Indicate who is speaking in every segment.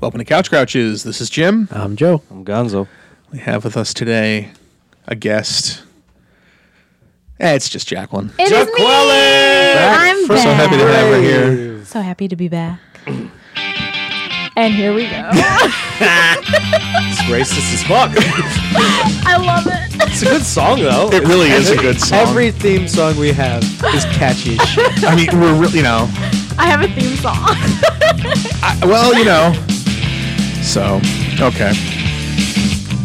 Speaker 1: Welcome to Couch Crouches. This is Jim.
Speaker 2: I'm Joe.
Speaker 3: I'm Gonzo.
Speaker 1: We have with us today a guest. Eh, it's just Jacqueline.
Speaker 4: It is me. I'm
Speaker 1: So
Speaker 4: back.
Speaker 1: happy to have her here.
Speaker 4: So happy to be back. and here we go.
Speaker 3: It's racist as fuck.
Speaker 4: I love it.
Speaker 3: it's a good song though.
Speaker 1: It really is a good song.
Speaker 2: Every theme song we have is catchy. as shit.
Speaker 1: I mean, we're really, you know,
Speaker 4: I have a theme song.
Speaker 1: I, well, you know. So, okay.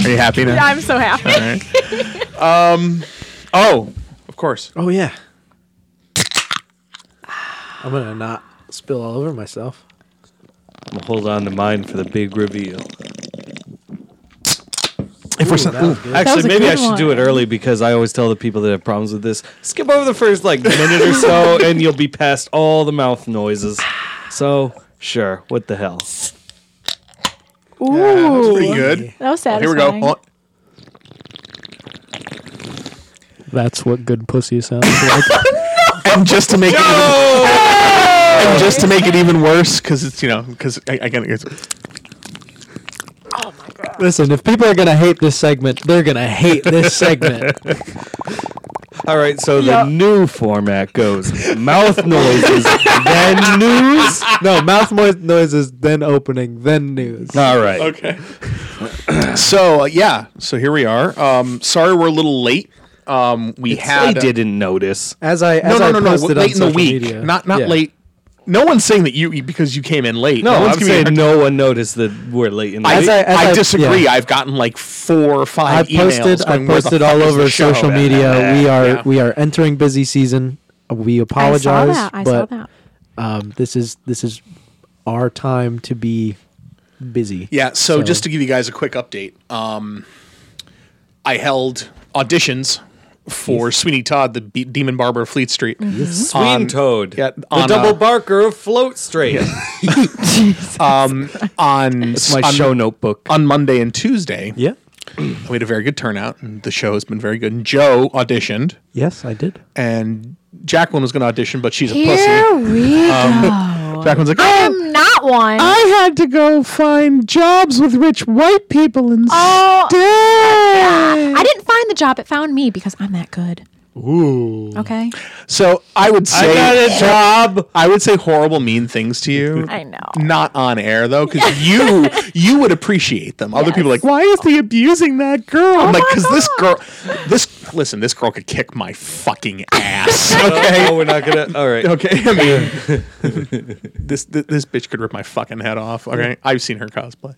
Speaker 1: Are you happy now?
Speaker 4: I'm so happy.
Speaker 1: All right. Um, oh, of course.
Speaker 2: oh yeah. I'm gonna not spill all over myself.
Speaker 3: I'm gonna hold on to mine for the big reveal.
Speaker 1: If we're sen-
Speaker 2: that was
Speaker 1: ooh,
Speaker 2: good.
Speaker 4: was
Speaker 3: Actually,
Speaker 4: a
Speaker 3: maybe I
Speaker 4: good
Speaker 3: should do it
Speaker 4: one.
Speaker 3: early because I always tell the people that have problems with this: skip over the first like minute or so, and you'll be past all the mouth noises. So sure, what the hell?
Speaker 4: Ooh.
Speaker 1: that was pretty good.
Speaker 4: That was
Speaker 1: Here we
Speaker 4: satisfying.
Speaker 1: go. Hold on.
Speaker 5: That's what good pussy sounds like.
Speaker 1: and just to make it even, and just to make it even worse because it's you know because I, I can it's,
Speaker 2: Listen, if people are gonna hate this segment, they're gonna hate this segment.
Speaker 3: All right, so
Speaker 4: Yeah.
Speaker 3: the new format goes mouth noises, then news.
Speaker 2: no, mouth mo- noises, then opening, then news.
Speaker 3: All right,
Speaker 1: okay. so uh, yeah, so here we are. Um, sorry we're a little late. Um, we
Speaker 3: I
Speaker 1: had
Speaker 3: didn't notice.
Speaker 2: As I
Speaker 1: no
Speaker 2: as
Speaker 1: no
Speaker 2: I
Speaker 1: no no
Speaker 2: posted on
Speaker 1: late in the
Speaker 2: social
Speaker 1: week,
Speaker 2: media-
Speaker 1: not not
Speaker 2: Yeah.
Speaker 1: late. No one's saying that you because you came in late.
Speaker 3: No,
Speaker 1: one's
Speaker 3: I'm
Speaker 1: giving you a
Speaker 3: saying no one noticed that we're late in the
Speaker 1: I,
Speaker 2: As
Speaker 3: week.
Speaker 2: I- as
Speaker 1: I
Speaker 2: I-
Speaker 1: disagree.
Speaker 2: yeah.
Speaker 1: I've gotten like four or
Speaker 2: I
Speaker 1: five
Speaker 2: posted.
Speaker 1: emails.
Speaker 2: I
Speaker 1: going, "Where the
Speaker 2: posted
Speaker 1: fuck
Speaker 2: all
Speaker 1: is the
Speaker 2: over
Speaker 1: show?"
Speaker 2: social media. We are
Speaker 1: Yeah.
Speaker 2: we are entering busy season. Uh, We
Speaker 4: I
Speaker 2: apologize,
Speaker 4: saw that. I
Speaker 2: but
Speaker 4: saw that.
Speaker 2: um, this is this is our time to be busy.
Speaker 1: Yeah. So,
Speaker 2: So-
Speaker 1: just to give you guys a quick update, um, I held auditions for Sweeney Todd, the Be- Demon Barber of Fleet Street.
Speaker 3: Sween
Speaker 1: on-
Speaker 3: Toad,
Speaker 1: yeah,
Speaker 3: the
Speaker 1: on,
Speaker 3: double
Speaker 1: uh,
Speaker 3: barker of Float Straight.
Speaker 1: Um, on
Speaker 3: It's my
Speaker 1: on,
Speaker 3: show notebook.
Speaker 1: on Monday and Tuesday,
Speaker 2: Yeah.
Speaker 1: we had a very good turnout, and the show has been very good. And Joe auditioned,
Speaker 2: Yes, I did.
Speaker 1: and Jacqueline was going to audition, but she's a
Speaker 4: Here
Speaker 1: pussy. Um,
Speaker 4: we
Speaker 1: Uh,
Speaker 4: go.
Speaker 1: Jacqueline's like,
Speaker 4: I
Speaker 1: oh,
Speaker 4: am not one.
Speaker 2: had to go find jobs with rich white people and
Speaker 4: oh. I didn't find the job. It found me because I'm that good. Ooh. Okay.
Speaker 1: so I would say
Speaker 3: I got a job.
Speaker 1: I would say horrible, mean things to you.
Speaker 4: I know.
Speaker 1: Not on air though, because you you would appreciate them. Other people are like,
Speaker 4: Yes.
Speaker 1: why is he abusing that girl? I'm like,
Speaker 4: Oh my
Speaker 1: because this girl, this listen, this girl could kick my fucking ass. Okay,
Speaker 3: Oh, we're not gonna. All right.
Speaker 1: okay. I mean, this, this this bitch could rip my fucking head off. Okay, I've seen her cosplay.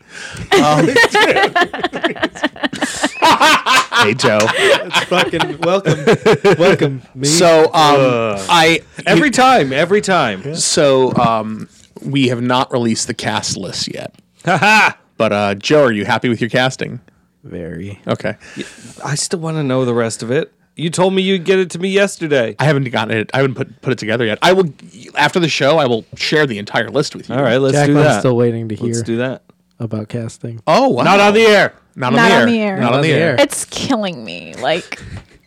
Speaker 1: Um, hey Joe.
Speaker 2: fucking welcome, welcome me.
Speaker 1: So um, I
Speaker 3: Every time, every time.
Speaker 1: So um, we have not released the cast list yet. but uh, Joe, are you happy with your casting?
Speaker 2: very.
Speaker 1: Okay,
Speaker 3: I still want to know the rest of it. You told me you'd get it to me yesterday.
Speaker 1: I haven't gotten it. I haven't put put it together yet. I will after the show. I will share the entire list with you.
Speaker 3: All right, let's
Speaker 2: Jack,
Speaker 3: do
Speaker 2: I'm
Speaker 3: that.
Speaker 2: still waiting to hear
Speaker 3: Let's do that.
Speaker 2: about casting.
Speaker 1: Oh, wow.
Speaker 3: Not on the air.
Speaker 1: Not on
Speaker 4: Not
Speaker 1: the
Speaker 4: on
Speaker 1: air.
Speaker 4: the air.
Speaker 1: Not, on the air.
Speaker 4: It's killing me. Like,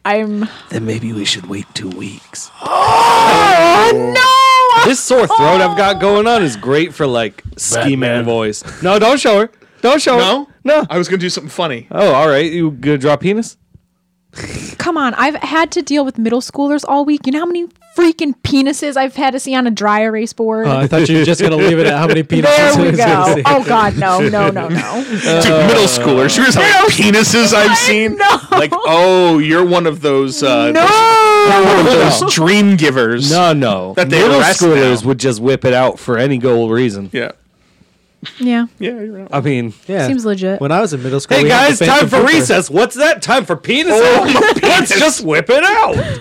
Speaker 4: I'm.
Speaker 3: Then maybe we should wait two weeks.
Speaker 4: Oh, no!
Speaker 3: This sore throat I've got going on is great for like ski man voice. No, don't show her. Don't show
Speaker 1: No,
Speaker 3: her. No.
Speaker 1: I was gonna do something funny.
Speaker 3: Oh, all right. You gonna draw penis?
Speaker 4: Oh, Come on. I've had to deal with middle schoolers all week. You know how many freaking penises I've had to see on a dry erase board?
Speaker 2: Uh,
Speaker 3: Uh,
Speaker 2: I thought you were just gonna leave it at how many people.
Speaker 4: there we go. Oh, God. No, no, no, no.
Speaker 1: Dude, middle
Speaker 3: Uh,
Speaker 1: schoolers. Here's how many penises I've seen.
Speaker 4: know.
Speaker 1: Like, oh, you're one of those. Uh, You're one of those dream givers.
Speaker 3: No, no.
Speaker 1: That they
Speaker 3: Middle
Speaker 1: arrest
Speaker 3: schoolers
Speaker 1: now.
Speaker 3: would just whip it out for any goal reason.
Speaker 1: Yeah.
Speaker 4: Yeah.
Speaker 1: Yeah. You're right.
Speaker 3: I mean,
Speaker 2: Yeah.
Speaker 4: Seems legit.
Speaker 2: When I was in middle school,
Speaker 3: hey
Speaker 2: we had
Speaker 3: guys,
Speaker 2: the
Speaker 3: time
Speaker 2: Phantom
Speaker 3: for
Speaker 2: Booker.
Speaker 3: recess. What's that? Time for penis? out? Let's just whip it out.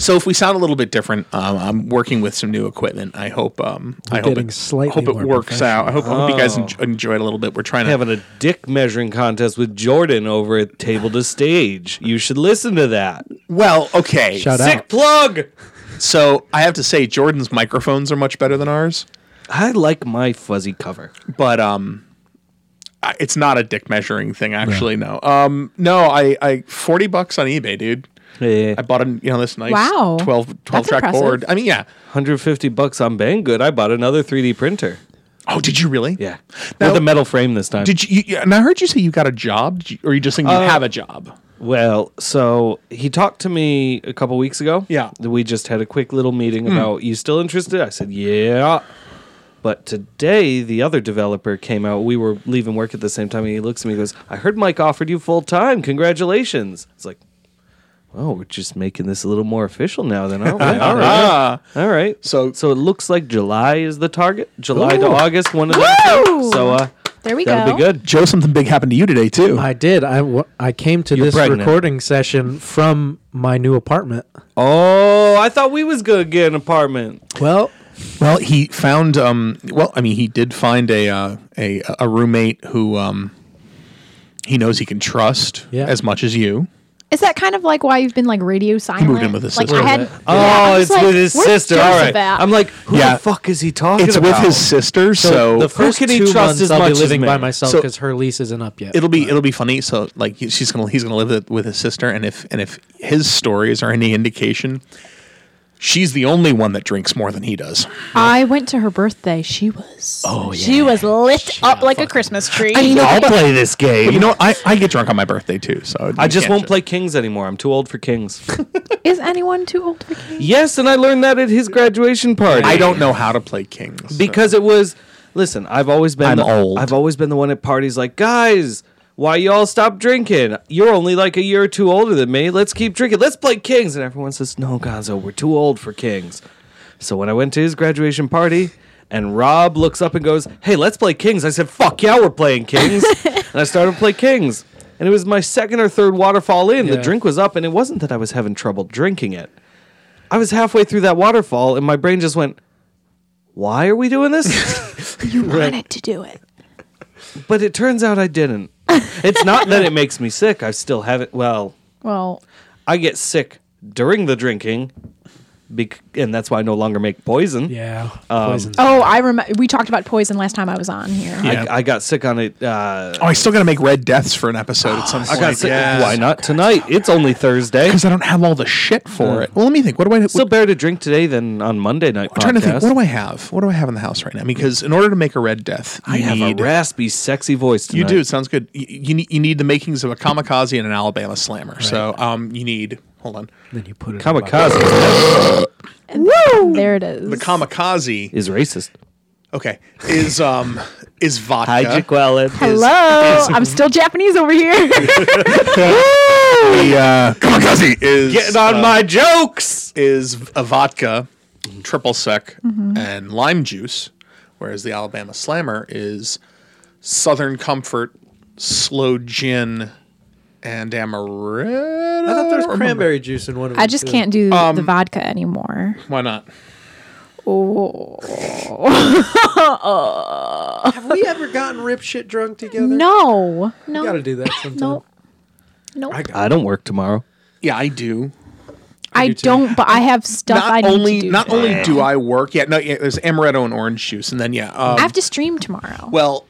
Speaker 1: So if we sound a little bit different, um, I'm working with some new equipment. I hope um, I hope
Speaker 2: getting
Speaker 1: it,
Speaker 2: slightly
Speaker 1: hope it
Speaker 2: more
Speaker 1: works out. I hope, I hope you guys enjoy, enjoy it a little bit. We're trying to
Speaker 3: having Oh. a dick measuring contest with Jordan over at Table to Stage. You should listen to that.
Speaker 1: well, okay.
Speaker 2: Shout out.
Speaker 3: Sick plug.
Speaker 1: So I have to say, Jordan's microphones are much better than ours,
Speaker 3: I like my fuzzy cover.
Speaker 1: but um, I- it's not a dick measuring thing. Actually, no. Um, no, I I forty bucks on eBay, dude. I bought a you know this nice
Speaker 4: Wow.
Speaker 1: 12, 12
Speaker 4: That's
Speaker 1: track
Speaker 4: impressive.
Speaker 1: board. I mean, yeah.
Speaker 3: 150 bucks on Banggood. I bought another 3D printer.
Speaker 1: Oh, did you really?
Speaker 3: Yeah.
Speaker 1: Now-
Speaker 3: With a metal frame this time.
Speaker 1: Did you, you? And I heard you say you got a job, Did you- or you just think you have a job?
Speaker 3: Well, so he talked to me a couple weeks ago.
Speaker 1: Yeah. Hmm.
Speaker 3: We just had a quick little meeting about you still interested? I said, "Yeah." But today the other developer came out. We were leaving work at the same time and he looks at me and goes, "I heard Mike offered you full time. Congratulations." It's like, "Oh, we're just making this a little more official now then, aren't we?" All right.
Speaker 1: Ah,
Speaker 3: All right.
Speaker 1: So-
Speaker 3: so it looks like July is the target. July to
Speaker 1: Ooh.
Speaker 3: August, one of
Speaker 4: Woo!
Speaker 3: them. So uh
Speaker 4: There we
Speaker 3: that'll
Speaker 4: go.
Speaker 3: be good.
Speaker 1: Joe, something big happened to you today too.
Speaker 2: I did. I, w- I came to
Speaker 3: You're
Speaker 2: this
Speaker 3: pregnant.
Speaker 2: recording session from my new apartment.
Speaker 3: Oh, I thought we was going to get an apartment.
Speaker 2: Well,
Speaker 1: Well, he found. Um, well, I mean, he did find a uh, a a roommate who um, he knows he can trust
Speaker 2: Yeah.
Speaker 1: as much as you.
Speaker 4: Is that kind of like why you've been like radio silent?
Speaker 1: moved in with his
Speaker 4: like,
Speaker 1: sister.
Speaker 4: I had,
Speaker 3: Oh,
Speaker 4: Yeah, I was
Speaker 3: it's
Speaker 4: like,
Speaker 3: with his
Speaker 4: "Where's
Speaker 3: sister. All
Speaker 4: Joseph
Speaker 3: right.
Speaker 4: at?"
Speaker 3: I'm like, who
Speaker 1: Yeah.
Speaker 3: the fuck is he talking
Speaker 1: it's
Speaker 3: about?
Speaker 1: with his sister, so,
Speaker 2: the first
Speaker 3: can he
Speaker 2: two
Speaker 3: trust as
Speaker 2: months I'll
Speaker 3: much
Speaker 2: be
Speaker 3: as
Speaker 2: living
Speaker 3: me?
Speaker 2: by myself
Speaker 1: So-
Speaker 2: because her lease isn't up yet.
Speaker 1: it'll be it'll be funny. So like he- she's gonna he's gonna live with- with his sister, and if and if his stories are any indication, she's the only one that drinks more than he does.
Speaker 4: I went to her birthday. She was oh she was lit up like a Christmas tree.
Speaker 3: I'll play this game.
Speaker 1: You know, I, I get drunk on my birthday too, so
Speaker 3: I just won't
Speaker 1: play.
Speaker 3: play Kings anymore. I'm too old for Kings.
Speaker 4: Is anyone too old for kids?
Speaker 3: yes, and I learned that at his graduation party.
Speaker 1: I don't know how to play kings.
Speaker 3: because it was. Listen, I've always been
Speaker 1: I'm
Speaker 3: the,
Speaker 1: old.
Speaker 3: I've always been the one at parties like, guys, why y'all stop drinking? You're only like a year or two older than me. Let's keep drinking. Let's play Kings. And everyone says, no, Gonzo, we're too old for Kings. So when I went to his graduation party. And Rob looks up and goes, "Hey, let's play Kings." I said, "Fuck yeah, we're playing Kings." and I started to play Kings. And it was my second or third waterfall in. The
Speaker 2: Yeah.
Speaker 3: drink was up, and it wasn't that I was having trouble drinking it. I was halfway through that waterfall, and my brain just went, "Why are we doing this?"
Speaker 4: You wanted to do it.
Speaker 3: But it turns out I didn't. It's not that it makes me sick. I still have it. Well,
Speaker 4: Well,
Speaker 3: I get sick during the drinking, bec- and that's why I no longer make poison.
Speaker 2: yeah.
Speaker 3: Um,
Speaker 2: poison.
Speaker 4: oh, I remember we talked about poison last time I was on here.
Speaker 3: I,
Speaker 1: Yeah.
Speaker 3: I got sick on it. Uh,
Speaker 1: oh, I still got to make red deaths for an episode at some point.
Speaker 3: I got sick.
Speaker 1: Yeah.
Speaker 3: Why not tonight? It's only Thursday.
Speaker 1: Because I don't have all the shit for it. Well, let me think. What do I? What,
Speaker 3: Still better to drink today than on Monday night.
Speaker 1: I'm trying to think.
Speaker 3: podcast.
Speaker 1: What do I have? What do I have in the house right now? Because in order to make a red death, you
Speaker 3: I have
Speaker 1: need,
Speaker 3: a raspy, sexy voice. Tonight.
Speaker 1: You do. It sounds good. You, you need you need the makings of a kamikaze and an Alabama slammer. So um, you need. Hold on.
Speaker 2: then you put it in a bucket.
Speaker 3: Kamikaze
Speaker 4: Woo! There it is.
Speaker 1: The kamikaze.
Speaker 3: is racist.
Speaker 1: Okay. Is um is vodka.
Speaker 3: Jaqueline.
Speaker 4: Hello, I'm still Japanese over here.
Speaker 1: The, uh, kamikaze is
Speaker 3: Getting on
Speaker 1: uh,
Speaker 3: my jokes.
Speaker 1: is a vodka,
Speaker 2: Mm-hmm.
Speaker 1: triple sec, and lime juice, whereas the Alabama Slammer is Southern Comfort, sloe gin, and amaretto.
Speaker 2: I thought there was cranberry juice in one of them.
Speaker 4: I just
Speaker 2: too.
Speaker 4: can't do
Speaker 1: Um,
Speaker 4: the vodka anymore.
Speaker 1: Why not?
Speaker 4: Oh
Speaker 2: Have we ever gotten rip shit drunk together?
Speaker 4: no,
Speaker 2: We gotta
Speaker 4: no,
Speaker 2: do that sometime.
Speaker 4: no, no. I,
Speaker 3: I don't work tomorrow.
Speaker 1: Yeah, I do.
Speaker 2: do too.
Speaker 4: don't. But I have stuff I
Speaker 1: Not
Speaker 4: need
Speaker 1: only
Speaker 4: to do.
Speaker 1: not
Speaker 4: today.
Speaker 1: only do I work. Yeah, no, yeah, there's amaretto and orange juice, and then yeah. Um,
Speaker 4: I have to stream tomorrow.
Speaker 1: well,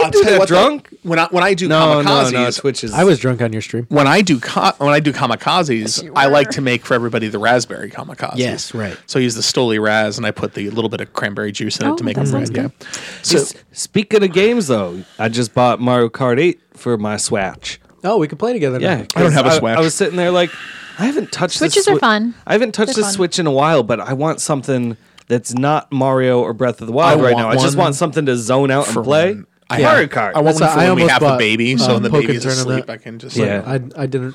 Speaker 1: I'll
Speaker 3: do
Speaker 1: tell you
Speaker 3: that
Speaker 1: what, though,
Speaker 3: drunk?
Speaker 1: when I when I do
Speaker 3: No, no,
Speaker 1: kamikazes,
Speaker 3: no. Twitch is.
Speaker 2: I was drunk on your stream.
Speaker 1: when I do ka- when I do kamikazes,
Speaker 4: you
Speaker 1: I like
Speaker 4: were.
Speaker 1: to make for everybody the raspberry kamikazes.
Speaker 2: Yes, right.
Speaker 1: So I use the Stoli Raz, and I put the little bit of cranberry juice in
Speaker 4: Oh,
Speaker 1: it to make
Speaker 4: that
Speaker 1: it
Speaker 4: sounds
Speaker 1: red. Yeah.
Speaker 4: good.
Speaker 1: So
Speaker 3: S- Speaking of games, though, I just bought Mario Kart 8 for my Swatch.
Speaker 2: Oh, we could play together. now.
Speaker 3: Yeah,
Speaker 1: I don't have a
Speaker 3: a
Speaker 1: Swatch.
Speaker 3: I was sitting there like, I haven't touched this
Speaker 4: Switches are
Speaker 3: Swi-
Speaker 4: fun.
Speaker 3: I haven't touched
Speaker 4: They're
Speaker 3: this
Speaker 4: fun.
Speaker 3: Switch in a while, but I want something that's not Mario or Breath of the Wild
Speaker 1: I
Speaker 3: right
Speaker 1: want
Speaker 3: now. I just
Speaker 1: one
Speaker 3: want something to zone out and
Speaker 1: for
Speaker 3: play. Uh,
Speaker 1: when I
Speaker 3: Mario
Speaker 1: have-
Speaker 3: Kart.
Speaker 1: I want
Speaker 2: That's
Speaker 1: one
Speaker 2: how
Speaker 1: for
Speaker 2: I
Speaker 1: when we
Speaker 2: almost
Speaker 1: have the
Speaker 2: bought,
Speaker 1: baby, so
Speaker 2: um,
Speaker 1: when the
Speaker 2: Pokken
Speaker 1: baby's
Speaker 2: tournament.
Speaker 1: asleep, I can just
Speaker 3: Yeah.
Speaker 1: like,
Speaker 2: I, I didn't.
Speaker 3: uh,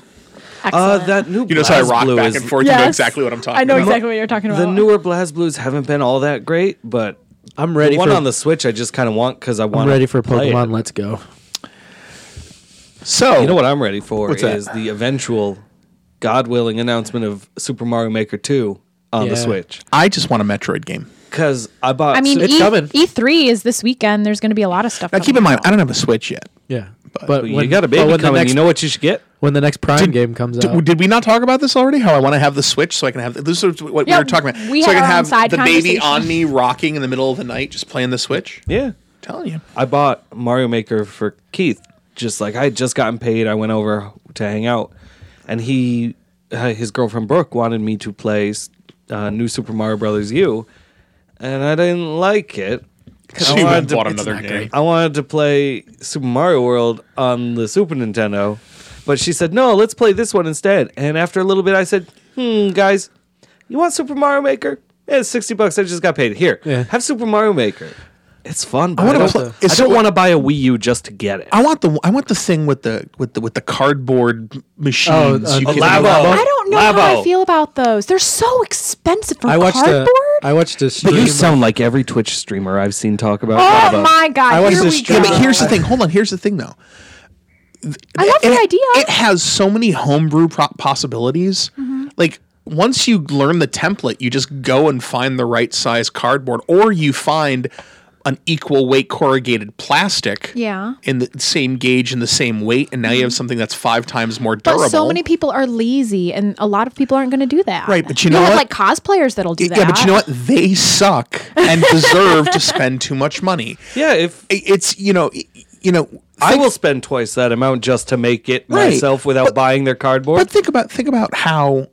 Speaker 4: Excellent.
Speaker 3: that new
Speaker 1: you know, so I
Speaker 3: Blaz
Speaker 1: rock
Speaker 3: Blue
Speaker 1: back
Speaker 3: is-
Speaker 1: and forth. You know exactly what I'm talking.
Speaker 4: I know
Speaker 1: about.
Speaker 4: exactly what you're talking about.
Speaker 3: The newer Blaz Blues haven't been all that great, but
Speaker 2: I'm
Speaker 3: the
Speaker 2: ready.
Speaker 3: one
Speaker 2: for,
Speaker 3: on the Switch I just kind of want because I want.
Speaker 2: I'm ready for
Speaker 3: play it.
Speaker 2: Pokemon. Let's go.
Speaker 1: So
Speaker 3: You know what I'm ready for
Speaker 1: What's that?
Speaker 3: is the eventual, God willing, announcement of Super Mario Maker 2 on
Speaker 2: Yeah.
Speaker 3: the Switch.
Speaker 1: I just want a Metroid game.
Speaker 3: Because I bought.
Speaker 4: I mean,
Speaker 2: it's coming.
Speaker 4: E three is this weekend. There's going to be a lot of stuff.
Speaker 1: Now keep
Speaker 4: coming
Speaker 1: in mind,
Speaker 4: out.
Speaker 1: I don't have a Switch yet.
Speaker 2: Yeah, but,
Speaker 3: But
Speaker 2: when-
Speaker 3: you got a
Speaker 2: but
Speaker 3: baby
Speaker 2: when the
Speaker 3: coming.
Speaker 2: next
Speaker 3: you know what you should get?
Speaker 2: when the next Prime game comes
Speaker 1: D-
Speaker 2: out.
Speaker 1: did we not talk about this already? How I want to have the Switch so I can have this is what
Speaker 4: Yeah,
Speaker 1: we were talking about.
Speaker 4: we
Speaker 1: so I
Speaker 4: had
Speaker 1: can
Speaker 4: our own
Speaker 1: have
Speaker 4: side
Speaker 1: the baby
Speaker 4: conversation.
Speaker 1: on me rocking in the middle of the night, just playing the Switch.
Speaker 3: Yeah.
Speaker 1: telling you.
Speaker 3: I bought Mario Maker for Keith. Just like I had just gotten paid, I went over to hang out, and he, uh, his girlfriend Brooke, wanted me to play uh, New Super Mario Brothers U, and I didn't like it.
Speaker 1: She
Speaker 3: wanted to-
Speaker 1: bought
Speaker 3: it's
Speaker 1: another
Speaker 2: not
Speaker 1: game.
Speaker 2: great.
Speaker 3: I wanted to play Super Mario World on the Super Nintendo, but she said, no, let's play this one instead. And after a little bit, I said, hmm, guys, you want Super Mario Maker? Yeah, it's 60 bucks. I just got paid. Here,
Speaker 2: Yeah.
Speaker 3: have Super Mario Maker. It's fun. But I,
Speaker 1: wanna
Speaker 3: don't,
Speaker 1: play-
Speaker 3: I
Speaker 1: it's
Speaker 3: don't
Speaker 1: what-
Speaker 3: want to buy a Wii U just to get it.
Speaker 1: I want the I want the thing with the with the with the cardboard machines.
Speaker 2: Oh, uh,
Speaker 1: you
Speaker 2: a
Speaker 1: can-
Speaker 3: Labo.
Speaker 4: I don't know how I
Speaker 3: Labo.
Speaker 4: feel about those. They're so expensive for
Speaker 2: I watched
Speaker 4: cardboard.
Speaker 2: a I watched a stream.
Speaker 3: You sound like every Twitch streamer I've seen talk about.
Speaker 4: oh
Speaker 3: Labo.
Speaker 4: my god!
Speaker 2: I watched
Speaker 4: here
Speaker 2: this
Speaker 4: we
Speaker 2: stream-
Speaker 1: Yeah,
Speaker 4: go.
Speaker 1: but here's the thing. Hold on. Here's the thing, though.
Speaker 4: I love the
Speaker 1: it,
Speaker 4: idea.
Speaker 1: It has so many homebrew pro- possibilities.
Speaker 4: Mm-hmm.
Speaker 1: Like once you learn the template, you just go and find the right size cardboard, or you find an equal weight corrugated plastic.
Speaker 4: Yeah. Mm-hmm.
Speaker 1: In the same gauge and the same weight, and now you have something that's five times more durable.
Speaker 4: but so many people are lazy, and a lot of people aren't going to do that.
Speaker 1: Right, but you
Speaker 4: You'll
Speaker 1: know
Speaker 4: have
Speaker 1: what?
Speaker 4: like cosplayers that'll do that.
Speaker 1: Yeah, but you know what? They suck and deserve to spend too much money.
Speaker 3: Yeah, if
Speaker 1: I- It's you know, i- you know.
Speaker 3: I
Speaker 1: think-
Speaker 3: will spend twice that amount just to make it
Speaker 1: Right,
Speaker 3: myself without
Speaker 1: but-
Speaker 3: buying their cardboard.
Speaker 1: But think about think about how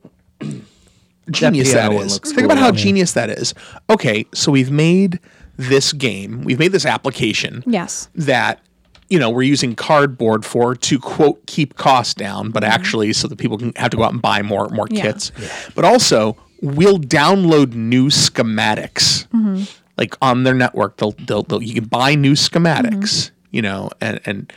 Speaker 1: genius that
Speaker 3: piano one
Speaker 1: is.
Speaker 3: looks
Speaker 1: Think
Speaker 3: cool,
Speaker 1: about how
Speaker 3: yeah.
Speaker 1: genius that is. Okay, so we've made this game, we've made this application.
Speaker 4: Yes.
Speaker 1: That you know we're using cardboard for to quote keep costs down, but actually so that people can have to go out and buy more more
Speaker 4: Mm-hmm. Yeah.
Speaker 1: kits. But also we'll download new schematics.
Speaker 4: Mm-hmm.
Speaker 1: Like on their network, they'll, they'll they'll you can buy new
Speaker 4: Mm-hmm.
Speaker 1: schematics. You know, and and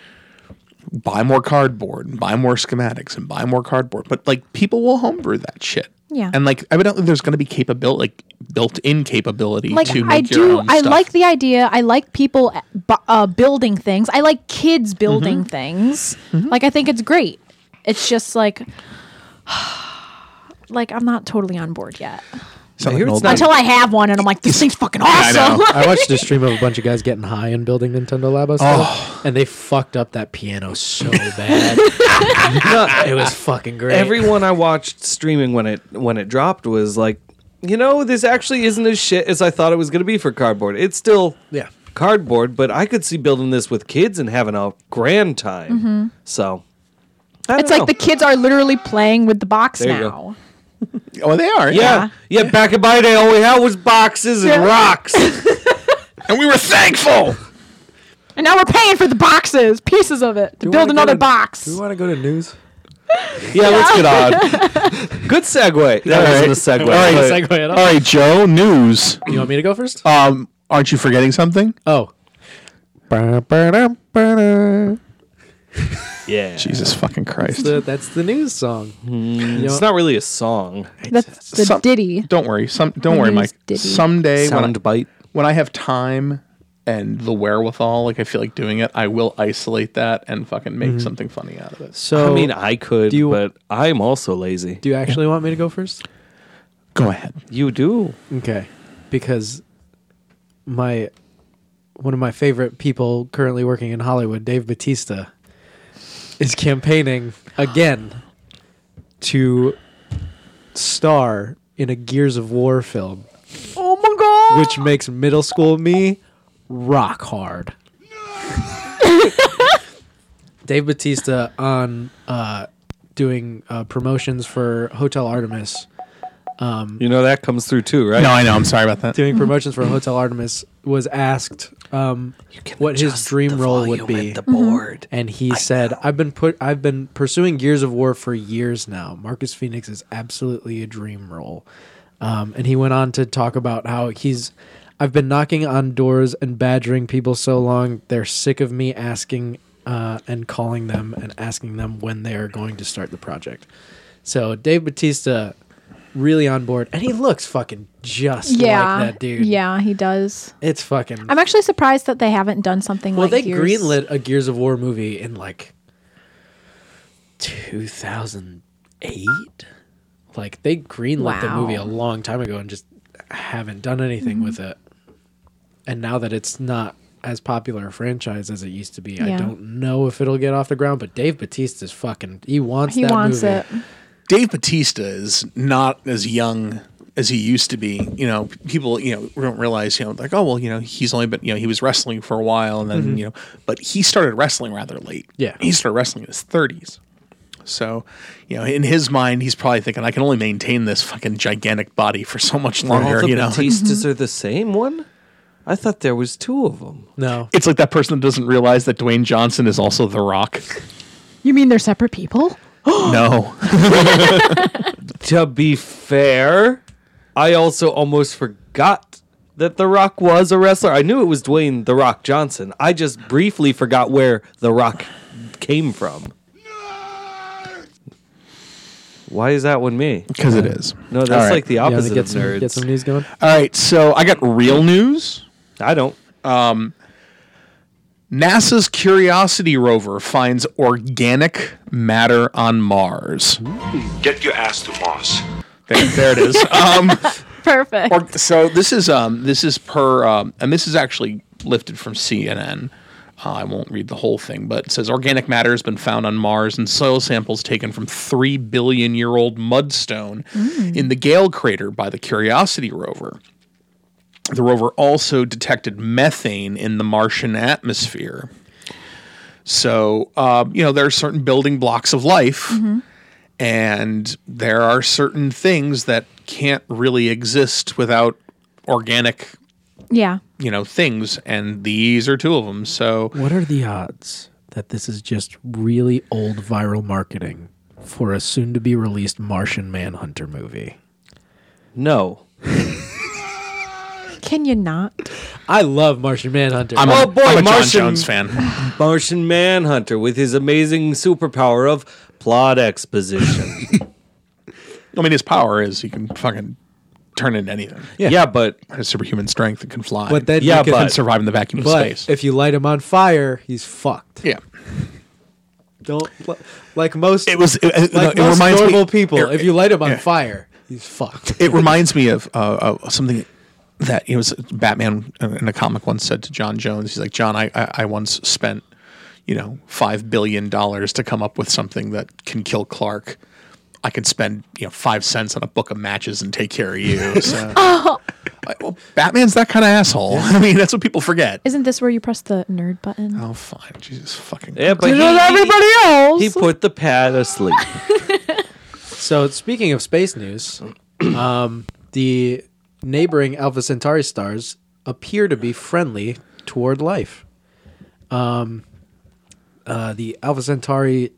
Speaker 1: buy more cardboard and buy more schematics and buy more cardboard. But like people will homebrew that shit.
Speaker 4: Yeah.
Speaker 1: And like evidently there's gonna be capability like built in capability
Speaker 4: like
Speaker 1: to make
Speaker 4: I
Speaker 1: your
Speaker 4: do.
Speaker 1: own
Speaker 4: I
Speaker 1: stuff.
Speaker 4: like the idea. I like people uh, bu- uh, building things. I like kids building
Speaker 1: Mm-hmm.
Speaker 4: things. Like I think it's great. It's just like, like I'm not totally on board yet.
Speaker 1: Sound
Speaker 3: I hear
Speaker 1: an
Speaker 3: it's
Speaker 1: old
Speaker 3: not-
Speaker 1: man.
Speaker 4: Until I have one, and I'm like, this thing's fucking
Speaker 1: I know.
Speaker 4: awesome.
Speaker 2: I watched a stream of a bunch of guys getting high and building Nintendo
Speaker 3: Oh.
Speaker 2: Labos, and they fucked up that piano so bad. it was fucking great.
Speaker 3: Everyone I watched streaming when it when it dropped was like, you know, this actually isn't as shit as I thought it was gonna be for cardboard. It's still
Speaker 2: Yeah.
Speaker 3: cardboard, but I could see building this with kids and having a grand time. So I
Speaker 4: It's
Speaker 3: don't
Speaker 4: like the
Speaker 3: know.
Speaker 4: kids are literally playing with the box
Speaker 3: There you
Speaker 4: now.
Speaker 1: Oh they are,
Speaker 3: yeah, yeah, Back in my day, all we had was boxes and
Speaker 4: Yeah.
Speaker 3: rocks.
Speaker 1: And we were thankful.
Speaker 4: And now we're paying for the boxes, pieces of it, to build another box.
Speaker 2: Do we want to go to news?
Speaker 3: Yeah, let's get on. Good segue. That wasn't a segue. Uh,
Speaker 1: All
Speaker 3: but-
Speaker 1: right.
Speaker 2: Segue at
Speaker 1: All
Speaker 2: all.
Speaker 1: right, Joe, news.
Speaker 2: You want me to go first?
Speaker 1: Um, aren't you forgetting something?
Speaker 2: oh,
Speaker 3: Yeah,
Speaker 1: Jesus fucking Christ.
Speaker 2: the, that's the news song. You know-
Speaker 3: it's not really a song.
Speaker 4: That's the
Speaker 1: Some-
Speaker 4: ditty.
Speaker 1: Don't worry. Some don't worry,
Speaker 4: news
Speaker 1: Mike.
Speaker 4: ditty.
Speaker 1: Someday when I,
Speaker 3: Sound bite.
Speaker 1: when I have time and the wherewithal, like I feel like doing it, I will isolate that and fucking make something funny out of it.
Speaker 2: so,
Speaker 3: I mean, I could,
Speaker 2: Oh. do you-
Speaker 3: but I'm also lazy.
Speaker 2: do you actually want me to go first?
Speaker 1: Go ahead.
Speaker 3: You do.
Speaker 2: Okay, because my one of my favorite people currently working in Hollywood, Dave Batista, is campaigning again to star in a Gears of War film,
Speaker 4: Oh my god!
Speaker 2: which makes middle school me rock hard. Dave Batista on uh, doing uh, promotions for Hotel Artemis.
Speaker 3: You know that comes through too, right?
Speaker 1: No, I know. I'm sorry about that.
Speaker 2: doing promotions for Hotel Artemis was asked um, what his dream role would be,
Speaker 3: board.
Speaker 2: and he said, "I've been put, I've been pursuing Gears of War for years now. Marcus Phoenix is absolutely a dream role." Um, and he went on to talk about how he's, I've been knocking on doors and badgering people so long they're sick of me asking uh, and calling them and asking them when they are going to start the project. So Dave Batista. Really on board, and he looks fucking just
Speaker 4: yeah,
Speaker 2: like that dude.
Speaker 4: yeah, he does.
Speaker 2: It's fucking.
Speaker 4: I'm actually surprised that they haven't done something
Speaker 2: well,
Speaker 4: like
Speaker 2: they
Speaker 4: Gears.
Speaker 2: greenlit a Gears of War movie in like 2008. Like they greenlit the
Speaker 4: Wow. Mm-hmm.
Speaker 2: movie a long time ago and just haven't done anything with it. And now that it's not as popular a franchise as it used to be, I
Speaker 4: Yeah.
Speaker 2: don't know if it'll get off the ground. But Dave Batista's fucking. He wants.
Speaker 4: He
Speaker 2: that
Speaker 4: wants
Speaker 2: movie.
Speaker 4: it.
Speaker 1: Dave Batista is not as young as he used to be. You know, p- people, you know, don't realize, you know, like, oh, well, you know, he's only been, you know, he was wrestling for a while and then, you know, but he started wrestling rather late.
Speaker 2: Yeah.
Speaker 1: He started wrestling in his 30s. So, you know, in his mind, he's probably thinking, I can only maintain this fucking gigantic body for so much
Speaker 3: All
Speaker 1: longer,
Speaker 3: the
Speaker 1: you know.
Speaker 3: Batistas are the same one. I thought there was two of them.
Speaker 2: No.
Speaker 1: It's like that person that doesn't realize that Dwayne Johnson is also The Rock.
Speaker 4: You mean they're separate people?
Speaker 1: no.
Speaker 3: To be fair, I also almost forgot that The Rock was a wrestler. I knew it was Dwayne The Rock Johnson. I just briefly forgot where The Rock came from. Why is that one me?
Speaker 1: Because it is.
Speaker 3: No, that's
Speaker 1: All right.
Speaker 3: like the
Speaker 2: You wanna
Speaker 3: opposite
Speaker 2: get
Speaker 3: of
Speaker 2: some,
Speaker 3: nerds.
Speaker 2: Get some news going.
Speaker 1: All right, so I got real news.
Speaker 3: I don't.
Speaker 1: NASA's Curiosity rover finds organic matter on Mars.
Speaker 6: Get your ass to Mars.
Speaker 1: There, there it is. Um,
Speaker 4: Perfect.
Speaker 1: or- so this is um, this is per um, and this is actually lifted from CNN. Uh, I won't read the whole thing, but it says organic matter has been found on Mars in soil samples taken from three billion year old mudstone in the Gale crater by the Curiosity rover. The rover also detected methane in the Martian atmosphere. So, uh, you know, there are certain building blocks of life, and there are certain things that can't really exist without organic,
Speaker 4: yeah.
Speaker 1: you know, things. And these are two of them. So,
Speaker 2: What are the odds that this is just really old viral marketing for a soon to be released Martian Manhunter movie?
Speaker 3: No.
Speaker 4: Can you not?
Speaker 2: I love Martian Manhunter.
Speaker 1: I'm,
Speaker 3: Oh,
Speaker 1: a,
Speaker 3: boy,
Speaker 1: I'm a John
Speaker 3: Martian-
Speaker 1: Jones fan.
Speaker 3: Martian Manhunter with his amazing superpower of plot exposition.
Speaker 1: I mean, his power is he can fucking turn into anything.
Speaker 3: yeah. but
Speaker 1: Has superhuman strength and can fly.
Speaker 2: but then
Speaker 3: Yeah,
Speaker 2: you can,
Speaker 1: can
Speaker 3: but-
Speaker 1: survive in the vacuum of
Speaker 2: but
Speaker 1: space.
Speaker 2: if you light him on fire, he's fucked.
Speaker 1: yeah.
Speaker 2: Don't li- like most.
Speaker 1: It was. It, it-
Speaker 2: like
Speaker 1: no, it
Speaker 2: most
Speaker 1: reminds me-
Speaker 2: normal people.
Speaker 1: it-
Speaker 2: if you light him on
Speaker 1: yeah.
Speaker 2: fire, he's fucked.
Speaker 1: it reminds me of uh, uh, something that it was Batman uh, in a comic once said to John Jones. He's like, John, I, I, I once spent, you know, five billion dollars to come up with something that can kill Clark. I can spend you know five cents on a book of matches and take care of you. So. Like, well, Batman's that kind of asshole. I mean, that's what people forget.
Speaker 4: Isn't this where you press the nerd button?
Speaker 1: Oh, fine, Jesus fucking.
Speaker 3: yeah, but
Speaker 4: Not everybody else.
Speaker 3: he put the pad asleep.
Speaker 2: So speaking of space news, um, the neighboring Alpha Centauri stars appear to be friendly toward life. Um, uh, the Alpha Centauri.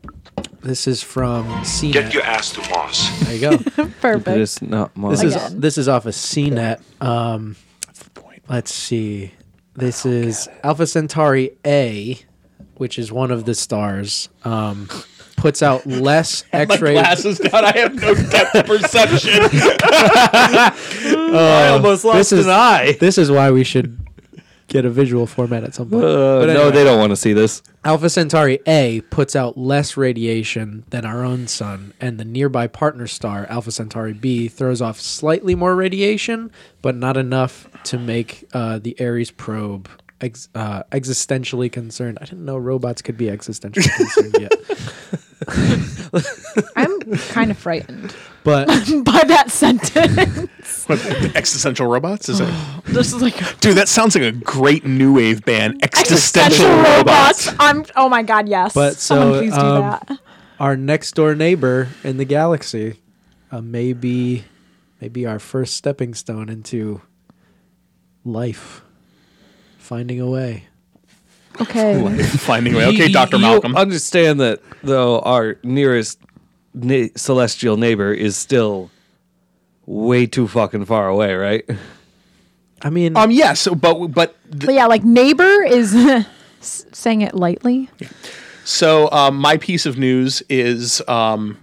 Speaker 2: This is from CNET.
Speaker 6: Get your Oh ass to Mars.
Speaker 2: there you go.
Speaker 3: It
Speaker 4: Perfect.
Speaker 3: is not Mars.
Speaker 2: this is
Speaker 4: Again.
Speaker 2: this is off of CNET. Um,
Speaker 1: point.
Speaker 2: let's see. This is Alpha Centauri A, which is one of the stars. Um, puts out less X-ray.
Speaker 1: down. I have no depth perception.
Speaker 3: I almost lost
Speaker 2: this is-
Speaker 3: an eye.
Speaker 2: This is why we should get a visual format at some point.
Speaker 3: Uh,
Speaker 2: But
Speaker 3: No,
Speaker 2: anyway,
Speaker 3: they don't want to see this.
Speaker 2: Alpha Centauri A puts out less radiation than our own sun, and the nearby partner star, Alpha Centauri B, throws off slightly more radiation, but not enough to make uh, the Ares probe ex- uh, existentially concerned. I didn't know robots could be existentially concerned yet.
Speaker 4: I'm kind of frightened
Speaker 2: But
Speaker 4: by that sentence.
Speaker 1: Existential robots is it?
Speaker 4: this is like
Speaker 1: Dude, that sounds like a great new wave band, Existential,
Speaker 4: existential
Speaker 1: Robots.
Speaker 4: robots. I'm. Oh my god. Yes.
Speaker 2: But
Speaker 4: Someone
Speaker 2: so,
Speaker 4: please do
Speaker 2: um,
Speaker 4: that.
Speaker 2: our next door neighbor in the galaxy uh, may be, may be our first stepping stone into life, finding a way.
Speaker 4: Okay.
Speaker 1: Finding a way. Okay,
Speaker 3: You-
Speaker 1: Dr.
Speaker 3: you
Speaker 1: Malcolm.
Speaker 3: Understand that though our nearest na- celestial neighbor is still way too fucking far away, right?
Speaker 2: I mean,
Speaker 1: Um, yes, so, but but
Speaker 4: But yeah, like neighbor is s- saying it lightly.
Speaker 1: so um, my piece of news is um,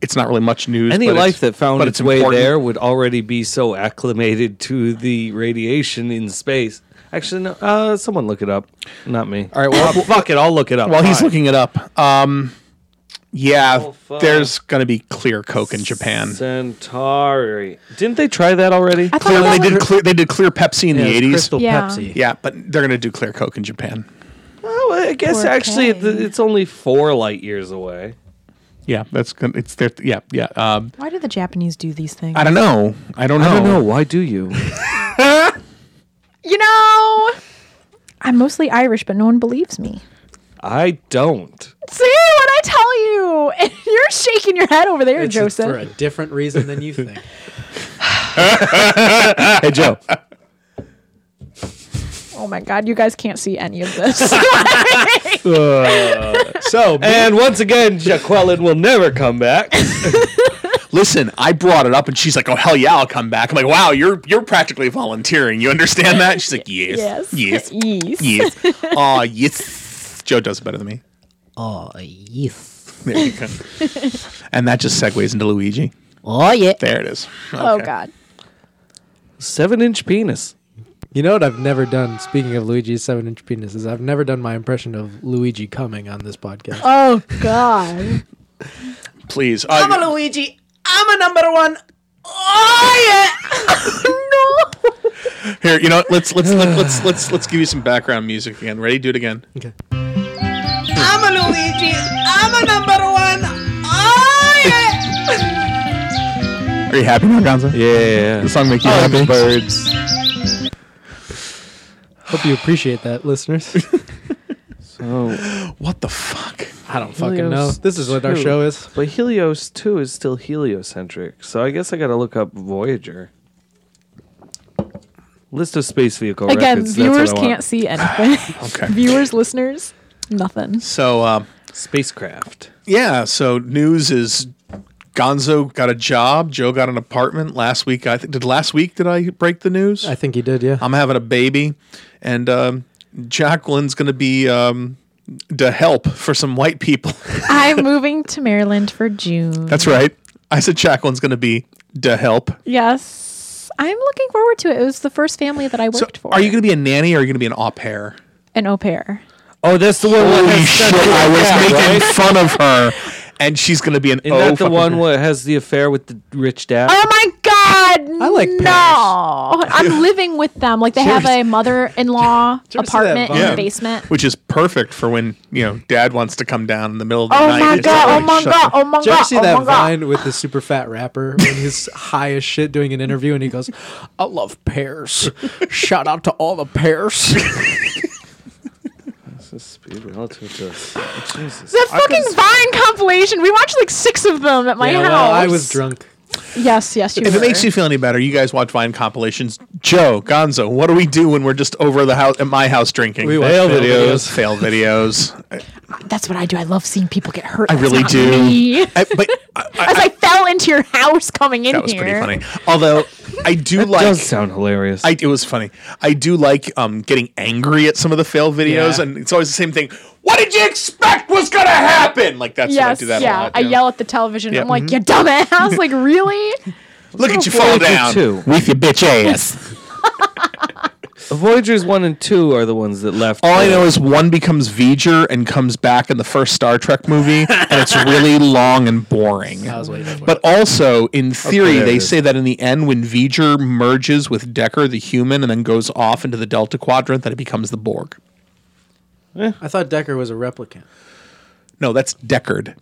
Speaker 1: it's not really much news.
Speaker 3: Any
Speaker 1: but it's-
Speaker 3: life that found
Speaker 1: but
Speaker 3: its, way
Speaker 1: important.
Speaker 3: there would already be so acclimated to the radiation in space. Actually, no. Uh, someone look it up, not me. All
Speaker 1: right, well-
Speaker 3: fuck it. I'll look it up.
Speaker 1: While he's
Speaker 3: Fine.
Speaker 1: looking it up, um, yeah,
Speaker 3: Oh, fuck.
Speaker 1: there's gonna be clear Coke in Japan.
Speaker 3: Centauri. Didn't they try that already?
Speaker 4: I thought
Speaker 1: Clear,
Speaker 4: that
Speaker 1: they
Speaker 4: was-
Speaker 1: did clear. They did clear Pepsi in
Speaker 2: Yeah,
Speaker 1: the
Speaker 2: it's
Speaker 1: '80s.
Speaker 2: Crystal
Speaker 4: Yeah.
Speaker 2: Pepsi.
Speaker 1: Yeah, but they're gonna do clear Coke in Japan.
Speaker 3: Well, I guess actually it,
Speaker 4: 4K.
Speaker 3: it's only four light years away.
Speaker 1: Yeah, that's gonna. It's their. Yeah, yeah. Um,
Speaker 4: Why do the Japanese do these things?
Speaker 1: I don't know. I don't know.
Speaker 3: Why do you?
Speaker 4: you know, I'm mostly Irish, but no one believes me.
Speaker 3: I don't.
Speaker 4: See what I tell you? And you're shaking your head over there,
Speaker 2: It's
Speaker 4: Joseph.
Speaker 2: for a different reason than you think.
Speaker 3: Hey, Joe.
Speaker 4: Oh my god, you guys can't see any of this.
Speaker 1: So
Speaker 3: And once again, Jaqueline will never come back.
Speaker 1: listen, I brought it up, and she's like, "Oh hell yeah, I'll come back." I'm like, "Wow, you're you're practically volunteering. You understand that?" She's like, "Yes, yes,
Speaker 4: yes. Yes.
Speaker 1: yes, ah, yes." Joe does it better than me.
Speaker 7: Oh, yes.
Speaker 1: There you go. and that just segues into Luigi.
Speaker 7: Oh, yeah.
Speaker 1: There it is.
Speaker 4: Oh
Speaker 1: Okay.
Speaker 4: god.
Speaker 3: Seven inch penis.
Speaker 2: You know what I've never done? Speaking of Luigi's seven inch penis, is I've never done my impression of Luigi coming on this podcast.
Speaker 4: Oh god.
Speaker 1: Please. Uh, I'm a Luigi. I'm a number one. Oh yeah. no. Here, you know, what? let's let's let's let's let's let's give you some background music again. Ready? Do it again.
Speaker 2: Okay.
Speaker 4: Mm-hmm.
Speaker 1: Are you happy Oh, now, Gonzo?
Speaker 3: Yeah.
Speaker 1: The song make you happy?
Speaker 3: Birds.
Speaker 2: Hope you appreciate that, listeners.
Speaker 3: Oh,
Speaker 1: What the fuck?
Speaker 2: I don't fucking
Speaker 3: Helios
Speaker 2: know. This is what our
Speaker 3: two.
Speaker 2: show is.
Speaker 3: but Helios 2 is still heliocentric, so I guess I gotta look up Voyager. List of space vehicle
Speaker 4: Again,
Speaker 3: records.
Speaker 4: viewers
Speaker 3: That's what I want.
Speaker 4: can't see anything.
Speaker 1: Okay.
Speaker 4: viewers, listeners, nothing.
Speaker 1: So, um,
Speaker 3: Spacecraft.
Speaker 1: yeah. So news is Gonzo got a job. Joe got an apartment. Last week, I think. Did last week did I break the news?
Speaker 2: I think he did, yeah.
Speaker 1: I'm having a baby, and um, Jacqueline's going to be um, the help for some white people.
Speaker 4: I'm moving to Maryland for June.
Speaker 1: That's right. I said Jacqueline's going to be the help.
Speaker 4: yes. I'm looking forward to it. It was the first family that I
Speaker 1: So,
Speaker 4: worked for.
Speaker 1: are you going to be a nanny or are you going to be an au pair?
Speaker 4: an au pair?
Speaker 3: Oh, that's the one. Holy shit!
Speaker 1: I was making fun of her, and she's going to be an
Speaker 3: Isn't that the one where it has the affair with the rich dad?
Speaker 4: Oh my god!
Speaker 2: I like
Speaker 4: no. Oh, I'm living with them. Like they have a mother-in-law
Speaker 2: ever see that
Speaker 4: apartment in
Speaker 1: Yeah.
Speaker 4: the basement.
Speaker 1: Which is perfect for when you know Dad wants to come down in the middle of the
Speaker 4: Oh
Speaker 1: night.
Speaker 4: my
Speaker 1: It's
Speaker 4: god!
Speaker 1: like,
Speaker 4: Oh my
Speaker 1: shut
Speaker 4: god!
Speaker 1: the-
Speaker 4: Oh my god!
Speaker 2: Did you ever see
Speaker 4: oh
Speaker 2: that
Speaker 4: my God.
Speaker 2: vine with the super fat rapper when he's high as shit doing an interview and he goes, I love pears. Shout out to all the pears.
Speaker 3: This is speed relative to Jesus.
Speaker 4: The fucking Vine compilation. We watched like six of them at my
Speaker 2: Yeah,
Speaker 4: house.
Speaker 2: well, I was drunk.
Speaker 4: Yes, yes, you
Speaker 1: If it
Speaker 4: were.
Speaker 1: makes you feel any better, you guys watch Vine compilations. Joe, Gonzo, what do we do when we're just over the house at my house drinking?
Speaker 2: We watch Fail fail videos. videos.
Speaker 1: fail videos. I-
Speaker 4: That's what I do. I love seeing people get hurt.
Speaker 1: I
Speaker 4: That's
Speaker 1: really
Speaker 4: not
Speaker 1: do.
Speaker 4: me.
Speaker 1: I- but I,
Speaker 4: As I fell into your house coming in
Speaker 1: that was
Speaker 4: here.
Speaker 1: pretty funny. Although I do like
Speaker 3: does sound hilarious.
Speaker 1: I, it was funny. I do like um, getting angry at some of the fail videos,
Speaker 2: Yeah.
Speaker 1: and it's always the same thing. What did you expect was gonna happen? Like that's what I
Speaker 4: Yes,
Speaker 1: do that
Speaker 4: yeah.
Speaker 1: a lot.
Speaker 4: I yell at the television.
Speaker 1: Yeah. mm-hmm.
Speaker 4: I'm like, you dumbass. like, really?
Speaker 1: Look at you fall
Speaker 3: Voyager
Speaker 1: down
Speaker 3: 2.
Speaker 1: with your bitch ass.
Speaker 3: Voyagers one and two are the ones that left.
Speaker 1: All I know is one becomes V'ger and comes back in the first Star Trek movie, and it's really long and boring.
Speaker 2: I was waiting for it.
Speaker 1: But also, in theory,
Speaker 3: there it
Speaker 1: they
Speaker 3: is.
Speaker 1: say that in the end, when V'ger merges with Decker, the human, and then goes off into the Delta Quadrant, that it becomes the Borg.
Speaker 2: I thought Decker was a replicant.
Speaker 1: No, that's Deckard.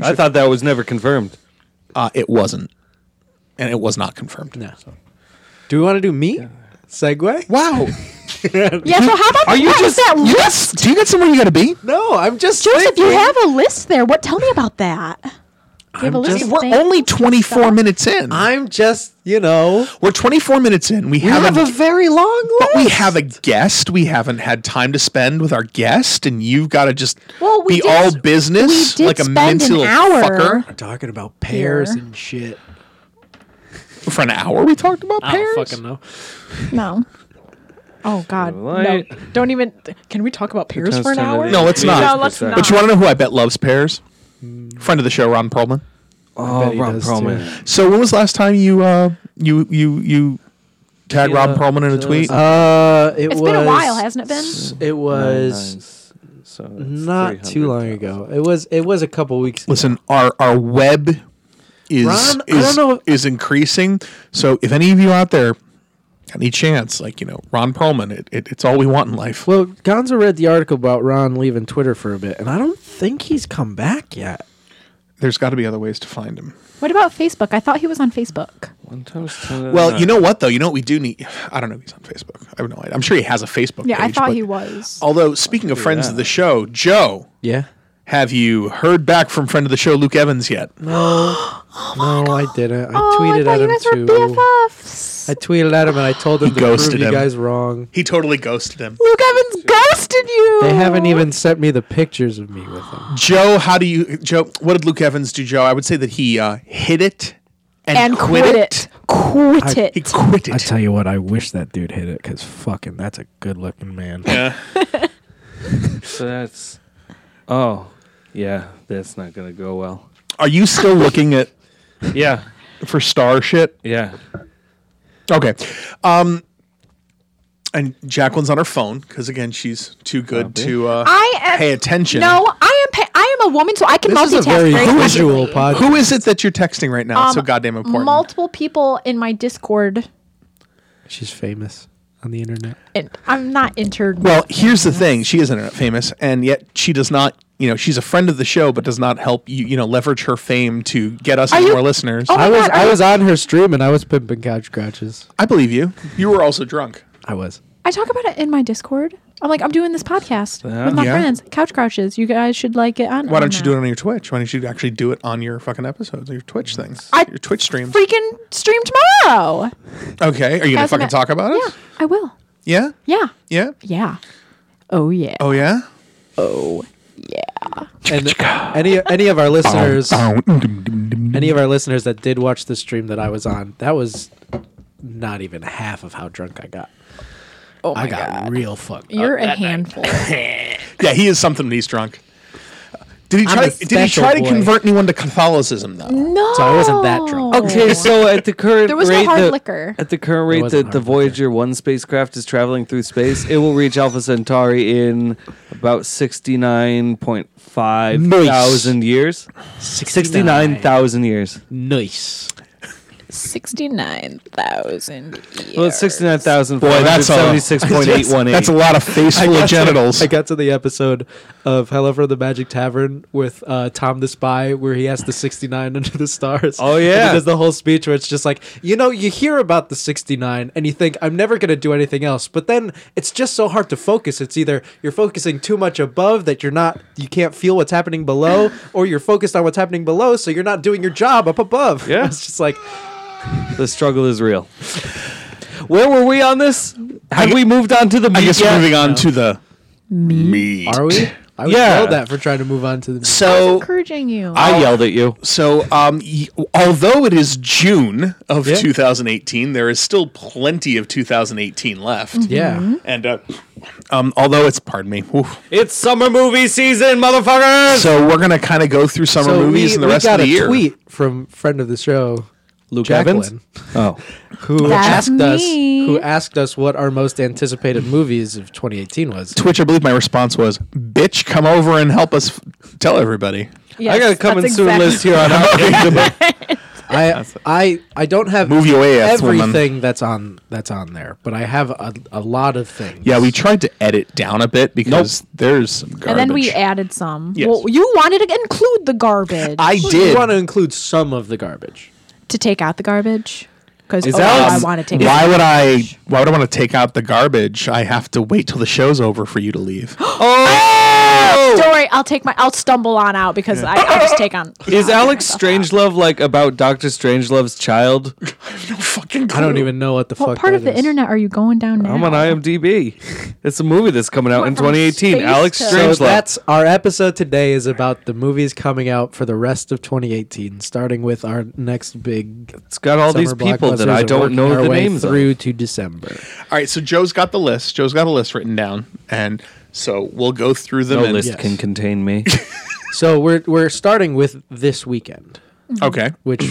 Speaker 3: I thought that was never confirmed.
Speaker 1: Uh, it wasn't, and it was not confirmed.
Speaker 2: No. Do we want to do me? Segway?
Speaker 1: Wow.
Speaker 4: Yeah, so how about Are you just that
Speaker 1: You
Speaker 4: list?
Speaker 1: got, s- do you got somewhere you got to be?
Speaker 2: No, I'm just
Speaker 4: Joseph, you
Speaker 2: thinking.
Speaker 4: have a list there. What? Tell me about that. Do you have a list of
Speaker 1: We're
Speaker 4: things?
Speaker 1: only 24 minutes in.
Speaker 2: I'm just, you know,
Speaker 1: We're 24 minutes in. We,
Speaker 2: we
Speaker 1: haven't.
Speaker 2: have a very long list.
Speaker 1: but we have a guest. We haven't had time to spend with our guest, and you've got to just
Speaker 4: Well, we
Speaker 1: be
Speaker 4: did-
Speaker 1: all business,
Speaker 4: we did
Speaker 1: like a
Speaker 4: spend
Speaker 1: minty
Speaker 4: an
Speaker 1: little
Speaker 4: hour.
Speaker 1: fucker.
Speaker 2: We're talking about pears
Speaker 4: Here.
Speaker 2: and shit.
Speaker 1: For an hour, we talked about pears.
Speaker 2: know.
Speaker 4: No. Oh God! No!
Speaker 3: Light.
Speaker 4: Don't even. Can we talk about Paris
Speaker 3: Turns
Speaker 4: for an
Speaker 3: to the-
Speaker 4: hour?
Speaker 1: No, let's
Speaker 3: Yeah,
Speaker 1: not.
Speaker 4: No, let's
Speaker 3: but
Speaker 4: not.
Speaker 1: But you want to know who I bet loves pears?
Speaker 4: Mm.
Speaker 1: Friend of the show, Ron Perlman.
Speaker 3: Oh,
Speaker 2: he
Speaker 3: Rob
Speaker 2: does,
Speaker 3: Perlman.
Speaker 1: So when was the last time you uh, you you you tagged
Speaker 3: Yeah,
Speaker 1: Ron Perlman in a
Speaker 3: so
Speaker 1: tweet?
Speaker 3: it's-
Speaker 2: Uh, it
Speaker 4: It's
Speaker 2: was,
Speaker 4: been a while, hasn't it been?
Speaker 2: It was
Speaker 3: So that's
Speaker 2: not too
Speaker 3: 300.
Speaker 2: long ago. It was it was a couple weeks. ago.
Speaker 1: Listen, our our web is
Speaker 2: Ron, I
Speaker 1: is,
Speaker 2: don't know-
Speaker 1: is increasing. So if any of you out there got any chance, like you know, Ron Perlman, it, it, it's all we want in life.
Speaker 2: Well, Gonzo read the article about Ron leaving Twitter for a bit, and I don't think he's come back yet.
Speaker 1: There's got to be other ways to find him.
Speaker 4: What about Facebook? I thought he was on Facebook.
Speaker 3: One times ten.
Speaker 1: Well, you know what though? You know what we do need? I don't know if he's on Facebook. I have no idea. I'm sure he has a Facebook.
Speaker 4: Yeah, I
Speaker 1: page,
Speaker 4: thought
Speaker 1: but-
Speaker 4: he was.
Speaker 1: Although speaking of friends of the show, Joe,
Speaker 2: Yeah.
Speaker 1: have you heard back from friend of the show Luke Evans yet?
Speaker 2: No, I didn't. I
Speaker 4: oh,
Speaker 2: tweeted
Speaker 4: I thought
Speaker 2: at
Speaker 4: you
Speaker 2: him
Speaker 4: guys
Speaker 2: too.
Speaker 4: were BFFs.
Speaker 2: I tweeted at him and I told him to prove
Speaker 1: ghosted
Speaker 2: you
Speaker 1: him.
Speaker 2: guys wrong.
Speaker 1: He totally ghosted him.
Speaker 4: Luke Evans ghosted you.
Speaker 2: They haven't
Speaker 4: Oh.
Speaker 2: even sent me the pictures of me with him.
Speaker 1: Joe, how do you Joe? What did Luke Evans do, Joe? I would say that he uh, hit it and,
Speaker 4: and
Speaker 1: quit, it.
Speaker 4: Quit it.
Speaker 1: He quit
Speaker 2: I
Speaker 1: it.
Speaker 2: tell you what, I wish that dude hit it because fucking, that's a good looking man.
Speaker 1: Yeah.
Speaker 3: So that's. Oh, yeah. That's not gonna go well.
Speaker 1: Are you still looking at
Speaker 3: Yeah.
Speaker 1: for star shit?
Speaker 3: Yeah.
Speaker 1: Okay. Um, and Jacqueline's on her phone because again, she's too good to uh,
Speaker 4: I am.
Speaker 1: pay attention.
Speaker 4: No, I am. Pa- I am a woman, so I can
Speaker 2: This is
Speaker 4: multitask.
Speaker 2: a very
Speaker 4: very quickly.
Speaker 2: visual podcast.
Speaker 1: Who is it that you're texting right now? it's so
Speaker 4: Um,
Speaker 1: goddamn important.
Speaker 4: Multiple people in my Discord,
Speaker 2: She's famous on the internet.
Speaker 4: and I'm not entered.
Speaker 1: well, here's the thing: she is internet famous, and yet she does not. You know, she's a friend of the show, but does not help you. You know, leverage her fame to get us
Speaker 4: Are you-
Speaker 1: more listeners.
Speaker 4: Oh my
Speaker 2: I was
Speaker 4: God, are
Speaker 2: I
Speaker 4: you-
Speaker 2: was on her stream and I was pimping couch crouches.
Speaker 1: I believe you. You were also drunk.
Speaker 2: I was.
Speaker 4: I talk about it in my Discord. I'm like, I'm doing this podcast with my
Speaker 1: Yeah.
Speaker 4: friends, couch crouches. You guys should like get on.
Speaker 1: Why don't you do it on your Twitch? Why don't you actually do it on your fucking episodes, your Twitch things,
Speaker 4: Mm. I-
Speaker 1: your Twitch streams?
Speaker 4: Freaking stream tomorrow.
Speaker 1: Okay, are you gonna
Speaker 4: Hasn't
Speaker 1: fucking
Speaker 4: it-
Speaker 1: talk about
Speaker 4: Yeah,
Speaker 1: it?
Speaker 4: I will.
Speaker 1: Yeah,
Speaker 4: Yeah,
Speaker 1: yeah.
Speaker 4: yeah. Oh yeah.
Speaker 1: Oh yeah.
Speaker 2: And any any of our listeners any of our listeners that did watch the stream that I was on, that was not even half of how drunk I got. Oh I got real fucked. up.
Speaker 4: You're a handful.
Speaker 1: Yeah, he is something when he's drunk. Did he
Speaker 2: I'm
Speaker 1: try?
Speaker 2: a
Speaker 1: Did he
Speaker 2: special
Speaker 1: try to
Speaker 2: boy.
Speaker 1: convert anyone to Catholicism though?
Speaker 4: No.
Speaker 2: So I wasn't that drunk.
Speaker 3: Okay, so at the current
Speaker 4: There was no
Speaker 3: rate
Speaker 4: hard
Speaker 3: that-
Speaker 4: liquor.
Speaker 3: At the current rate
Speaker 2: wasn't
Speaker 3: that the
Speaker 2: hard liquor.
Speaker 3: Voyager one spacecraft is traveling through space, it will reach Alpha Centauri in about sixty nine point five thousand
Speaker 2: Nice.
Speaker 3: years. Sixty nine thousand years.
Speaker 2: Nice.
Speaker 4: Sixty-nine thousand.
Speaker 3: Well, it's sixty nine thousand.
Speaker 1: Boy, that's a-
Speaker 3: seventy six point eight one eight.
Speaker 1: That's a lot of face full of genitals.
Speaker 2: I got to the episode of Hello from the Magic Tavern with uh, Tom the Spy, where he has the 69 under the stars.
Speaker 3: Oh,
Speaker 2: And he
Speaker 3: yeah.
Speaker 2: does the whole speech where it's just like, you know, you hear about the 69 and you think, I'm never going to do anything else. But then it's just so hard to focus. It's either you're focusing too much above that you're not, you can't feel what's happening below, or you're focused on what's happening below, so you're not doing your job up above.
Speaker 3: Yeah.
Speaker 2: It's just like,
Speaker 3: the struggle is real. Where were we on this? Have
Speaker 1: I-
Speaker 3: we moved on to the?
Speaker 1: I
Speaker 3: meat
Speaker 1: guess
Speaker 3: yet?
Speaker 1: we're moving on to the meat.
Speaker 2: are we? I would
Speaker 3: Yeah.
Speaker 2: yell that for trying to move on to the.
Speaker 1: So
Speaker 4: encouraging you.
Speaker 3: I yelled at you.
Speaker 1: So, um, y- although it is June of
Speaker 2: Yeah.
Speaker 1: 2018, there is still plenty of 2018 left.
Speaker 2: yeah.
Speaker 1: And uh, um, although it's, pardon me. Oof.
Speaker 3: It's summer movie season, motherfuckers.
Speaker 1: So we're gonna kind of go through summer movies and the rest
Speaker 2: got
Speaker 1: of the
Speaker 2: a
Speaker 1: year.
Speaker 2: tweet from friend of the show,
Speaker 3: Luke
Speaker 2: Jacqueline,
Speaker 3: Evans. Oh,
Speaker 2: who
Speaker 4: That's
Speaker 2: asked us
Speaker 4: me.
Speaker 2: who asked us what our most anticipated movies of 2018 was.
Speaker 1: To which I believe my response was, "Bitch, come over and help us f- tell everybody."
Speaker 4: Yes,
Speaker 3: I got a coming
Speaker 4: that's
Speaker 3: soon
Speaker 4: exactly-
Speaker 3: list here on our
Speaker 2: I I I don't have
Speaker 1: Move your ass, woman.
Speaker 2: everything that's on that's on there, but I have a, a lot of things.
Speaker 1: Yeah, we tried to edit down a bit because there's some garbage.
Speaker 4: And then we added some.
Speaker 1: Yes.
Speaker 4: Well, you wanted to include the garbage.
Speaker 1: I
Speaker 2: We
Speaker 1: did.
Speaker 2: want to include some of the garbage.
Speaker 4: to take out the garbage because
Speaker 3: Is
Speaker 4: oh,
Speaker 3: that-
Speaker 4: I want to take.
Speaker 1: Why
Speaker 4: out
Speaker 1: would I? Why would I want to take out the garbage? I have to wait till the show's over for you to leave.
Speaker 3: Oh.
Speaker 4: Don't worry, I'll take my. I'll stumble on out because I, I'll just take on.
Speaker 3: Is
Speaker 4: I'll take
Speaker 3: Alex
Speaker 4: myself
Speaker 3: Strangelove like about Doctor Strangelove's child?
Speaker 1: Fucking.
Speaker 2: I don't even know what the
Speaker 4: out. What
Speaker 2: fuck.
Speaker 4: part
Speaker 2: that
Speaker 4: of the
Speaker 2: is.
Speaker 4: internet are you going down now?
Speaker 3: I'm on IMDb. It's a movie that's coming out in
Speaker 4: Went from
Speaker 3: 2018.
Speaker 4: space
Speaker 3: Alex
Speaker 4: to-
Speaker 2: So
Speaker 3: Strangelove.
Speaker 2: that's our episode today is about the movies coming out for the rest of 2018, starting with our next big
Speaker 3: it's got all these
Speaker 2: summer
Speaker 3: people that
Speaker 2: blockbusters
Speaker 3: I
Speaker 2: and
Speaker 3: don't
Speaker 2: working
Speaker 3: know
Speaker 2: our
Speaker 3: the
Speaker 2: way
Speaker 3: names
Speaker 2: through
Speaker 3: of.
Speaker 2: to December.
Speaker 1: All right, so Joe's got the list. Joe's got a list written down, and so we'll go through them.
Speaker 3: No
Speaker 1: and,
Speaker 3: list
Speaker 2: Yes.
Speaker 3: can contain me.
Speaker 2: So we're we're starting with this weekend,
Speaker 1: Mm-hmm. Okay,
Speaker 2: which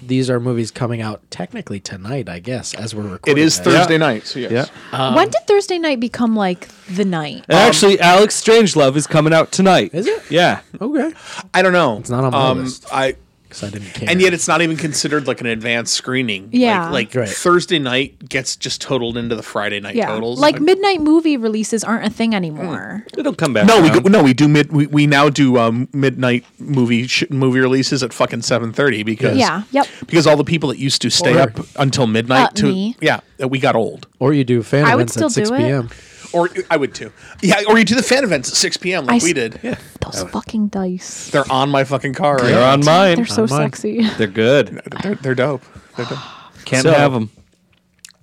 Speaker 2: these are movies coming out technically tonight, I guess, as we're
Speaker 1: it
Speaker 2: recording.
Speaker 1: is
Speaker 2: this.
Speaker 1: Thursday night. So yes.
Speaker 3: Yeah.
Speaker 4: when did Thursday night become like the night?
Speaker 3: And actually, Alex Strangelove is coming out tonight.
Speaker 2: Is it?
Speaker 3: Yeah.
Speaker 2: Okay.
Speaker 1: I don't know. It's
Speaker 2: not on my list.
Speaker 1: I
Speaker 2: Because I didn't care.
Speaker 1: and yet it's not even considered like an advanced screening.
Speaker 4: Yeah.
Speaker 1: like, like
Speaker 2: Right.
Speaker 1: Thursday night gets just totaled into the Friday night
Speaker 4: Yeah,
Speaker 1: totals.
Speaker 4: like midnight movie releases aren't a thing anymore.
Speaker 3: It'll come back.
Speaker 1: no, we
Speaker 3: around.
Speaker 1: go, no, we do mid. We, we now do um, midnight movie sh- movie releases at fucking seven thirty because
Speaker 4: Yeah, yep.
Speaker 1: because all the people that used to stay
Speaker 2: Or-
Speaker 1: up until midnight
Speaker 4: Uh,
Speaker 1: to
Speaker 4: me.
Speaker 1: yeah that we got old
Speaker 2: or you do fan
Speaker 4: I would
Speaker 2: events
Speaker 4: still
Speaker 2: at 6
Speaker 4: do it.
Speaker 2: p.m.
Speaker 1: or I would too yeah or you do the fan events at six p.m.
Speaker 4: I
Speaker 1: like we
Speaker 4: s-
Speaker 1: did yeah
Speaker 4: Those fucking dice.
Speaker 1: they're on my fucking car right
Speaker 3: They're on mine.
Speaker 4: They're so
Speaker 2: mine.
Speaker 4: sexy.
Speaker 3: They're good.
Speaker 1: They're, they're dope. They're dope.
Speaker 3: Can't
Speaker 2: So-
Speaker 3: have them.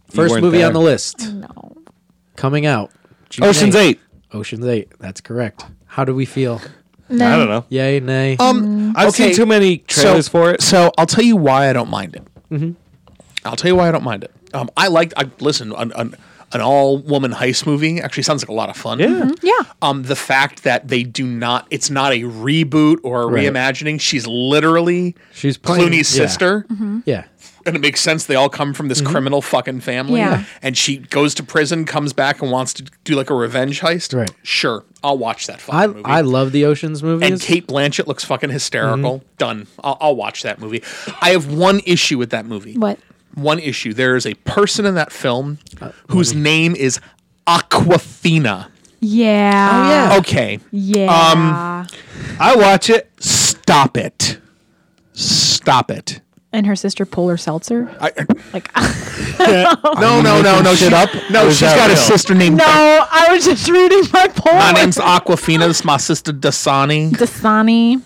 Speaker 2: First
Speaker 3: weren't
Speaker 2: movie
Speaker 3: there.
Speaker 2: on the list
Speaker 4: No.
Speaker 2: coming out. June
Speaker 3: Ocean's
Speaker 2: 8th.
Speaker 3: Eight.
Speaker 2: Ocean's Eight. That's correct. How do we feel?
Speaker 3: I don't know.
Speaker 2: Yay, nay.
Speaker 1: Um,
Speaker 3: I've
Speaker 1: okay,
Speaker 3: seen too many trailers
Speaker 1: so,
Speaker 3: for it. Mm-hmm.
Speaker 1: So I'll tell you why I don't mind it. I'll tell you why I don't mind it. Um, I like. I listen. An, an, an all-woman heist movie actually sounds like a lot of fun.
Speaker 3: Yeah.
Speaker 4: Yeah.
Speaker 1: Um, the fact that they do not. It's not a reboot or a reimagining. She's literally
Speaker 2: She's playing-
Speaker 1: Clooney's
Speaker 2: yeah.
Speaker 1: sister,
Speaker 4: Um,
Speaker 2: yeah.
Speaker 1: and it makes sense. They all come from this criminal fucking family.
Speaker 4: Yeah.
Speaker 1: And she goes to prison, comes back, and wants to do like a revenge heist.
Speaker 2: Right.
Speaker 1: Sure, I'll watch that fucking
Speaker 2: I
Speaker 1: movie.
Speaker 2: I love the Ocean's movies.
Speaker 1: And Kate Blanchett looks fucking hysterical. Done. I'll, I'll watch that movie. I have one issue with that movie.
Speaker 4: What?
Speaker 1: One issue. There is a person in that film whose name is Aquafina.
Speaker 4: Yeah.
Speaker 1: Okay.
Speaker 4: Yeah.
Speaker 1: I watch it. Stop it. Stop it.
Speaker 4: and her sister Polar Seltzer.
Speaker 1: I,
Speaker 4: Like
Speaker 1: no, no, no, no. Shit up. No, she's got a sister named.
Speaker 4: No, I was just reading my poem.
Speaker 1: My name's Aquafina. This is my sister Dasani.
Speaker 4: Dasani.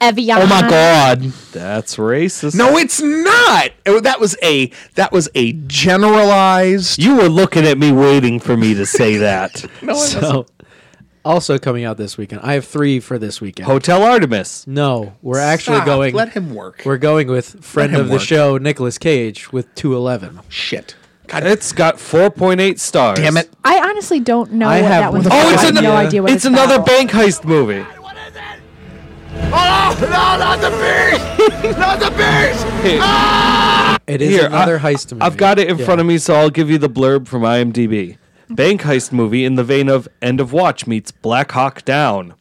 Speaker 4: Evian.
Speaker 1: Oh my
Speaker 4: Uh-huh.
Speaker 1: god.
Speaker 3: That's racist.
Speaker 1: No, it's not. It- that was a that was a generalized
Speaker 3: You were looking at me waiting for me to say that.
Speaker 2: so, also coming out this weekend. I have three for this weekend.
Speaker 3: Hotel Artemis.
Speaker 2: no, we're actually
Speaker 1: Stop.
Speaker 2: going.
Speaker 1: Let him work.
Speaker 2: We're going with friend
Speaker 1: him
Speaker 2: of the
Speaker 1: work.
Speaker 2: show Nicolas Cage with two eleven.
Speaker 1: Shit. God
Speaker 3: It's got 4.8 stars.
Speaker 1: damn it.
Speaker 4: I honestly don't know
Speaker 2: I
Speaker 4: what
Speaker 2: have
Speaker 4: that was.
Speaker 2: one-
Speaker 4: about.
Speaker 2: Oh, it's
Speaker 4: I have
Speaker 2: an-
Speaker 4: no idea what
Speaker 3: it's,
Speaker 4: it's,
Speaker 3: another
Speaker 4: about.
Speaker 3: bank heist movie.
Speaker 2: It is
Speaker 3: Here,
Speaker 2: another
Speaker 3: I,
Speaker 2: heist movie.
Speaker 3: I've got it in
Speaker 2: Yeah.
Speaker 3: front of me, so I'll give you the blurb from IMDb. Bank heist movie in the vein of End of Watch meets Black Hawk Down.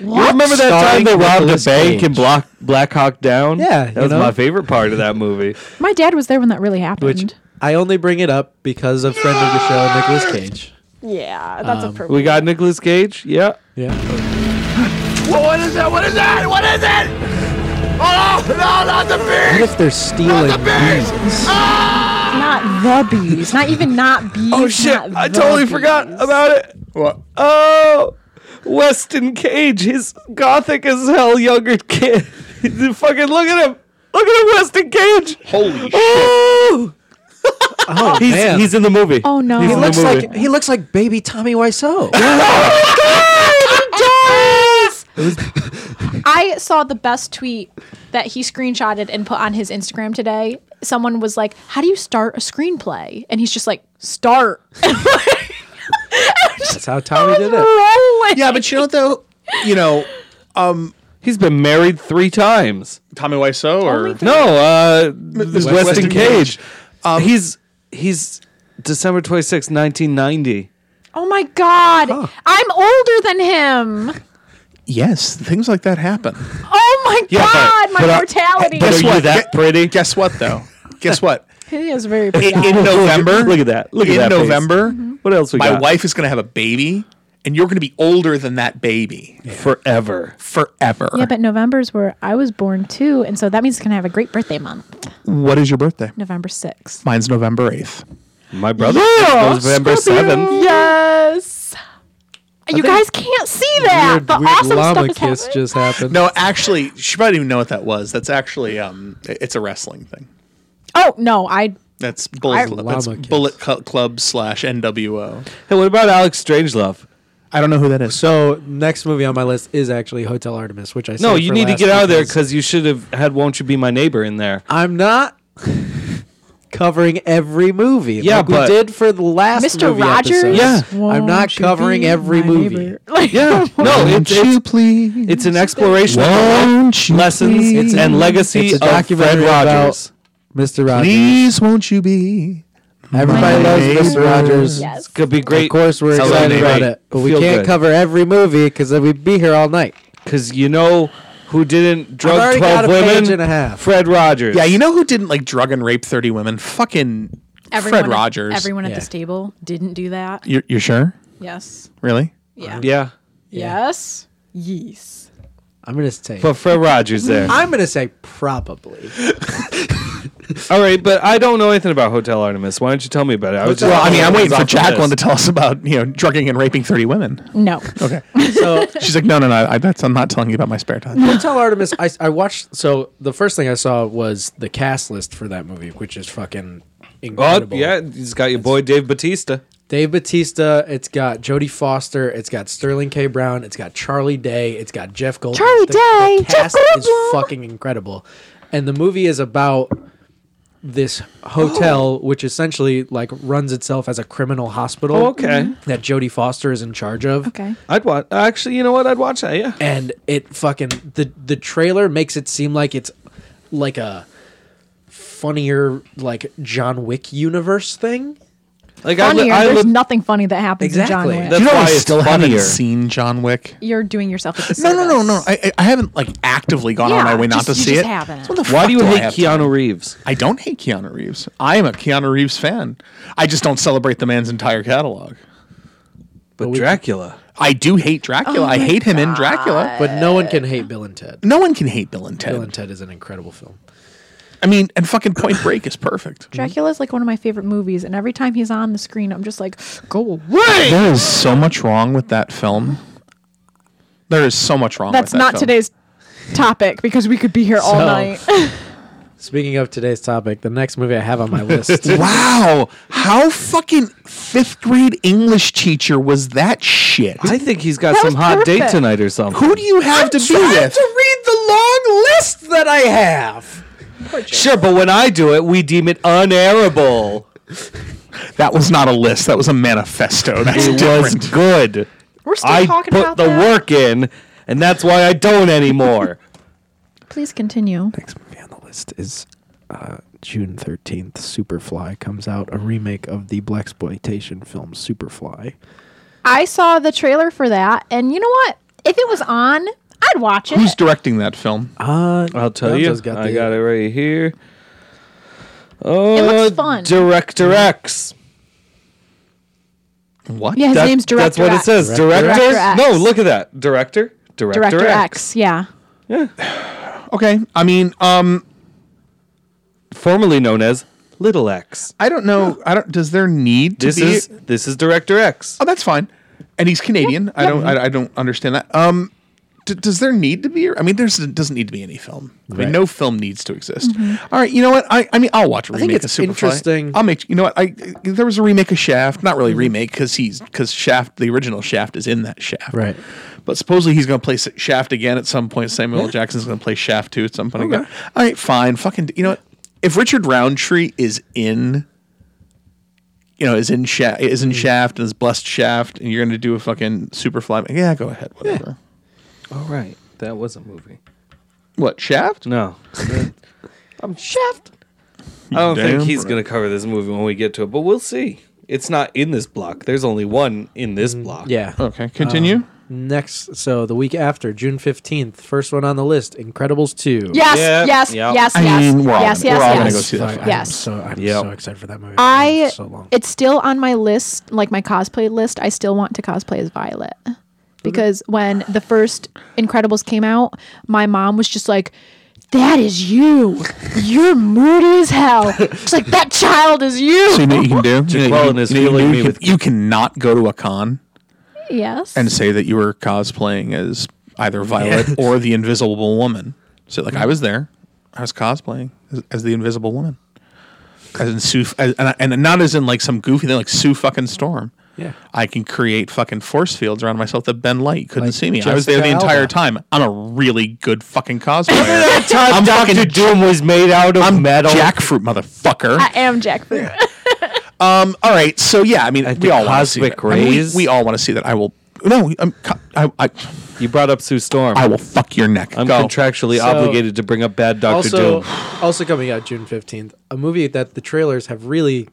Speaker 3: You remember that
Speaker 2: Starring
Speaker 3: time they robbed a
Speaker 2: Nicolas
Speaker 3: bank
Speaker 2: Cage.
Speaker 3: in Black, Black Hawk Down?
Speaker 2: Yeah,
Speaker 3: that
Speaker 2: you
Speaker 3: was
Speaker 2: know.
Speaker 3: my favorite part of that movie.
Speaker 4: My dad was there when that really happened.
Speaker 2: Which I only bring it up because of friend of the show Nicolas Cage.
Speaker 4: yeah, that's a
Speaker 3: we got Nicolas Cage. Yeah,
Speaker 2: Yeah. What if they're stealing bees?
Speaker 4: not the bees. Not even not bees.
Speaker 3: Oh shit!
Speaker 4: not
Speaker 3: I
Speaker 4: the
Speaker 3: totally
Speaker 4: bees.
Speaker 3: forgot about it.
Speaker 1: What?
Speaker 3: Oh, Weston Cage, his gothic as hell younger kid. Fucking look at him! Look at him, Weston Cage.
Speaker 1: Holy
Speaker 3: Oh, he's
Speaker 2: man.
Speaker 3: he's in the movie.
Speaker 4: Oh no.
Speaker 3: He's
Speaker 2: He
Speaker 3: in
Speaker 2: looks
Speaker 3: the movie.
Speaker 2: like he looks like baby Tommy Wiseau.
Speaker 4: I saw the best tweet that he screenshotted and put on his Instagram today. Someone was like, "How do you start a screenplay?" And he's just like, "Start."
Speaker 2: That's
Speaker 4: Oh,
Speaker 2: how Tommy did it.
Speaker 4: Rolling.
Speaker 1: Yeah, but you know what though? You know,
Speaker 3: He's been married three times.
Speaker 1: Tommy Wiseau or
Speaker 3: No, uh, Weston,
Speaker 1: Weston
Speaker 3: Cage. Um,
Speaker 1: Cage.
Speaker 3: he's he's December twenty sixth, 1990.
Speaker 4: Oh my god, I'm older than him.
Speaker 1: yes, things like that happen.
Speaker 4: Oh my
Speaker 3: Yeah, but-
Speaker 4: god, my
Speaker 3: but I-
Speaker 4: mortality.
Speaker 8: uh,
Speaker 3: but Are you that
Speaker 1: Gu-
Speaker 3: pretty?
Speaker 1: Guess what though? Guess what?
Speaker 4: he is very
Speaker 1: In,
Speaker 4: proud.
Speaker 1: in November,
Speaker 3: Look at that. Look at
Speaker 1: in
Speaker 3: that face.
Speaker 1: November,
Speaker 3: What else we
Speaker 1: my
Speaker 3: got?
Speaker 1: wife is going to have a baby, and you're going to be older than that baby
Speaker 3: forever.
Speaker 1: forever.
Speaker 4: Yeah, but November's where I was born too, and so that means it's gonna have a great birthday month.
Speaker 1: what is your birthday?
Speaker 4: November sixth.
Speaker 1: Mine's November eighth.
Speaker 3: My brother November seventh.
Speaker 4: Yes. You guys can't see that.
Speaker 2: Weird,
Speaker 4: the
Speaker 2: weird
Speaker 4: awesome
Speaker 2: llama
Speaker 4: stuff is
Speaker 2: kiss
Speaker 4: happening.
Speaker 2: just happened.
Speaker 1: No, actually, she probably didn't even know what that was. That's actually um, i- it's a wrestling thing.
Speaker 4: Oh no, I
Speaker 1: That's bullet.
Speaker 2: Llama
Speaker 1: that's
Speaker 2: Kids.
Speaker 1: bullet Cl- Club slash NWO.
Speaker 3: Hey, what about Alex Strangelove?
Speaker 1: I don't know who that is.
Speaker 2: So next movie on my list is actually Hotel Artemis, which I
Speaker 3: No,
Speaker 2: saved
Speaker 3: you
Speaker 2: for
Speaker 3: need to
Speaker 2: last
Speaker 3: get out of there
Speaker 2: because
Speaker 3: because you should have had "Won't You Be My Neighbor" in there.
Speaker 2: I'm not covering every movie.
Speaker 3: Yeah,
Speaker 2: like
Speaker 3: but-
Speaker 2: we did for the last
Speaker 4: Mr.
Speaker 2: movie
Speaker 4: Rogers.
Speaker 2: episode.
Speaker 3: Yeah.
Speaker 2: I'm not covering every movie.
Speaker 4: Like,
Speaker 3: Yeah, no, it's, it's,
Speaker 1: please?
Speaker 3: it's an exploration of lessons
Speaker 1: please?
Speaker 3: and legacy
Speaker 2: It's a
Speaker 3: of Fred
Speaker 2: documentary about-
Speaker 3: Rogers.
Speaker 2: Mr. Rogers.
Speaker 1: Please, won't you be?
Speaker 2: Everybody loves Mr. Rogers.
Speaker 4: Yes.
Speaker 3: Could be great.
Speaker 2: Of course, we're
Speaker 3: Sounds
Speaker 2: excited
Speaker 3: like
Speaker 2: about
Speaker 3: great.
Speaker 2: it, but we
Speaker 3: Feel
Speaker 2: can't
Speaker 3: good.
Speaker 2: cover every movie because then we'd be here all night.
Speaker 3: because you know who didn't
Speaker 2: I've
Speaker 3: drug
Speaker 2: already got
Speaker 3: twelve
Speaker 2: a
Speaker 3: women?
Speaker 2: page and a half.
Speaker 3: Fred Rogers.
Speaker 1: Yeah, you know who didn't like drug and rape thirty women? Fucking
Speaker 4: Everyone
Speaker 1: Fred
Speaker 4: at-
Speaker 1: Rogers.
Speaker 4: Everyone at
Speaker 2: Yeah.
Speaker 4: this table didn't do that.
Speaker 1: You're, you're sure?
Speaker 4: Yes.
Speaker 1: Really?
Speaker 4: Yeah.
Speaker 3: yeah.
Speaker 4: Yes. Yes.
Speaker 2: I'm gonna say.
Speaker 3: But Fred Rogers there.
Speaker 2: I'm gonna say probably.
Speaker 3: All right, but I don't know anything about Hotel Artemis. Why don't you tell me about it? I was just
Speaker 1: Well, I mean, I'm waiting
Speaker 3: Off
Speaker 1: for
Speaker 3: the
Speaker 1: Jacqueline to
Speaker 3: list.
Speaker 1: tell us about you know drugging and raping thirty women.
Speaker 4: No.
Speaker 1: Okay,
Speaker 2: So
Speaker 1: she's like, no, no, no, I, that's, I'm not telling you about my spare time.
Speaker 2: Hotel Artemis. I, I watched. So the first thing I saw was the cast list for that movie, which is fucking
Speaker 3: Oh,
Speaker 2: incredible.
Speaker 3: yeah, he's got your boy Dave Batista.
Speaker 2: Dave Batista. It's got Jodie Foster. It's got Sterling K. Brown. It's got Charlie Day. It's got Jeff Goldblum.
Speaker 4: Charlie
Speaker 2: The-
Speaker 4: Day,
Speaker 2: The
Speaker 4: Jeff
Speaker 2: cast is fucking incredible, and the movie is about this hotel, which essentially like runs itself as a criminal hospital.
Speaker 3: Oh, okay.
Speaker 2: That Jodie Foster is in charge of.
Speaker 4: Okay.
Speaker 3: I'd watch. Actually, you know what? I'd watch that. Yeah.
Speaker 2: and it fucking the the trailer makes it seem like it's like a funnier like John Wick universe thing.
Speaker 3: Like I, li-
Speaker 4: Funnier.
Speaker 3: I
Speaker 4: There's
Speaker 3: li-
Speaker 4: nothing funny that happens
Speaker 2: Exactly.
Speaker 4: in John Wick.
Speaker 3: That's
Speaker 1: you know
Speaker 3: why
Speaker 1: I
Speaker 3: it's
Speaker 1: still
Speaker 3: funnier.
Speaker 1: haven't seen John Wick.
Speaker 4: You're doing yourself a
Speaker 1: No,
Speaker 4: disservice.
Speaker 1: no, no, no. I, I I haven't like actively gone
Speaker 4: Yeah,
Speaker 1: on my way not
Speaker 4: just-
Speaker 1: to
Speaker 4: you
Speaker 1: see
Speaker 4: just
Speaker 1: it.
Speaker 4: haven't.
Speaker 1: So what the
Speaker 3: Why
Speaker 1: fuck
Speaker 3: do you
Speaker 1: I
Speaker 3: hate
Speaker 1: have to-
Speaker 3: Keanu Reeves?
Speaker 1: I don't hate Keanu Reeves. I am a Keanu Reeves fan. I just don't celebrate the man's entire catalog.
Speaker 3: But Dracula.
Speaker 1: I do hate
Speaker 4: Oh
Speaker 1: Dracula. I hate him in Dracula.
Speaker 2: But no one can hate Bill and Ted.
Speaker 1: No one can hate Bill and Ted.
Speaker 2: Bill and Ted is an incredible film.
Speaker 1: I mean, and fucking Point Break is perfect.
Speaker 4: Dracula is like one of my favorite movies, and every time he's on the screen, I'm just like, go away.
Speaker 1: There is so much wrong with that film. There is so much wrong.
Speaker 4: That's
Speaker 1: with that
Speaker 4: not
Speaker 1: film.
Speaker 4: today's topic because we could be here all
Speaker 2: So-
Speaker 4: night.
Speaker 2: Speaking of today's topic, the next movie I have on my list.
Speaker 1: Wow, how fucking fifth grade English teacher was that shit?
Speaker 3: I think he's got
Speaker 4: That
Speaker 3: some
Speaker 4: was
Speaker 3: hot date
Speaker 4: perfect.
Speaker 3: tonight or something.
Speaker 1: Who do you have to be with?
Speaker 2: read the long list that I have.
Speaker 3: Sure, but when I do it, we deem it unairable.
Speaker 1: That was not a list. That was a manifesto. That's
Speaker 3: It
Speaker 1: different.
Speaker 3: was good.
Speaker 4: We're still
Speaker 3: I
Speaker 4: talking
Speaker 3: put
Speaker 4: about
Speaker 3: the
Speaker 4: that?
Speaker 3: work in, and that's why I don't anymore.
Speaker 4: Please continue.
Speaker 2: Next movie on the list is uh, June thirteenth. Superfly comes out, a remake of the black exploitation film Superfly.
Speaker 4: I saw the trailer for that, and you know what? If it was on, I'd watch it.
Speaker 1: Who's directing that film?
Speaker 2: Uh,
Speaker 3: I'll tell you.
Speaker 2: Gonzo's
Speaker 3: I
Speaker 2: the-
Speaker 3: got uh, it right here. Oh,
Speaker 4: looks fun.
Speaker 3: Director X.
Speaker 1: What?
Speaker 4: yeah, his
Speaker 3: That-
Speaker 4: name's
Speaker 3: That's
Speaker 4: Director
Speaker 3: what it
Speaker 4: X.
Speaker 3: says. Director.
Speaker 4: Director X.
Speaker 3: No, look at that. Director. Director,
Speaker 4: Director
Speaker 3: X.
Speaker 4: X. Yeah.
Speaker 1: Okay. I mean, um,
Speaker 3: Formerly known as Little X.
Speaker 1: I don't know. I don't. Does there need to
Speaker 3: This
Speaker 1: be?
Speaker 3: is this is Director X.
Speaker 1: oh, that's fine. And he's Canadian. I don't. I, I don't understand that. Um, d- does there need to be? I mean, there's doesn't need to be any film. I mean, no film needs to exist. All right. You know what? I. I mean, I'll watch a remake
Speaker 2: Mm-hmm. think it's
Speaker 1: of Superfly.
Speaker 2: interesting.
Speaker 1: I'll make. You know what? I. There was a remake of Shaft. Not really remake because he's because Shaft. The original Shaft is in that Shaft.
Speaker 2: Right.
Speaker 1: But supposedly he's going to play S- Shaft again at some point. Samuel L. Jackson's going to play Shaft too at some point. again. All right, fine. Fucking, you know what? If Richard Roundtree is in, you know, is in Shaft, is in Shaft, and is blessed Shaft, and you're going to do a fucking Superfly, yeah, go ahead, whatever.
Speaker 3: All Oh, right, that was a movie.
Speaker 1: What Shaft?
Speaker 3: No, I'm Shaft. I don't
Speaker 1: Damn
Speaker 3: think he's
Speaker 1: right.
Speaker 3: gonna cover this movie when we get to it, but we'll see. It's not in this block. There's only one in this block.
Speaker 2: Yeah.
Speaker 1: Okay, continue.
Speaker 2: Next, so the week after, June fifteenth, first one on the list, Incredibles two.
Speaker 4: Yes.
Speaker 3: Yeah.
Speaker 4: Yes.
Speaker 3: Yeah.
Speaker 4: Yes.
Speaker 1: I
Speaker 4: yes.
Speaker 1: mean, we're all
Speaker 4: yes.
Speaker 1: gonna-
Speaker 4: yes.
Speaker 1: we're all gonna
Speaker 4: yes.
Speaker 1: go see that.
Speaker 2: I,
Speaker 4: Yes.
Speaker 2: I'm so I'm
Speaker 3: Yep.
Speaker 2: so excited for that movie.
Speaker 4: I.
Speaker 2: It's so long.
Speaker 4: It's still on my list, like my cosplay list. I still want to cosplay as Violet because when the first Incredibles came out, my mom was just like. That is you. You're moody as hell. She's like, that child is
Speaker 1: So
Speaker 4: you.
Speaker 1: you know what you can do? you, know what
Speaker 3: Jaqueline is
Speaker 1: you, you, know what
Speaker 3: feeling
Speaker 1: you,
Speaker 3: me
Speaker 1: can-
Speaker 3: with-
Speaker 1: you cannot go to a con
Speaker 4: Yes.
Speaker 1: and say that you were cosplaying as either Violet or the Invisible Woman. So, like, I was there. I was cosplaying as, as the Invisible Woman, as in Sue, as, and, I- and not as in like some goofy thing, like Sue fucking Storm.
Speaker 2: Yeah.
Speaker 1: I can create fucking force fields around myself that Ben Light couldn't
Speaker 2: Like
Speaker 1: see me. I was there the
Speaker 2: Jessica
Speaker 1: entire
Speaker 2: Alba.
Speaker 1: time. I'm a really good fucking cosplayer.
Speaker 3: I'm Doctor Doom was made out of
Speaker 1: I'm
Speaker 3: metal.
Speaker 1: jackfruit, motherfucker.
Speaker 4: I am Jack Fruit.
Speaker 1: Um, all right, so yeah, I mean, we
Speaker 3: think
Speaker 1: all want to see
Speaker 3: Cosmic
Speaker 1: that. I mean, we-
Speaker 3: Rays-
Speaker 1: we, all want to see that. I will. No, I'm, co- I, I,
Speaker 3: you brought up Sue Storm.
Speaker 1: I will fuck your neck.
Speaker 3: I'm
Speaker 1: Go.
Speaker 3: contractually
Speaker 2: So-
Speaker 3: obligated to bring up bad Doctor
Speaker 2: also,
Speaker 3: Doom.
Speaker 2: also coming out June fifteenth, a movie that the trailers have really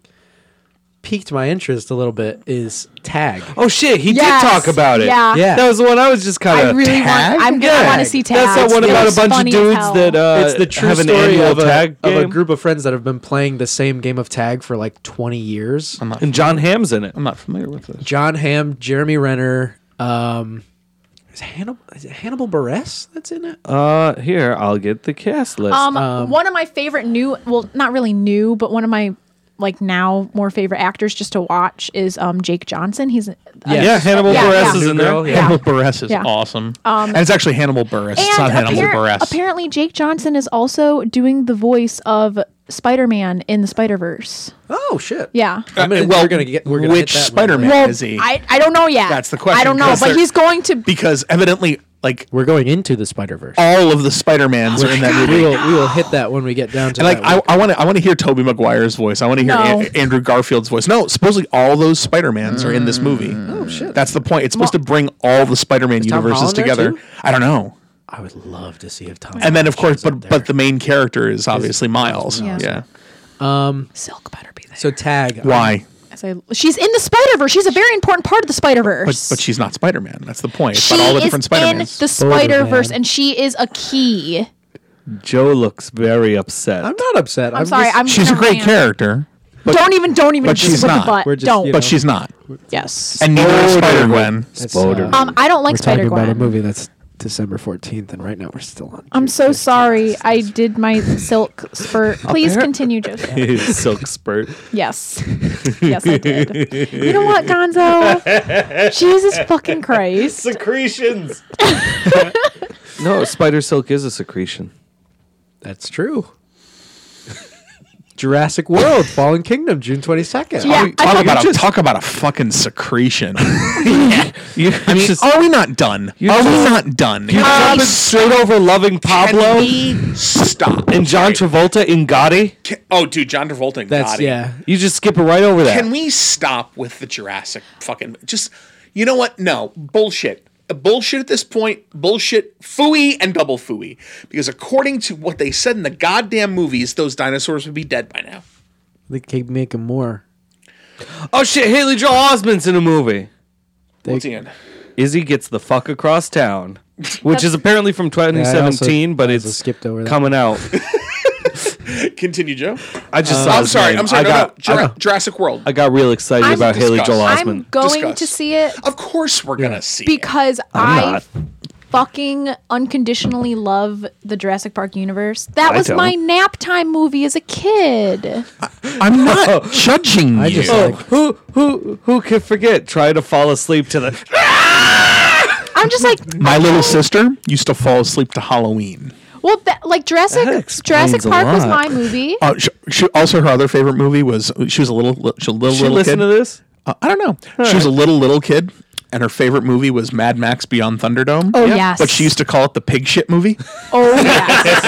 Speaker 2: piqued my interest a little bit is Tag.
Speaker 3: Oh shit, he
Speaker 4: Yes,
Speaker 3: did talk about it.
Speaker 4: yeah.
Speaker 2: Yeah.
Speaker 3: that was the one I was just kind
Speaker 4: I
Speaker 3: of.
Speaker 4: really want. I'm gonna
Speaker 3: Yeah.
Speaker 4: want to see Tag.
Speaker 3: That's that one
Speaker 4: It
Speaker 3: about a
Speaker 4: looks
Speaker 3: bunch of
Speaker 4: funny as
Speaker 3: dudes
Speaker 4: hell.
Speaker 3: that uh,
Speaker 2: it's the true
Speaker 3: have an
Speaker 2: story
Speaker 3: annual
Speaker 2: of a,
Speaker 3: tag
Speaker 2: of a
Speaker 3: game.
Speaker 2: group of friends that have been playing the same game of tag for like 20 years.
Speaker 3: and John Hamm's in it.
Speaker 1: I'm not familiar with this.
Speaker 2: John Hamm, Jeremy Renner, um, is Hannibal is it Hannibal Buress that's in it?
Speaker 3: Uh, here I'll get the cast list.
Speaker 4: Um, one of my favorite new, well, not really new, but one of my like now more favorite actors just to watch is um Jake Johnson. He's uh,
Speaker 3: yeah, Hannibal
Speaker 4: yeah,
Speaker 3: Buress
Speaker 4: yeah.
Speaker 3: is in there.
Speaker 2: Girl, yeah.
Speaker 1: Hannibal Buress is
Speaker 4: Yeah.
Speaker 1: awesome. and it's actually Hannibal Buress. It's
Speaker 4: And
Speaker 1: not Hannibal
Speaker 4: appar-
Speaker 1: Buress.
Speaker 4: apparently Jake Johnson is also doing the voice of Spider Man in the Spider Verse.
Speaker 2: Oh shit.
Speaker 4: Yeah.
Speaker 2: I mean,
Speaker 1: well,
Speaker 2: we're gonna get we're gonna
Speaker 1: which
Speaker 2: hit that one
Speaker 1: Spider-Man?
Speaker 2: later.
Speaker 4: Well,
Speaker 1: is he?
Speaker 4: I, I don't know yet.
Speaker 1: That's the question,
Speaker 4: I don't know,
Speaker 1: 'cause
Speaker 4: but
Speaker 1: they're-
Speaker 4: he's going to.
Speaker 1: because evidently, like
Speaker 5: We're going into the Spider
Speaker 2: Oh,
Speaker 5: Verse.
Speaker 1: all of the Spider Mans are in that movie.
Speaker 2: We will we will hit that when we get down to
Speaker 1: And like
Speaker 2: that
Speaker 1: I,
Speaker 2: one.
Speaker 1: I want to I want to hear Toby Maguire's voice. I want to hear
Speaker 4: No.
Speaker 1: An- Andrew Garfield's voice. No, supposedly all those Spider-Mans are in this movie. Oh shit. That's the point. It's supposed to bring all the Spider-Man
Speaker 2: Tom
Speaker 1: universes
Speaker 2: Holland there,
Speaker 1: together.
Speaker 2: too?
Speaker 1: I don't know.
Speaker 2: I would love to see if Tom.
Speaker 1: And then of course
Speaker 2: Holland shows up
Speaker 1: but but the
Speaker 2: there.
Speaker 1: main character is obviously Miles. Yeah.
Speaker 4: Miles. Silk better be there.
Speaker 2: so tag
Speaker 1: Why?
Speaker 4: As I- she's in the Spider Verse. She's a very important part of the Spider Verse.
Speaker 1: But but she's not Spider-Man. That's the point. It's
Speaker 4: she
Speaker 1: about all the
Speaker 4: is
Speaker 1: different
Speaker 4: in
Speaker 1: Spider-Mans.
Speaker 4: the Spider Verse, and she is a key.
Speaker 3: Joe looks very upset.
Speaker 2: I'm not upset.
Speaker 4: I'm, sorry.
Speaker 2: just-
Speaker 4: I'm.
Speaker 1: she's a
Speaker 4: gonna
Speaker 1: great
Speaker 4: rant.
Speaker 1: character,
Speaker 4: don't even. Don't even.
Speaker 1: but
Speaker 4: just
Speaker 1: she's
Speaker 4: put the
Speaker 1: not.
Speaker 4: butt.
Speaker 2: We're just,
Speaker 4: don't.
Speaker 2: you know-
Speaker 1: but she's not.
Speaker 4: yes.
Speaker 1: And neither is Spider-Gwen.
Speaker 2: That's,
Speaker 3: Spoder.
Speaker 2: uh,
Speaker 4: um, I don't like
Speaker 2: we're talking
Speaker 4: Spider
Speaker 2: about a
Speaker 4: Gwen.
Speaker 2: movie that's December 14th, and right now we're still on.
Speaker 4: I'm so sorry. I did my silk spurt. Please continue, Joseph.
Speaker 3: Silk spurt.
Speaker 4: Yes. Yes, I did. You know what, Gonzo? Jesus fucking Christ.
Speaker 3: Secretions. no, spider silk is a secretion.
Speaker 2: That's true. Jurassic World, Fallen Kingdom, June 22nd.
Speaker 4: Yeah, I
Speaker 1: Talk
Speaker 4: thought-
Speaker 1: about a talk about a fucking secretion.
Speaker 3: You
Speaker 1: I mean, are we not done? Are we not done?
Speaker 4: Um,
Speaker 3: jumping straight over loving Pablo
Speaker 1: Stop.
Speaker 3: and John Travolta in Gotti.
Speaker 1: Can- oh, dude, John Travolta. and
Speaker 2: That's
Speaker 1: Gotti.
Speaker 2: yeah.
Speaker 3: You just skip it right over that.
Speaker 1: Can we stop with the Jurassic fucking? Just you know what? No bullshit. Bullshit at this point. Bullshit. Fooey and double fooey. Because according to what they said in the goddamn movies, those dinosaurs would be dead by now.
Speaker 2: They keep making more.
Speaker 3: oh shit, Haley Joel Osment's in a movie.
Speaker 1: What's he in?
Speaker 3: Izzy gets the fuck across town, which is apparently from 2017, but
Speaker 2: I also
Speaker 3: it's
Speaker 2: skipped over that.
Speaker 3: coming out.
Speaker 1: Continue, Joe.
Speaker 3: I
Speaker 2: Uh,
Speaker 3: just saw.
Speaker 1: I'm
Speaker 3: his
Speaker 1: sorry.
Speaker 3: name.
Speaker 1: I'm sorry.
Speaker 3: I
Speaker 1: no,
Speaker 3: got,
Speaker 1: no. Jura-
Speaker 3: I, got-
Speaker 1: Jurassic World.
Speaker 3: I got real excited
Speaker 4: I'm
Speaker 3: about Haley Joel
Speaker 1: disgusted.
Speaker 3: Osment.
Speaker 4: I'm going
Speaker 1: Discuss.
Speaker 4: to see it
Speaker 1: of course, we're gonna see. it.
Speaker 4: because I
Speaker 3: not.
Speaker 4: fucking unconditionally love the Jurassic Park universe. That
Speaker 3: I
Speaker 4: was my
Speaker 3: don't.
Speaker 4: nap time movie as a kid.
Speaker 1: I'm not judging you.
Speaker 2: just
Speaker 3: Oh, who who who could forget trying to fall asleep to the
Speaker 4: I'm just like,
Speaker 1: My little sister used to fall asleep to Halloween.
Speaker 4: well, that, like Jurassic
Speaker 3: That explains a
Speaker 4: Jurassic Park was
Speaker 3: lot.
Speaker 4: my movie.
Speaker 1: Uh, she, she, also, her other favorite movie was she was a little li- she was a little
Speaker 3: Should
Speaker 1: little
Speaker 3: listen
Speaker 1: kid.
Speaker 3: to this?
Speaker 1: Uh, I don't know. she was a little little kid, and her favorite movie was Mad Max Beyond Thunderdome.
Speaker 4: Oh, Yeah. yes.
Speaker 1: but she used to call it the pig shit movie.
Speaker 4: Oh yes.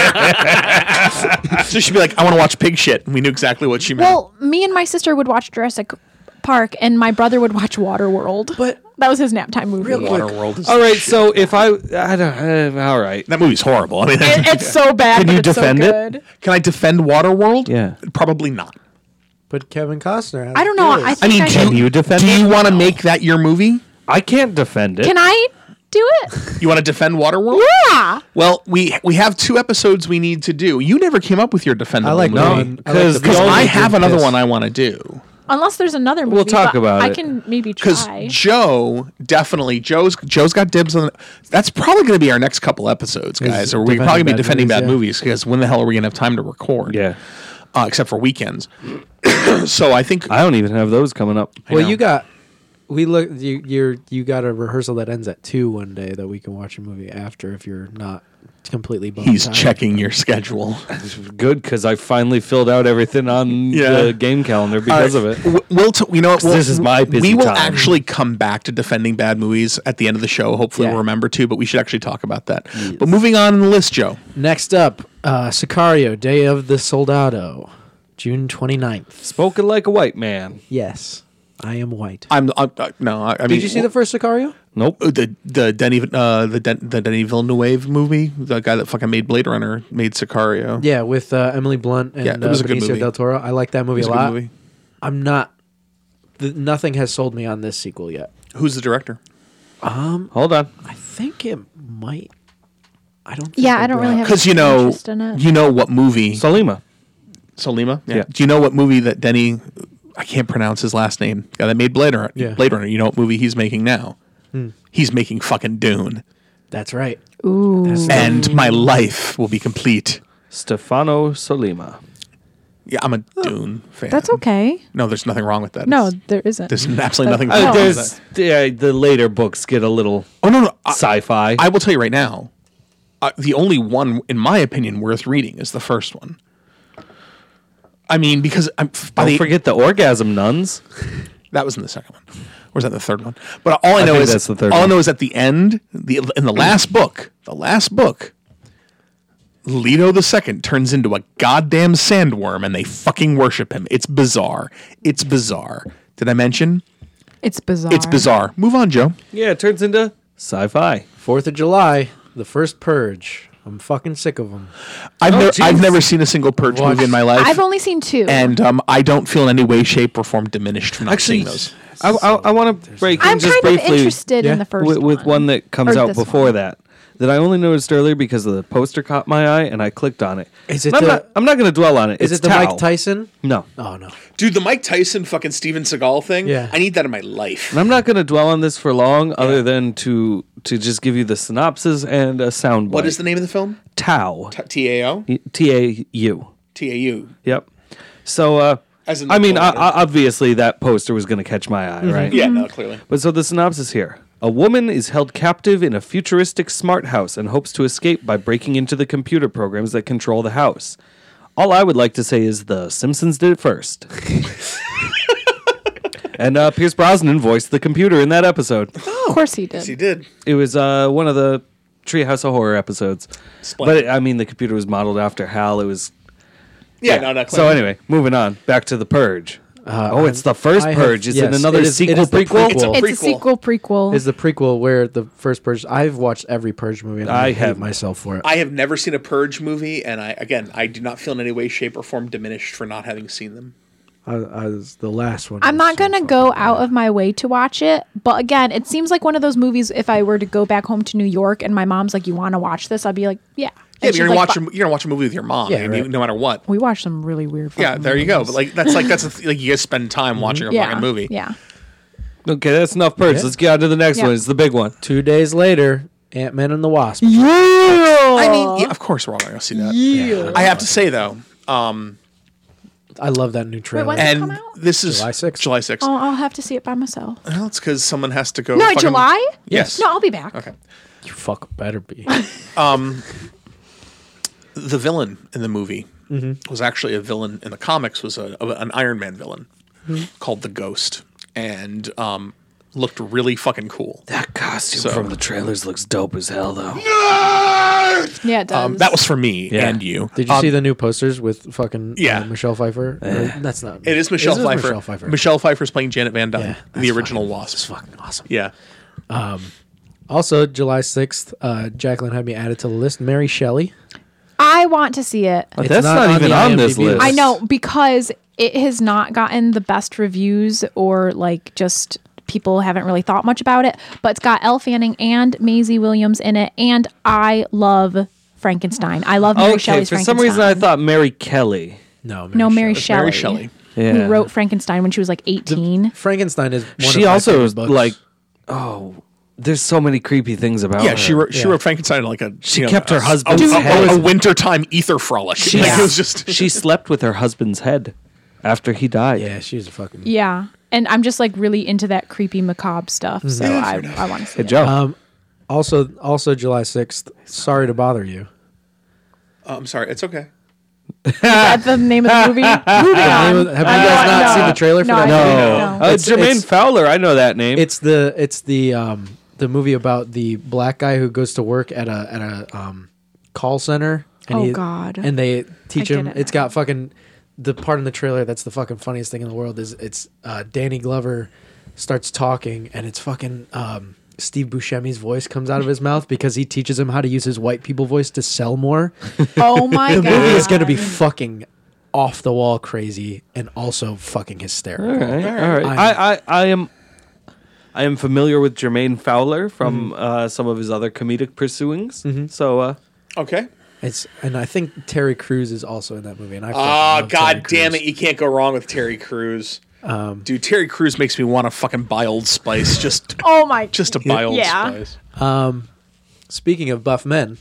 Speaker 1: so she'd be like, "I want to watch pig shit," and we knew exactly what she meant.
Speaker 4: Well, me and my sister would watch Jurassic Park, and my brother would watch Waterworld. But that was his nap time movie.
Speaker 1: Waterworld is
Speaker 3: All right, so if I I don't uh, all right.
Speaker 1: that movie's horrible. I mean,
Speaker 4: It- it's so bad.
Speaker 1: can
Speaker 4: but
Speaker 1: you
Speaker 4: it's so
Speaker 1: defend
Speaker 4: good.
Speaker 1: it? Can I defend Waterworld?
Speaker 3: Yeah.
Speaker 1: probably not.
Speaker 2: But Kevin Costner.
Speaker 4: I don't know. I, think
Speaker 1: I mean,
Speaker 4: can,
Speaker 1: do you defend? Do you want to make that your movie?
Speaker 3: I can't defend it.
Speaker 4: can I do it?
Speaker 1: You want to defend Waterworld?
Speaker 4: Yeah.
Speaker 1: Well, we we have two episodes we need to do. You never came up with your defendable
Speaker 2: I like
Speaker 1: movie.
Speaker 2: that one. I like
Speaker 3: because
Speaker 2: the
Speaker 1: Because
Speaker 2: Bill
Speaker 1: I
Speaker 2: Gates
Speaker 1: have another
Speaker 2: piss.
Speaker 1: one I want to do.
Speaker 4: Unless there's another movie.
Speaker 3: We'll talk
Speaker 4: but
Speaker 3: about
Speaker 4: I
Speaker 3: it.
Speaker 4: can maybe
Speaker 1: Because
Speaker 4: try.
Speaker 1: Joe definitely Joe's Joe's got dibs on. That's probably going to be our next couple episodes, guys. Or we
Speaker 2: defending
Speaker 1: probably be
Speaker 2: bad
Speaker 1: defending
Speaker 2: movies,
Speaker 1: bad
Speaker 2: yeah.
Speaker 1: movies because when the hell are we going to have time to record?
Speaker 3: Yeah.
Speaker 1: uh, except for weekends. so I think
Speaker 3: I don't even have those coming up.
Speaker 2: Well,
Speaker 1: know.
Speaker 2: you got. We look. You you're you got a rehearsal that ends at two one day that we can watch a movie after if you're not completely. bummed
Speaker 1: he's
Speaker 2: out.
Speaker 1: checking your schedule.
Speaker 3: Good cuz I finally filled out everything on
Speaker 1: Yeah.
Speaker 3: the game calendar because
Speaker 1: All
Speaker 3: of
Speaker 1: right.
Speaker 3: it.
Speaker 1: W- We'll t- you know what? We'll,
Speaker 3: this is my busy
Speaker 1: we will
Speaker 3: time.
Speaker 1: actually come back to defending bad movies at the end of the show. Hopefully,
Speaker 2: Yeah.
Speaker 1: we'll remember to. But we should actually talk about that. But moving on in the list, Joe.
Speaker 2: Next up, uh, Sicario: Day of the Soldado, June 29th.
Speaker 3: Spoken like a white man.
Speaker 2: Yes, I am white.
Speaker 1: I'm, I'm uh, no. I, I mean,
Speaker 2: Did you see the first Sicario?
Speaker 3: Nope.
Speaker 1: Oh, the the Denny uh, the Den, the Denny Villeneuve movie, the guy that fucking made Blade Runner, made Sicario.
Speaker 2: Yeah, with uh, Emily Blunt and
Speaker 1: Yeah, it was
Speaker 2: uh,
Speaker 1: a good
Speaker 2: Benicio
Speaker 1: movie.
Speaker 2: del Toro. I like that movie
Speaker 1: It's
Speaker 2: a
Speaker 1: a good
Speaker 2: lot.
Speaker 1: movie.
Speaker 2: I'm not. Th- nothing has sold me on this sequel yet.
Speaker 1: Who's the director?
Speaker 3: Hold on.
Speaker 2: I think it might. I don't. Think
Speaker 4: Yeah,
Speaker 2: they
Speaker 4: I don't really
Speaker 2: brought-
Speaker 4: have
Speaker 1: Because you know,
Speaker 4: interest in it.
Speaker 1: you know what movie
Speaker 3: Salima.
Speaker 1: Salima. Yeah.
Speaker 3: Yeah.
Speaker 1: Do you know what movie that Denny? I can't pronounce his last name. Guy that made Blade Runner.
Speaker 2: Yeah.
Speaker 1: Blade Runner. You know what movie he's making now? He's making fucking Dune,
Speaker 2: That's right.
Speaker 4: Ooh.
Speaker 2: That's
Speaker 1: and my life will be complete.
Speaker 3: Stefano Salima.
Speaker 1: Yeah, I'm a Dune fan.
Speaker 4: That's okay.
Speaker 1: No, there's nothing wrong with that.
Speaker 4: No,
Speaker 1: It's-
Speaker 4: there isn't.
Speaker 1: there's absolutely nothing.
Speaker 3: Uh,
Speaker 1: wrong with that.
Speaker 3: there's yeah, the later books get a little
Speaker 1: Oh no, no. I-
Speaker 3: sci-fi.
Speaker 1: I will tell you right now, uh, the only one, in my opinion, worth reading is the first one. I mean, because I'm f- by
Speaker 3: Don't
Speaker 1: the,
Speaker 3: forget the orgasm nuns.
Speaker 1: that was in the second one, or is that the third one? But all I know
Speaker 3: think
Speaker 1: is
Speaker 3: that's the third
Speaker 1: all I
Speaker 3: one.
Speaker 1: know is at the end, the in the last book, the last book, Leto the second turns into a goddamn sandworm, and they fucking worship him. It's bizarre. It's bizarre. Did I mention?
Speaker 4: It's bizarre.
Speaker 1: It's bizarre. Move on, Joe.
Speaker 3: Yeah, it turns into sci-fi.
Speaker 2: Fourth of July, the first purge. I'm fucking sick of them.
Speaker 1: I've, never, I've
Speaker 3: jeez.
Speaker 1: never seen a single purge movie in my life.
Speaker 4: I've only seen two.
Speaker 1: and um, I don't feel in any way, shape, or form diminished from not
Speaker 3: Actually,
Speaker 1: seeing those.
Speaker 3: I, I, I want to break in
Speaker 4: I'm
Speaker 3: just
Speaker 4: kind of
Speaker 3: briefly
Speaker 4: interested
Speaker 2: Yeah.
Speaker 4: in the first
Speaker 3: with, with one that comes
Speaker 4: Or
Speaker 3: out
Speaker 4: this
Speaker 3: before
Speaker 4: one.
Speaker 3: that that I only noticed earlier because of the poster caught my eye and I clicked on it.
Speaker 2: Is it
Speaker 3: And I'm
Speaker 2: the-
Speaker 3: not, I'm not going to dwell on it.
Speaker 2: Is
Speaker 3: It's
Speaker 2: it the
Speaker 3: Tao.
Speaker 2: Mike Tyson?
Speaker 3: No.
Speaker 2: Oh no.
Speaker 1: Dude, the Mike Tyson fucking Steven Seagal thing.
Speaker 2: Yeah. I
Speaker 1: need that in my life.
Speaker 3: And I'm not going to dwell on this for long, other than to to just give you the synopsis and a sound.
Speaker 1: What is the name of the film?
Speaker 3: Tau?
Speaker 1: T A O
Speaker 3: T A U.
Speaker 1: T A U.
Speaker 3: Yep. So, uh,
Speaker 1: As in
Speaker 3: I mean,
Speaker 1: the
Speaker 3: I,
Speaker 1: poster. Mm-hmm.
Speaker 3: I- obviously that poster was going to catch my eye, right?
Speaker 1: Yeah, no, clearly.
Speaker 3: But so the synopsis here. A woman is held captive in a futuristic smart house and hopes to escape by breaking into the computer programs that control the house. All I would like to say is the Simpsons did it first. and uh, Pierce Brosnan voiced the computer in that episode.
Speaker 4: Of course he did.
Speaker 1: She did.
Speaker 3: It was uh, one of the Treehouse of Horror episodes.
Speaker 1: Splendid.
Speaker 3: But I mean, the computer was modeled after Hal. It was
Speaker 1: Yeah, no, no.
Speaker 3: so
Speaker 1: Clearly.
Speaker 3: anyway, moving on back to the Purge. oh, it's the first
Speaker 2: Uh, I have-
Speaker 3: Purge. It's in
Speaker 2: yes,
Speaker 3: another
Speaker 2: it is- it
Speaker 3: sequel
Speaker 2: is the
Speaker 3: prequel.
Speaker 2: prequel.
Speaker 4: It's a
Speaker 1: Prequel.
Speaker 4: sequel prequel.
Speaker 2: Is the prequel where the first purge? I've watched every purge movie. And I,
Speaker 3: I
Speaker 2: hate
Speaker 3: have-
Speaker 2: myself for it.
Speaker 1: I have never seen a Purge movie, and I again, I do not feel in any way, shape, or form diminished for not having seen them.
Speaker 2: I, I was the last one.
Speaker 4: I'm
Speaker 2: was
Speaker 4: not
Speaker 2: so
Speaker 4: gonna
Speaker 2: fucking
Speaker 4: go
Speaker 2: bad.
Speaker 4: out of my way to watch it, but again, it seems like one of those movies. If I were to go back home to New York and my mom's like, "You want to watch this?" I'd be like,
Speaker 1: Yeah,
Speaker 4: "Yeah." And
Speaker 1: but you're
Speaker 4: she's
Speaker 1: gonna
Speaker 4: like,
Speaker 1: watch. A,
Speaker 4: "Fu-
Speaker 1: you're gonna watch a movie with your mom.
Speaker 2: Yeah,
Speaker 1: I mean,
Speaker 2: right.
Speaker 1: no matter what.
Speaker 4: We watched some really weird.
Speaker 1: Yeah,
Speaker 4: fucking
Speaker 1: there you go.
Speaker 4: movies.
Speaker 1: But like, that's like that's a th- like you guys spend time watching a
Speaker 4: yeah,
Speaker 1: fucking movie.
Speaker 4: Yeah.
Speaker 3: Okay, that's enough Purge. Let's get on to the next
Speaker 4: Yeah.
Speaker 3: one. It's the big one.
Speaker 2: Two days later, Ant Man and the Wasp.
Speaker 1: I mean, yeah, of course we're all gonna go see that. I have to say though,
Speaker 2: I love that new trailer.
Speaker 4: when's- Does it come
Speaker 1: and
Speaker 4: out?
Speaker 1: this is
Speaker 2: July 6th.
Speaker 1: July sixth.
Speaker 4: Oh, I'll have to see it by myself.
Speaker 1: Well, it's because someone has to go.
Speaker 4: No,
Speaker 1: Oh, fucking-
Speaker 4: July.
Speaker 1: Yes.
Speaker 4: No, I'll be back.
Speaker 1: Okay.
Speaker 2: you fuck better be.
Speaker 1: the villain in the movie
Speaker 2: Mm-hmm.
Speaker 1: was actually a villain in the comics was a, a- an Iron Man villain
Speaker 2: Mm-hmm.
Speaker 1: called the Ghost and um, looked really fucking cool.
Speaker 3: That costume
Speaker 1: So-
Speaker 3: from the trailers looks dope as hell, though.
Speaker 4: Yeah, it does.
Speaker 1: Um, that was for me and you.
Speaker 2: Did you
Speaker 1: Um,
Speaker 2: see the new posters with fucking
Speaker 1: Yeah.
Speaker 2: uh, Michelle Pfeiffer?
Speaker 3: Eh.
Speaker 2: Or- that's not.
Speaker 1: It is Michelle
Speaker 2: This
Speaker 1: Pfeiffer.
Speaker 2: Michelle Pfeiffer.
Speaker 1: Michelle Pfeiffer's playing Janet Van Dyne,
Speaker 2: Yeah,
Speaker 1: the
Speaker 2: that's
Speaker 1: original
Speaker 2: fucking-
Speaker 1: Wasp.
Speaker 2: It's fucking awesome.
Speaker 1: Yeah.
Speaker 2: Also, July sixth, uh, Jacqueline had me added to the list. Mary Shelley.
Speaker 4: I want to see it.
Speaker 3: But
Speaker 2: It's
Speaker 3: that's
Speaker 2: not
Speaker 3: not,
Speaker 2: on
Speaker 3: even
Speaker 2: the
Speaker 3: on this
Speaker 2: IMDb
Speaker 3: list.
Speaker 4: I
Speaker 2: Yes.
Speaker 4: know because it has not gotten the best reviews or like just people haven't really thought much about it. But it's got Elle Fanning and Maisie Williams in it, and I love Frankenstein. I love Mary
Speaker 3: Okay,
Speaker 4: Shelley's
Speaker 3: for some
Speaker 4: Frankenstein.
Speaker 3: reason I thought Mary Kelly.
Speaker 2: No, Mary
Speaker 4: no Mary
Speaker 2: Shelley.
Speaker 4: Shelley.
Speaker 1: Mary Shelley.
Speaker 3: Yeah.
Speaker 4: Who wrote Frankenstein when she was like eighteen?
Speaker 2: Frankenstein is. One
Speaker 3: she
Speaker 2: of my
Speaker 3: also
Speaker 2: favorite
Speaker 3: is
Speaker 2: books.
Speaker 3: like, oh, there's so many creepy things about
Speaker 1: Yeah,
Speaker 3: her.
Speaker 1: she wrote, uh, she wrote Frankenstein like a she
Speaker 3: kept her husband's
Speaker 1: a,
Speaker 3: head.
Speaker 1: a, a wintertime ether frolic.
Speaker 3: She,
Speaker 1: oh, Like, it was just
Speaker 3: she slept with her husband's head after he died.
Speaker 2: Yeah, she's a fucking.
Speaker 4: yeah, and I'm just like really into that creepy macabre stuff. So
Speaker 1: Yeah,
Speaker 4: I,
Speaker 1: fair enough.
Speaker 4: I want to see
Speaker 3: Hey,
Speaker 4: it.
Speaker 3: Joe.
Speaker 2: Also, also July sixth. Sorry to bother you.
Speaker 1: I'm sorry, it's okay.
Speaker 4: That's the name of the movie. Moving on.
Speaker 2: Have you
Speaker 4: I
Speaker 2: guys
Speaker 4: know-
Speaker 2: not seen the trailer for
Speaker 4: no,
Speaker 2: that?
Speaker 4: I
Speaker 2: No.
Speaker 4: don't know.
Speaker 3: uh,
Speaker 2: It's-
Speaker 3: Jermaine
Speaker 2: it's-
Speaker 3: Fowler. I know that name.
Speaker 2: It's the it's the um the movie about the black guy who goes to work at a at a um call center.
Speaker 4: Oh, God.
Speaker 2: And they teach
Speaker 4: I get
Speaker 2: him.
Speaker 4: it
Speaker 2: It. has got fucking the part in the trailer that's the fucking funniest thing in the world is it's uh, Danny Glover starts talking and it's fucking um. Steve Buscemi's voice comes out of his mouth because he teaches him how to use his white people voice to sell more.
Speaker 4: Oh my
Speaker 2: the
Speaker 4: god.
Speaker 2: movie is going to be fucking off the wall crazy and also fucking hysterical.
Speaker 3: all right. All right.
Speaker 2: I'm-
Speaker 3: I, I, I am. I am familiar with Jermaine Fowler from
Speaker 1: Mm-hmm.
Speaker 3: uh, some of his other comedic pursuings. So, uh,
Speaker 1: Okay.
Speaker 2: It's and I think Terry Crews is also in that movie. And I fucking
Speaker 1: Oh,
Speaker 2: love Terry
Speaker 1: god damn
Speaker 2: Crews.
Speaker 1: it. You can't go wrong with Terry Crews. Dude, Terry Crews makes me want to fucking buy Old Spice. Just
Speaker 4: Oh my.
Speaker 1: just to buy Old
Speaker 4: Yeah.
Speaker 1: Spice.
Speaker 2: Speaking of buff men,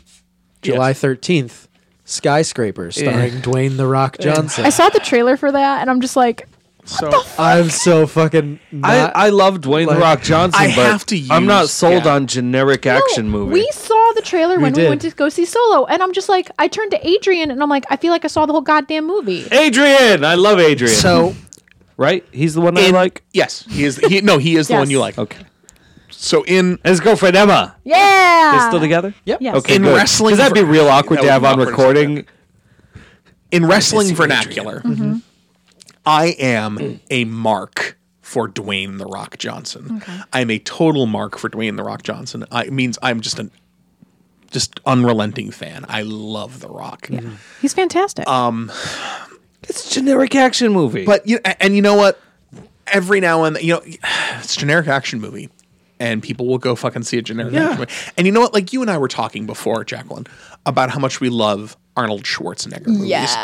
Speaker 2: July thirteenth, Skyscraper starring Dwayne the Rock Johnson.
Speaker 4: I saw the trailer for that, and I'm just like,
Speaker 1: So
Speaker 2: I'm so fucking. Not,
Speaker 3: I, I love Dwayne the
Speaker 2: like-
Speaker 3: Rock Johnson,
Speaker 1: I
Speaker 3: but
Speaker 1: have to
Speaker 3: I'm not
Speaker 1: use-
Speaker 3: sold
Speaker 1: yeah.
Speaker 3: on generic action
Speaker 4: "No,
Speaker 3: movies.
Speaker 4: We saw the trailer
Speaker 2: We
Speaker 4: when we
Speaker 2: did.
Speaker 4: went to go see Solo, and I'm just like, I turned to Adrian and I'm like, I feel like I saw the whole goddamn movie.
Speaker 3: Adrian, I love Adrian.
Speaker 1: So
Speaker 3: right, he's the one that I
Speaker 1: in-
Speaker 3: like.
Speaker 1: yes, he is. He no, he is the one
Speaker 4: Yes.
Speaker 1: you like.
Speaker 3: Okay,
Speaker 1: So in
Speaker 3: and his girlfriend Emma.
Speaker 4: Yeah.
Speaker 3: They're still together.
Speaker 2: Yep.
Speaker 4: Yes.
Speaker 3: Okay.
Speaker 1: In
Speaker 3: good.
Speaker 1: wrestling
Speaker 3: 'Cause that'd be
Speaker 1: ver-
Speaker 3: real awkward
Speaker 1: that
Speaker 3: to
Speaker 1: would
Speaker 3: have
Speaker 1: be
Speaker 3: on
Speaker 1: awkward as
Speaker 3: recording.
Speaker 1: in wrestling vernacular, I am a mark for Dwayne the Rock Johnson. I'm a total mark for Dwayne the Rock Johnson. I, it means I'm just an just unrelenting fan. I love the Rock.
Speaker 4: He's fantastic.
Speaker 3: It's a generic action movie.
Speaker 1: But you and you know what? Every now and then, you know, it's a generic action movie, and people will go fucking see a generic action movie. And you know what? Like you and I were talking before, Jacqueline, about how much we love Arnold Schwarzenegger movies,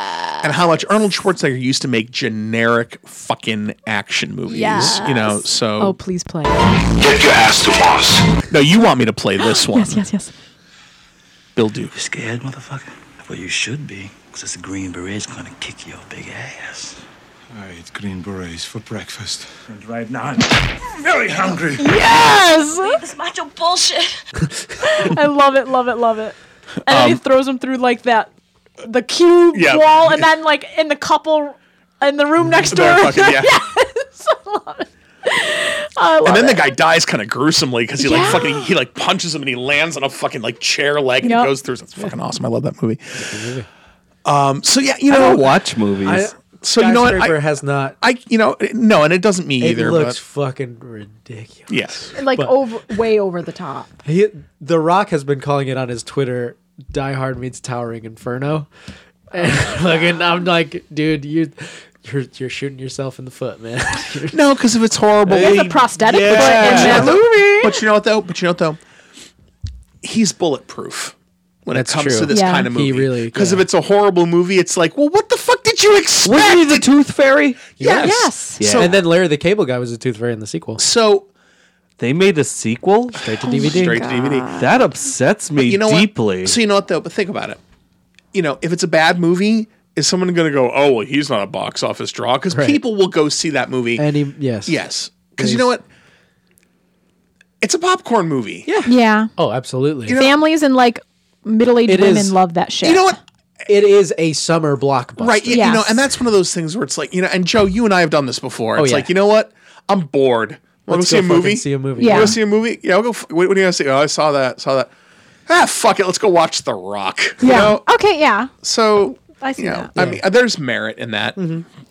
Speaker 1: and how much Arnold Schwarzenegger used to make generic fucking action movies. You know,
Speaker 4: Yes.
Speaker 1: so
Speaker 4: oh, please play.
Speaker 6: Get your ass to Mars.
Speaker 1: no, you want me to play this one,
Speaker 4: Yes, yes, yes.
Speaker 1: Bill Duke.
Speaker 8: Scared, motherfucker? Well, you should be, because this Green Beret's gonna kick your big ass.
Speaker 9: I eat green berets for breakfast.
Speaker 8: And right now, I'm very hungry.
Speaker 10: This macho bullshit.
Speaker 4: I love it, love it, love it. And then he throws him through like that, the cube
Speaker 1: Yeah.
Speaker 4: wall, and then like in the couple in the room next door.
Speaker 1: They're fucking- yeah.
Speaker 4: I love
Speaker 1: And then
Speaker 4: it.
Speaker 1: the guy dies kind of gruesomely because he
Speaker 4: Yeah.
Speaker 1: like fucking he like punches him and he lands on a fucking like chair leg and
Speaker 4: Yep.
Speaker 1: he goes through. It's fucking awesome. I love that movie. Um, so yeah, you
Speaker 3: I
Speaker 1: know,
Speaker 3: don't watch movies.
Speaker 2: I,
Speaker 1: so you know what?
Speaker 2: Skyscraper
Speaker 1: I,
Speaker 2: has not.
Speaker 1: I you know no, and it doesn't mean either.
Speaker 2: it
Speaker 1: but
Speaker 2: looks fucking ridiculous.
Speaker 1: yes,
Speaker 4: like over, way over the top.
Speaker 2: He, the Rock has been calling it on his Twitter. Die Hard meets Towering Inferno. And fucking, I'm like, dude, you, you're you're shooting yourself in the foot, man.
Speaker 1: no, because if it's horrible,
Speaker 4: There's a prosthetic
Speaker 1: yeah.
Speaker 4: foot in that movie.
Speaker 1: But you know what though? But you know what though? He's bulletproof when
Speaker 2: That's
Speaker 1: it comes
Speaker 2: true.
Speaker 1: to this
Speaker 4: Yeah.
Speaker 1: kind of movie.
Speaker 2: He really-
Speaker 1: because
Speaker 2: yeah.
Speaker 1: if it's a horrible movie, it's like, well, what the fuck did you expect?
Speaker 3: Wasn't he the Tooth Fairy?
Speaker 1: yes.
Speaker 4: Yes.
Speaker 1: So,
Speaker 2: and then Larry the Cable Guy was a tooth fairy in the sequel.
Speaker 1: so
Speaker 3: They made a sequel.
Speaker 2: Straight to DVD.
Speaker 1: straight to DVD.
Speaker 3: That upsets me
Speaker 1: you know
Speaker 3: deeply.
Speaker 1: What? So you know what though? But think about it. You know, if it's a bad movie, is someone going to go, "Oh, well, he's not a box office draw"? Because
Speaker 2: Right.
Speaker 1: people will go see that movie.
Speaker 2: And he, yes.
Speaker 1: yes, because you know what? It's a popcorn movie. Yeah.
Speaker 4: Yeah.
Speaker 2: Oh, absolutely.
Speaker 4: Families and like middle aged
Speaker 2: It
Speaker 4: women
Speaker 2: is-
Speaker 4: love that shit.
Speaker 1: You know what?
Speaker 2: it is a summer blockbuster.
Speaker 1: Right. You, you know,
Speaker 4: Yes.
Speaker 1: and that's one of those things where it's like, you know, and Joe, you and I have done this before. It's
Speaker 2: Oh, yeah.
Speaker 1: like, you know what? I'm bored. Want to
Speaker 2: Let's
Speaker 1: see a
Speaker 2: go fucking
Speaker 1: movie?
Speaker 2: see a movie.
Speaker 1: Wanna
Speaker 4: Yeah.
Speaker 1: go see a movie? Yeah. I'll go. F- what, what are you gonna see? Oh, I saw that. Saw that. Ah, fuck it. Let's go watch The Rock. You
Speaker 4: Yeah.
Speaker 1: know?
Speaker 4: okay. Yeah.
Speaker 1: So
Speaker 4: I see
Speaker 1: you
Speaker 4: that.
Speaker 1: know, I mean, uh, there's merit in that.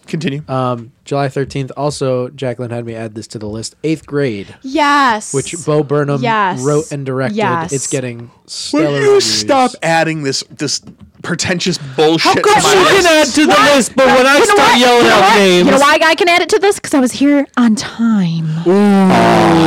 Speaker 1: Continue.
Speaker 2: Um, July 13th. Also, Jacqueline had me add this to the list. Eighth grade,
Speaker 4: Yes.
Speaker 2: which Bo Burnham
Speaker 4: Yes.
Speaker 2: wrote and directed.
Speaker 4: Yes.
Speaker 2: It's getting stellar
Speaker 1: Will you
Speaker 2: reviews.
Speaker 1: stop adding this this pretentious bullshit?
Speaker 3: How come
Speaker 1: to my
Speaker 3: you
Speaker 1: list?
Speaker 3: can add to the list, but when I
Speaker 4: You know
Speaker 3: start
Speaker 4: what?
Speaker 3: yelling
Speaker 4: You know
Speaker 3: out
Speaker 4: what?
Speaker 3: names,
Speaker 4: You know why I can add it to this? Because I was here on time.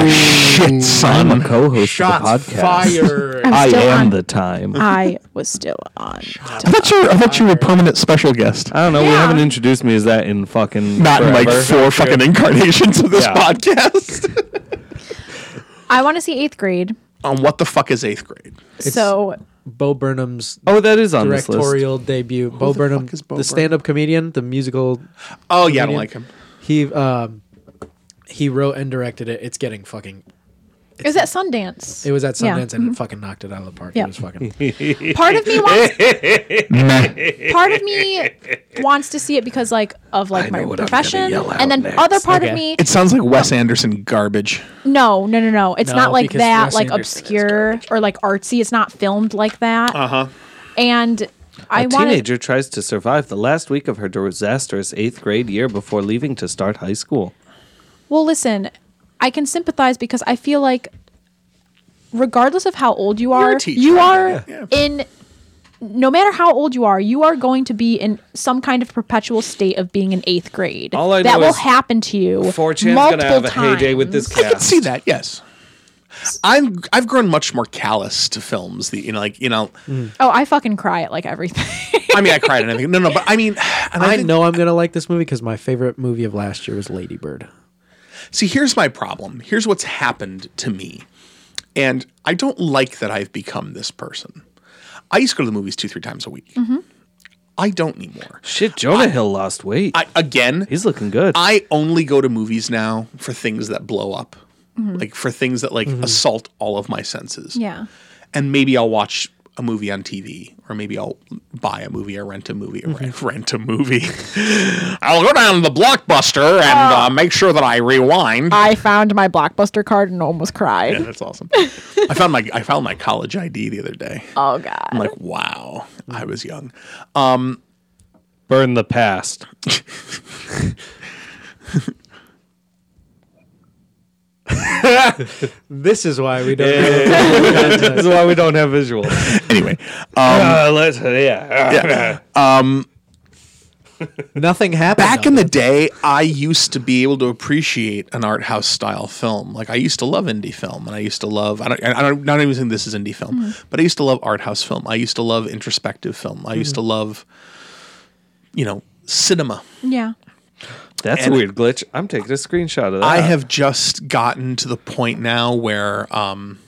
Speaker 1: Shit, son.
Speaker 3: I'm a co-host of
Speaker 2: Shots
Speaker 3: the podcast.
Speaker 2: fired.
Speaker 4: I'm
Speaker 3: I
Speaker 4: still
Speaker 3: am
Speaker 4: on.
Speaker 3: the time. I
Speaker 4: I was still on.
Speaker 1: I thought you were, I thought you were a permanent special guest.
Speaker 3: don't know. We
Speaker 4: Yeah.
Speaker 3: haven't introduced me as that in fucking
Speaker 1: Uh, Not in like
Speaker 3: forever.
Speaker 1: four fucking incarnations of this
Speaker 3: Yeah.
Speaker 1: podcast.
Speaker 4: I want to see eighth grade.
Speaker 1: On what the fuck is eighth grade?
Speaker 4: So
Speaker 2: Bo Burnham's
Speaker 3: Oh, that is on this list.
Speaker 2: directorial debut. Bo
Speaker 1: the
Speaker 2: Burnham,
Speaker 1: fuck is Bo
Speaker 2: the stand-up comedian, the musical.
Speaker 1: Oh yeah, I don't
Speaker 2: comedian.
Speaker 1: like him.
Speaker 2: He um, he wrote and directed it. It's getting fucking.
Speaker 4: it was at Sundance.
Speaker 2: It was at Sundance
Speaker 4: Yeah.
Speaker 2: and it fucking knocked it out of the park.
Speaker 4: Yeah.
Speaker 2: It was fucking.
Speaker 4: part of me wants. part of me wants to see it because like of like my profession,
Speaker 3: yell out
Speaker 4: and then
Speaker 3: next.
Speaker 4: other part of
Speaker 2: Okay.
Speaker 4: me
Speaker 1: It sounds like Wes Anderson garbage.
Speaker 4: No, no, no, no. It's
Speaker 2: No,
Speaker 4: not like
Speaker 2: because
Speaker 4: that,
Speaker 2: Wes
Speaker 4: like
Speaker 2: Anderson is
Speaker 4: obscure or like artsy. It's not filmed like that. Uh
Speaker 1: Uh-huh.
Speaker 4: huh. And I
Speaker 3: A
Speaker 4: wanted.
Speaker 3: teenager tries to survive the last week of her disastrous eighth grade year before leaving to start high school.
Speaker 4: Well, listen, I can sympathize because I feel like, regardless of how old you
Speaker 1: You're a
Speaker 4: are,
Speaker 1: teacher,
Speaker 4: you
Speaker 1: yeah,
Speaker 4: are
Speaker 1: yeah.
Speaker 4: in. No matter how old you are, you are going to be in some kind of perpetual state of being in eighth grade.
Speaker 3: All I
Speaker 4: that
Speaker 3: know
Speaker 4: will
Speaker 3: is
Speaker 4: happen to you.
Speaker 3: 4chan's gonna
Speaker 4: multiple
Speaker 3: have a heyday with
Speaker 4: times.
Speaker 3: this
Speaker 1: I can
Speaker 3: cast.
Speaker 1: see that. Yes. I'm. I've grown much more callous to films. The you know, like you know.
Speaker 4: Oh, I fucking cry at like everything.
Speaker 1: I mean, I cried and everything. No, no, but I mean, and I,
Speaker 2: I
Speaker 1: think-
Speaker 2: know I'm gonna like this movie because my favorite movie of last year was Lady Bird.
Speaker 1: See, here's my problem. Here's what's happened to me. And I don't like that I've become this person. I used to go to the movies two, three times a week. I don't anymore.
Speaker 3: Shit, Jonah Hill lost weight.
Speaker 1: I, again,
Speaker 3: He's looking good.
Speaker 1: I only go to movies now for things that blow up, like for things that like assault all of my senses.
Speaker 4: yeah.
Speaker 1: and maybe I'll watch a movie on TV, or maybe I'll buy a movie or rent a movie or re- rent a movie. I'll go down to the blockbuster and uh, make sure that I rewind.
Speaker 4: I found my blockbuster card and almost cried.
Speaker 1: yeah, that's awesome. I found my I found my college ID the other day.
Speaker 4: Oh god.
Speaker 1: I'm like, wow, I was young.
Speaker 3: Burn the past.
Speaker 2: This is why we don't.
Speaker 3: This is why we don't have visuals.
Speaker 1: Anyway,
Speaker 3: Uh, let's, yeah.
Speaker 2: Nothing happened.
Speaker 1: back in the day, I used to be able to appreciate an art house style film. Like I used to love indie film, and I used to love. I don't. I don't. Not even think this is indie film, but I used to love art house film. I used to love introspective film. I used to love, you know, cinema.
Speaker 4: Yeah.
Speaker 3: That's a
Speaker 1: And-
Speaker 3: weird glitch. I'm taking a screenshot of that.
Speaker 1: I have just gotten to the point now where um,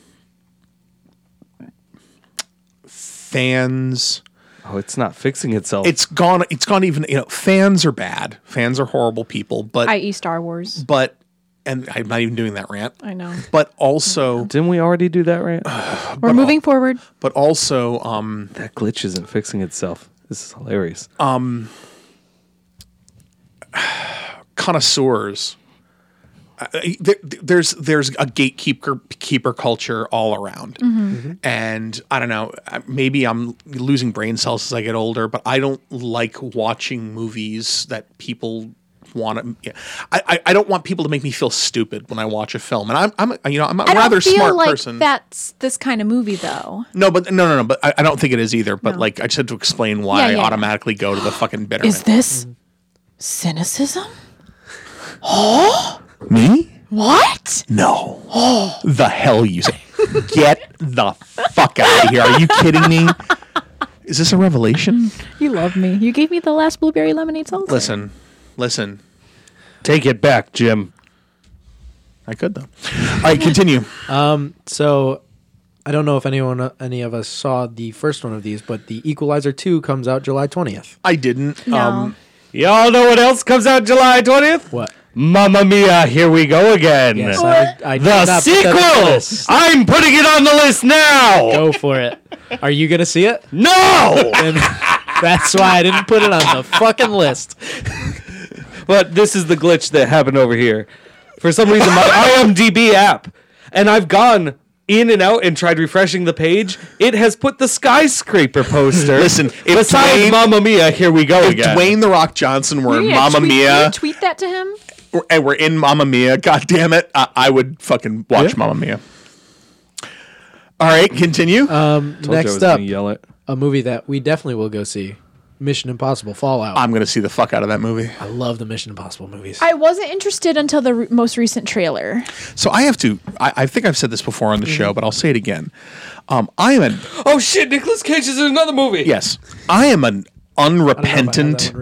Speaker 1: fans.
Speaker 3: Oh, it's not fixing itself.
Speaker 1: It's gone. It's gone. Even you know, fans are bad. Fans are horrible people. But
Speaker 4: I.e. E Star Wars.
Speaker 1: but, and I'm not even doing that rant.
Speaker 4: I know.
Speaker 1: But also,
Speaker 3: Didn't we already do that rant?
Speaker 1: Uh,
Speaker 4: We're moving forward.
Speaker 1: but also um,
Speaker 3: that glitch isn't fixing itself. This is hilarious.
Speaker 1: Uh, connoisseurs. Uh, there, there's there's a gatekeeper keeper culture all around,
Speaker 4: Mm-hmm.
Speaker 1: and I don't know. uh, Maybe I'm losing brain cells as I get older, but I don't like watching movies that people want to. I, I I don't want people to make me feel stupid when I watch a film, and I'm I'm a- you know I'm a
Speaker 4: I
Speaker 1: rather
Speaker 4: don't feel
Speaker 1: smart
Speaker 4: like
Speaker 1: person.
Speaker 4: that's this kind of movie though.
Speaker 1: no, but no no no, but I, I don't think it is either. But like I just had to explain why
Speaker 4: Yeah,
Speaker 1: I
Speaker 4: yeah, yeah.
Speaker 1: automatically go to the fucking bitter.
Speaker 4: Is this cynicism?
Speaker 1: me?
Speaker 4: What?
Speaker 1: No. the hell you say. Get the fuck out of here. Are you kidding me? Is this a revelation?
Speaker 4: You love me. You gave me the last blueberry lemonade salsa.
Speaker 1: Listen, listen.
Speaker 3: Take it back, Jim.
Speaker 1: I could though. All right, continue.
Speaker 2: So I don't know if anyone, any of us saw the first one of these, but the Equalizer Two comes out July twentieth.
Speaker 1: I didn't.
Speaker 4: No.
Speaker 1: Um,
Speaker 3: Y'all know what else comes out July 20th?
Speaker 2: What?
Speaker 3: Mamma Mia, here we go again.
Speaker 2: Yes, I, I did not put
Speaker 3: the
Speaker 2: that on the
Speaker 3: sequel!
Speaker 2: list.
Speaker 3: I'm putting it on the list now!
Speaker 2: Go for it. Are you gonna see it?
Speaker 3: No!
Speaker 2: And that's why I didn't put it on the fucking list.
Speaker 3: but this is the glitch that happened over here. For some reason, my IMDb app, and I've gone in and out and tried refreshing the page. It has put the skyscraper poster.
Speaker 1: Listen, if
Speaker 3: beside
Speaker 1: Dwayne-
Speaker 3: Mamma Mia, here we go
Speaker 1: if
Speaker 3: again.
Speaker 1: Dwayne the Rock Johnson were in
Speaker 4: Yeah,
Speaker 1: Mamma
Speaker 4: tweet-
Speaker 1: Mia,
Speaker 4: you Tweet that to him.
Speaker 1: and we're in Mamma Mia, god damn it, I, I would fucking watch Mamma Mia. All right, continue.
Speaker 2: Um, Next up,
Speaker 3: yell it.
Speaker 2: a movie that we definitely will go see: Mission Impossible Fallout.
Speaker 1: I'm gonna see the fuck out of that movie.
Speaker 2: I love the Mission Impossible movies.
Speaker 4: I wasn't interested until the re- most recent trailer.
Speaker 1: So I have to. I, I think I've said this before on the show, but I'll say it again. Um, I am a
Speaker 3: Oh shit! Nicolas Cage is in another movie.
Speaker 1: Yes. I am an unrepentant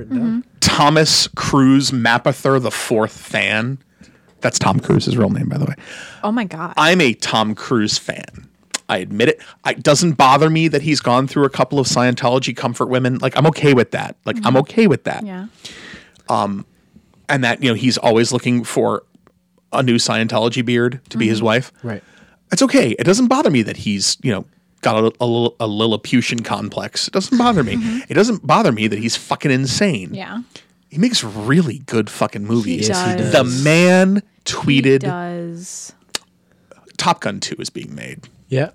Speaker 1: Thomas Cruise Mapother the Fourth fan. That's Tom Cruise's real name, by the way.
Speaker 4: Oh my god.
Speaker 1: I'm a Tom Cruise fan. I admit it. I- It doesn't bother me that he's gone through a couple of Scientology comfort women. Like, I'm okay with that. Like, I'm okay with that.
Speaker 4: yeah.
Speaker 1: And that, you know, he's always looking for a new Scientology beard to be his wife.
Speaker 2: Right.
Speaker 1: It's okay. It doesn't bother me that he's, you know, got a, a, a Lilliputian complex. It doesn't bother me. It doesn't bother me that he's fucking insane.
Speaker 4: Mm-hmm. Yeah.
Speaker 1: He makes really good fucking movies.
Speaker 4: Yes, he does.
Speaker 1: The man
Speaker 4: He
Speaker 1: tweeted
Speaker 4: does.
Speaker 1: Top Gun 2 is being made.
Speaker 2: Yeah.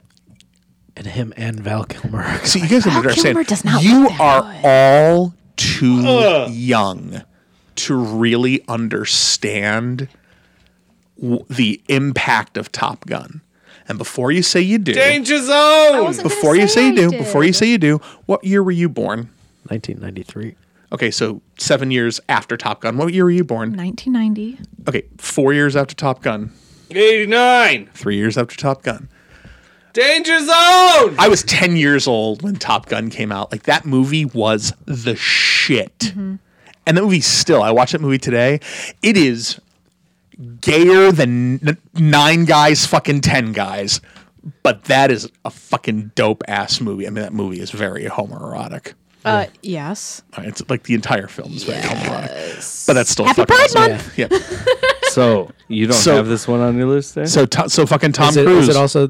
Speaker 2: And him and Val Kilmer. are
Speaker 1: See, you guys don't
Speaker 4: Val
Speaker 1: understand.
Speaker 4: Kilmer does not
Speaker 1: you
Speaker 4: look that
Speaker 1: are
Speaker 4: good.
Speaker 1: all too young to really understand w- the impact of Top Gun. And before you say you do,
Speaker 3: Danger Zone.
Speaker 4: wasn't gonna
Speaker 1: before you say you
Speaker 4: I
Speaker 1: do,
Speaker 4: did.
Speaker 1: before you say you do, what year were you born?
Speaker 2: 1993.
Speaker 1: Okay, so seven years after Top Gun. What year were you born?
Speaker 4: 1990.
Speaker 1: Okay, four years after Top Gun.
Speaker 3: Eighty-nine.
Speaker 1: Three years after Top Gun.
Speaker 3: Danger Zone.
Speaker 1: I was 10 years old when Top Gun came out. Like that movie was the shit. And that movie still, I watched that movie today. It is gayer than n- nine guys, fucking 10 guys. But that is a fucking dope ass movie. I mean, that movie is very homoerotic.
Speaker 4: Uh, yes.
Speaker 1: Uh, It's like the entire film is very homoerotic. But that's still
Speaker 4: Happy
Speaker 1: fucking
Speaker 4: Pride
Speaker 1: awesome.
Speaker 4: Month!
Speaker 1: Yeah. Yeah.
Speaker 3: So you don't
Speaker 1: So-
Speaker 3: have this one on your list there.
Speaker 1: So, to- so fucking Tom
Speaker 2: Is it,
Speaker 1: Cruise.
Speaker 2: is it also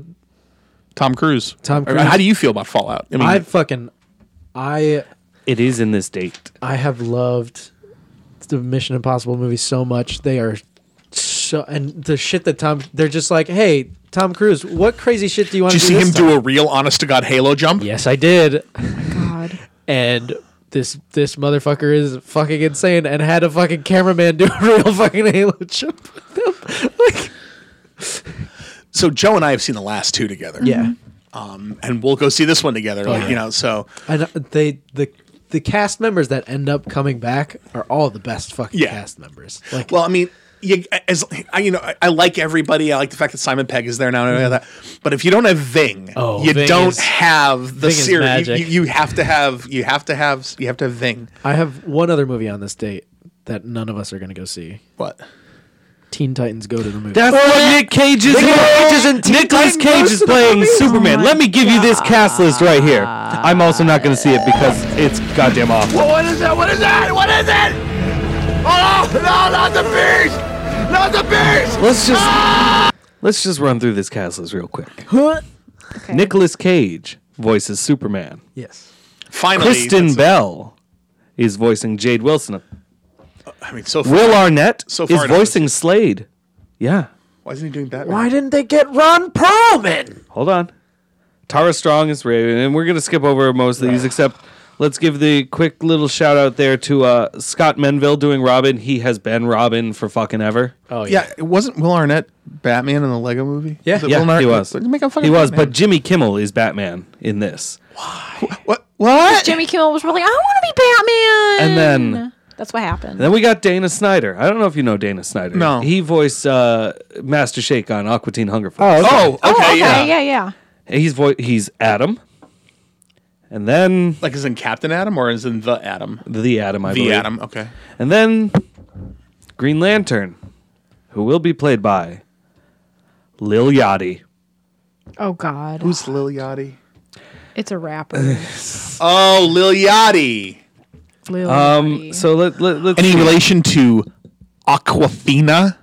Speaker 1: Tom Cruise.
Speaker 2: Tom
Speaker 1: Or
Speaker 2: Cruise.
Speaker 1: How do you feel about Fallout? I mean,
Speaker 2: I fucking, I
Speaker 3: It is in this date.
Speaker 2: I have loved the Mission Impossible movies so much. They are so and the shit that Tom they're just like, hey, Tom Cruise, what crazy shit do you want
Speaker 1: did you
Speaker 2: to do?
Speaker 1: see him
Speaker 2: this
Speaker 1: do
Speaker 2: time?"
Speaker 1: a real honest to God Halo jump?
Speaker 2: Yes, I did.
Speaker 4: God.
Speaker 2: And this this motherfucker is fucking insane and had a fucking cameraman do a real fucking Halo chip.
Speaker 1: So Joe and I have seen the last two together. Um,
Speaker 2: Yeah. Oh,
Speaker 1: and we'll go see this one together. like, you know, so
Speaker 2: And they the the cast members that end up coming back are all the best fucking
Speaker 1: Yeah.
Speaker 2: cast members. Like
Speaker 1: well, I mean, you as I, you know, I, I like everybody. I like the fact that Simon Pegg is there now and all that. But if you don't have Ving,
Speaker 2: Mm-hmm. Oh,
Speaker 1: you
Speaker 2: Ving
Speaker 1: don't
Speaker 2: is-
Speaker 1: have the
Speaker 2: Ving is
Speaker 1: series. You,
Speaker 2: magic.
Speaker 1: you, you have to have you have to have you have to have Ving.
Speaker 2: I have one other movie on this date that none of us are gonna go see.
Speaker 1: What?
Speaker 2: Teen Titans go to the movie.
Speaker 3: That's what Nick Oh, Cage is. Nicholas Cage is playing Superman. Let me give you this cast list right here. I'm also not going to see it because it's goddamn awful.
Speaker 6: What is that? What is that? What is it? Oh, no, not the beast! Not the beast!
Speaker 3: Let's just let's just run through this cast list real quick.
Speaker 4: Okay.
Speaker 3: Nicholas Cage voices Superman.
Speaker 2: yes.
Speaker 1: Finally,
Speaker 3: Kristen
Speaker 1: that's-
Speaker 3: Bell is voicing Jade Wilson.
Speaker 1: I mean, so far,
Speaker 3: Will Arnett
Speaker 1: So far
Speaker 3: is
Speaker 1: it is.
Speaker 3: voicing Slade. Yeah,
Speaker 1: why isn't he doing that?
Speaker 2: Why didn't they get Ron Perlman?
Speaker 3: hold on. Tara Strong is Raven, and we're gonna skip over most of these except. Let's give the quick little shout out there to uh, Scott Menville doing Robin. He has been Robin for fucking ever.
Speaker 2: Oh
Speaker 1: Yeah, it wasn't Will Arnett Batman in the Lego movie.
Speaker 2: Yeah.
Speaker 1: Was it
Speaker 3: yeah,
Speaker 1: Will Arnett-
Speaker 3: he was.
Speaker 1: Make him fucking
Speaker 3: He was, but
Speaker 1: Batman.
Speaker 3: Jimmy Kimmel is Batman in this.
Speaker 1: what? What?
Speaker 4: Jimmy Kimmel was really, I want to be Batman.
Speaker 3: And then-
Speaker 4: that's what happened.
Speaker 3: And then we got Dana Snyder. I don't know if you know Dana Snyder.
Speaker 1: No.
Speaker 3: He voiced uh, Master Shake on Aqua Teen Hunger Force.
Speaker 1: oh, okay,
Speaker 4: oh, okay,
Speaker 1: yeah.
Speaker 4: yeah, yeah.
Speaker 3: He's vo- he's Adam. And then
Speaker 1: Like, is in Captain Adam or is in the Adam?
Speaker 3: the Adam, I
Speaker 1: The
Speaker 3: believe.
Speaker 1: Adam. Okay.
Speaker 3: And then Green Lantern, who will be played by Lil Yachty.
Speaker 4: Oh God,
Speaker 1: Who's Lil Yachty?
Speaker 4: it's a rapper.
Speaker 1: Oh, Lil Yachty.
Speaker 4: Lil
Speaker 3: Um,
Speaker 4: Yachty.
Speaker 3: so let, let, let's
Speaker 1: Any
Speaker 3: see.
Speaker 1: relation to Aquafina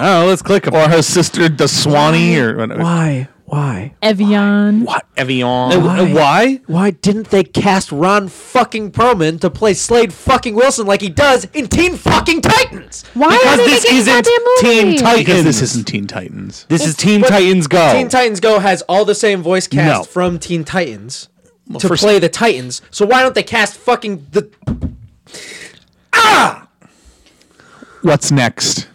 Speaker 3: Oh, let's click him.
Speaker 1: or her sister Daswani or what?
Speaker 2: Why? Why?
Speaker 4: Evian.
Speaker 1: Evian?
Speaker 3: Uh, Why?
Speaker 2: Why didn't they cast Ron fucking Perlman to play Slade fucking Wilson like he does in Teen fucking Titans?
Speaker 4: Why
Speaker 3: Because
Speaker 4: are they
Speaker 3: this
Speaker 4: making a
Speaker 3: isn't
Speaker 4: goddamn movie?
Speaker 3: Teen Titans.
Speaker 1: Because this isn't Teen Titans.
Speaker 3: This is Teen Titans Go.
Speaker 1: Oh.
Speaker 2: Teen Titans Go has all the same voice cast
Speaker 3: No.
Speaker 2: from Teen Titans to
Speaker 1: first-
Speaker 2: play the Titans. So why don't they cast fucking the
Speaker 1: What's next?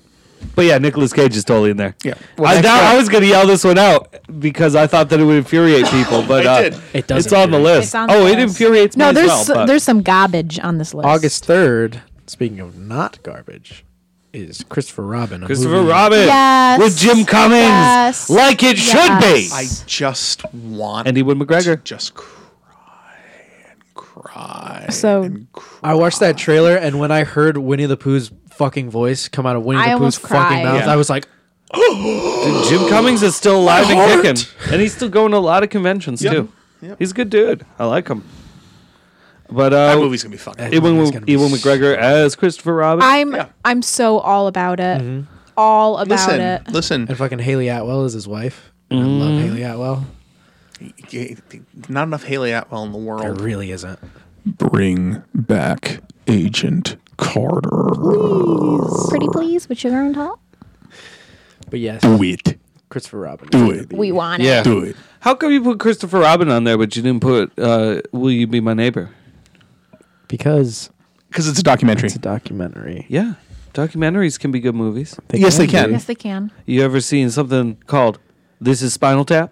Speaker 3: But yeah, Nicolas Cage is totally in there.
Speaker 1: Yeah.
Speaker 3: I,
Speaker 1: next
Speaker 3: doubt-
Speaker 1: up-
Speaker 3: I was going to yell this one out because I thought that it would infuriate people, but
Speaker 1: It
Speaker 3: uh,
Speaker 1: did.
Speaker 2: It does
Speaker 3: It's on the
Speaker 2: infuriate.
Speaker 3: list.
Speaker 4: It's on the
Speaker 3: oh, it
Speaker 4: list.
Speaker 3: infuriates me
Speaker 4: No, there's
Speaker 3: as well. but-
Speaker 4: there's some garbage on this list.
Speaker 2: August 3rd, speaking of not garbage, is Christopher Robin. a
Speaker 3: Christopher
Speaker 2: movie-
Speaker 3: Robin
Speaker 4: Yes.
Speaker 3: with Jim Cummings,
Speaker 4: Yes.
Speaker 3: like it
Speaker 4: Yes.
Speaker 3: should be.
Speaker 1: I just want
Speaker 3: And Ewan McGregor.
Speaker 1: to just cry and cry.
Speaker 4: So-
Speaker 1: and cry.
Speaker 2: I watched that trailer, and when I heard Winnie the Pooh's fucking voice come out of Winnie
Speaker 4: I
Speaker 2: the Pooh's
Speaker 4: almost
Speaker 2: fucking
Speaker 4: cried.
Speaker 2: mouth,
Speaker 1: Yeah.
Speaker 2: I was like,
Speaker 3: Jim Cummings is still alive and kicking, and he's still going to a lot of conventions too.
Speaker 1: Yep.
Speaker 3: He's a good dude. I like him. But
Speaker 1: that
Speaker 3: uh,
Speaker 1: movie's gonna be fucking.
Speaker 3: Ewan,
Speaker 2: movie's gonna be
Speaker 3: Ewan McGregor as Christopher Robin.
Speaker 4: I'm
Speaker 1: Yeah.
Speaker 4: I'm so all about it.
Speaker 3: Mm-hmm.
Speaker 4: All about
Speaker 1: Listen,
Speaker 4: it.
Speaker 2: and
Speaker 1: listen.
Speaker 2: fucking Haley Atwell is his wife. And I love
Speaker 1: Mm-hmm.
Speaker 2: Haley Atwell.
Speaker 1: Not enough Haley Atwell in the world.
Speaker 2: There really isn't.
Speaker 1: Bring back Agent Carter.
Speaker 4: Pretty please with sugar on top.
Speaker 2: But yes,
Speaker 1: it.
Speaker 2: Christopher Robin.
Speaker 1: Do it.
Speaker 4: We want it.
Speaker 3: yeah.
Speaker 1: it.
Speaker 3: How come you put Christopher Robin on there, but you didn't put uh, "Will You Be My Neighbor"?
Speaker 5: because
Speaker 1: Because it's a documentary.
Speaker 5: it's a documentary.
Speaker 3: Yeah, documentaries can be good movies.
Speaker 1: yes, they can.
Speaker 4: Yes, they can.
Speaker 3: You ever seen something called "This Is Spinal Tap"?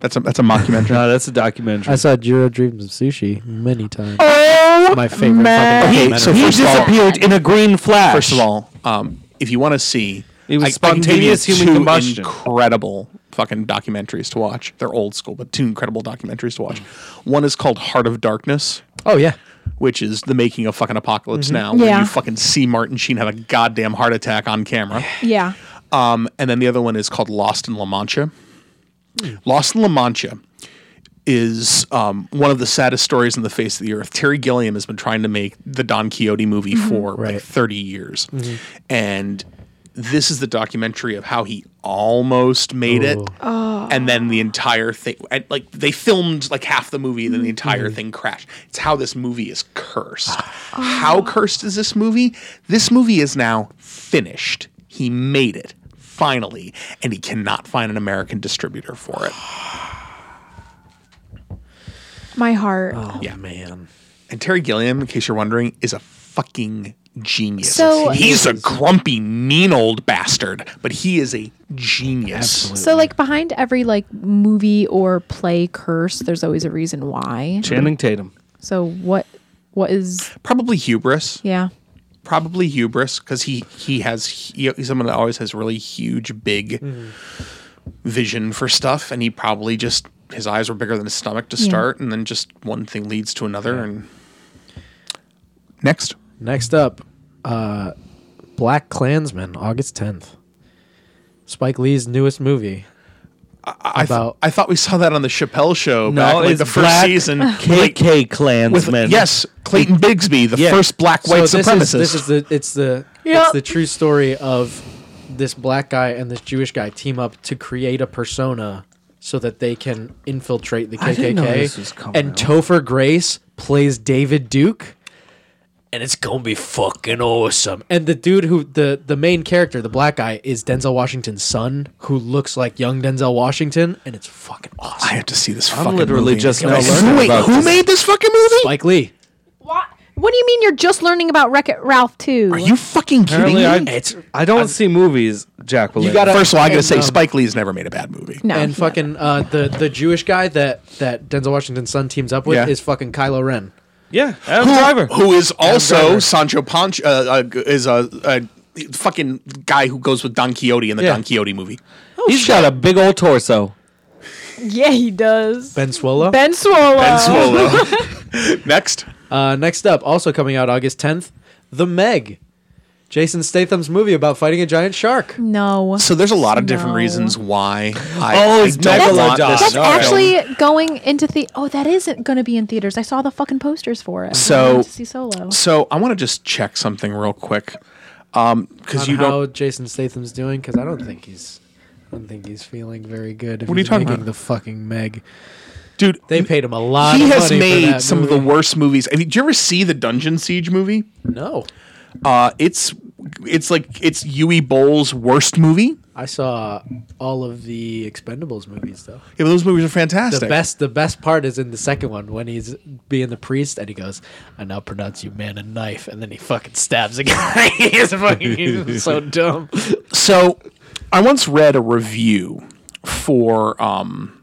Speaker 1: That's a that's a mockumentary.
Speaker 3: No, that's a documentary.
Speaker 5: I saw Jiro Dreams of Sushi many times.
Speaker 3: oh,
Speaker 5: My favorite fucking
Speaker 1: Okay,
Speaker 5: documentary.
Speaker 1: so
Speaker 3: he
Speaker 1: first of all,
Speaker 3: disappeared in a green flash.
Speaker 1: first of all, um, if you want to see,
Speaker 3: It was
Speaker 1: I- I can tell you
Speaker 3: spontaneous human
Speaker 1: two
Speaker 3: combustion.
Speaker 1: Incredible fucking documentaries to watch. They're old school, but two incredible documentaries to watch. One is called Heart of Darkness.
Speaker 2: Oh, yeah.
Speaker 1: Which is the making of fucking apocalypse
Speaker 3: Mm-hmm.
Speaker 1: now, where
Speaker 4: Yeah.
Speaker 1: you fucking see Martin Sheen have a goddamn heart attack on camera.
Speaker 4: Yeah.
Speaker 1: Um, and then the other one is called Lost in La Mancha. Lost in La Mancha is um, one of the saddest stories on the face of the earth. Terry Gilliam has been trying to make the Don Quixote movie for like 30 years. And this is the documentary of how he almost made it,
Speaker 4: Oh.
Speaker 1: and then the entire thing. And like they filmed like half the movie, then the entire
Speaker 4: Mm-hmm.
Speaker 1: thing crashed. It's how this movie is cursed.
Speaker 4: Ah.
Speaker 1: How cursed is this movie? This movie is now finished. He made it finally, and he cannot find an American distributor for it.
Speaker 4: My heart.
Speaker 1: yeah, Oh, man. And Terry Gilliam, in case you're wondering, is a fucking genius.
Speaker 4: So-
Speaker 1: he's a grumpy, mean old bastard, but he is a genius.
Speaker 4: So like behind every like movie or play curse, there's always a reason why.
Speaker 3: Channing Tatum.
Speaker 4: So what what is
Speaker 1: Probably hubris.
Speaker 4: yeah.
Speaker 1: Probably hubris because he he has he, he's someone that always has really huge, big vision for stuff, and he probably just his eyes were bigger than his stomach to
Speaker 4: Yeah.
Speaker 1: start, and then just one thing leads to another, and next.
Speaker 2: Next up, uh, Black Klansman, August 10th. Spike Lee's newest movie.
Speaker 1: I, th-
Speaker 2: About-
Speaker 1: I thought we saw that on the Chappelle show back like
Speaker 3: it's
Speaker 1: the first
Speaker 3: Black
Speaker 1: season. Like,
Speaker 3: KK
Speaker 1: with
Speaker 3: Klansman.
Speaker 1: yes, Clayton Bigsby, the
Speaker 3: Yeah.
Speaker 1: first black white
Speaker 2: this
Speaker 1: supremacist.
Speaker 2: Is, this is the it's the it's the true story of this black guy and this Jewish guy team up to create a persona so that they can infiltrate the KKK.
Speaker 3: I didn't know this was coming
Speaker 2: and
Speaker 3: out.
Speaker 2: Topher Grace plays David Duke. And it's gonna be fucking awesome. And the dude who the the main character, the black guy, is Denzel Washington's son, who looks like young Denzel Washington, and it's fucking awesome.
Speaker 1: Oh, I have to see this.
Speaker 3: I'm
Speaker 1: fucking
Speaker 3: literally
Speaker 1: movie.
Speaker 3: just now
Speaker 1: Guys,
Speaker 3: learning
Speaker 1: who- Wait,
Speaker 3: about
Speaker 1: who
Speaker 3: this.
Speaker 1: made this fucking movie?
Speaker 2: Spike Lee.
Speaker 4: What what do you mean you're just learning about Wreck It Ralph too?
Speaker 1: Are you fucking kidding
Speaker 3: Apparently,
Speaker 1: me?
Speaker 3: I,
Speaker 2: It's
Speaker 3: I don't see movies, Jack. You
Speaker 2: gotta-
Speaker 1: First of all, I gotta
Speaker 2: and,
Speaker 1: say,
Speaker 2: um,
Speaker 1: Spike Lee's never made a bad movie.
Speaker 4: no,
Speaker 2: and fucking uh, the the Jewish guy that that Denzel Washington's son teams up with
Speaker 1: Yeah.
Speaker 2: is fucking Kylo Ren.
Speaker 3: yeah, Adam Driver.
Speaker 1: Who is also
Speaker 2: Driver.
Speaker 1: Sancho Pancho? Uh, uh, is a, a fucking guy who goes with Don Quixote in the
Speaker 3: Yeah.
Speaker 1: Don Quixote movie.
Speaker 3: He's got a big old torso.
Speaker 4: yeah, he does.
Speaker 2: Ben Swallow.
Speaker 4: Ben Swallow.
Speaker 2: Oh.
Speaker 1: Ben Swallow. Next,
Speaker 2: Uh, next up, also coming out August 10th, The Meg, Jason Statham's movie about fighting a giant shark.
Speaker 4: No.
Speaker 1: so there's a lot of different
Speaker 4: No.
Speaker 1: reasons why. I,
Speaker 3: Oh,
Speaker 1: I
Speaker 3: it's
Speaker 1: don't want
Speaker 3: Megalodon.
Speaker 1: this
Speaker 4: That's
Speaker 1: film.
Speaker 4: actually going into the. Oh, that isn't going to be in theaters. I saw the fucking posters for it.
Speaker 1: So-
Speaker 4: I wanted to see Solo.
Speaker 1: So I want to just check something real quick, because
Speaker 2: On
Speaker 1: you
Speaker 2: how
Speaker 1: don't.
Speaker 2: Jason Statham's doing? Because I don't think he's, I don't think he's feeling very good. If
Speaker 1: What are you
Speaker 2: he's
Speaker 1: talking
Speaker 2: making
Speaker 1: about?
Speaker 2: The fucking Meg.
Speaker 1: Dude,
Speaker 2: They paid him a lot.
Speaker 1: he
Speaker 2: of
Speaker 1: has
Speaker 2: money for
Speaker 1: made
Speaker 2: that
Speaker 1: some
Speaker 2: movie.
Speaker 1: of the worst movies. I mean, did you ever see the Dungeon Siege movie?
Speaker 2: No,
Speaker 1: Uh, it's it's like it's Yui Bowles' worst movie.
Speaker 2: I saw all of the Expendables movies though.
Speaker 1: Yeah, but those movies are
Speaker 2: the
Speaker 1: fantastic.
Speaker 2: best the best part is in the second one when he's being the priest and he goes i now pronounce you man a knife and then he fucking stabs a guy he's fucking he's so dumb
Speaker 1: So, I once read a review for um,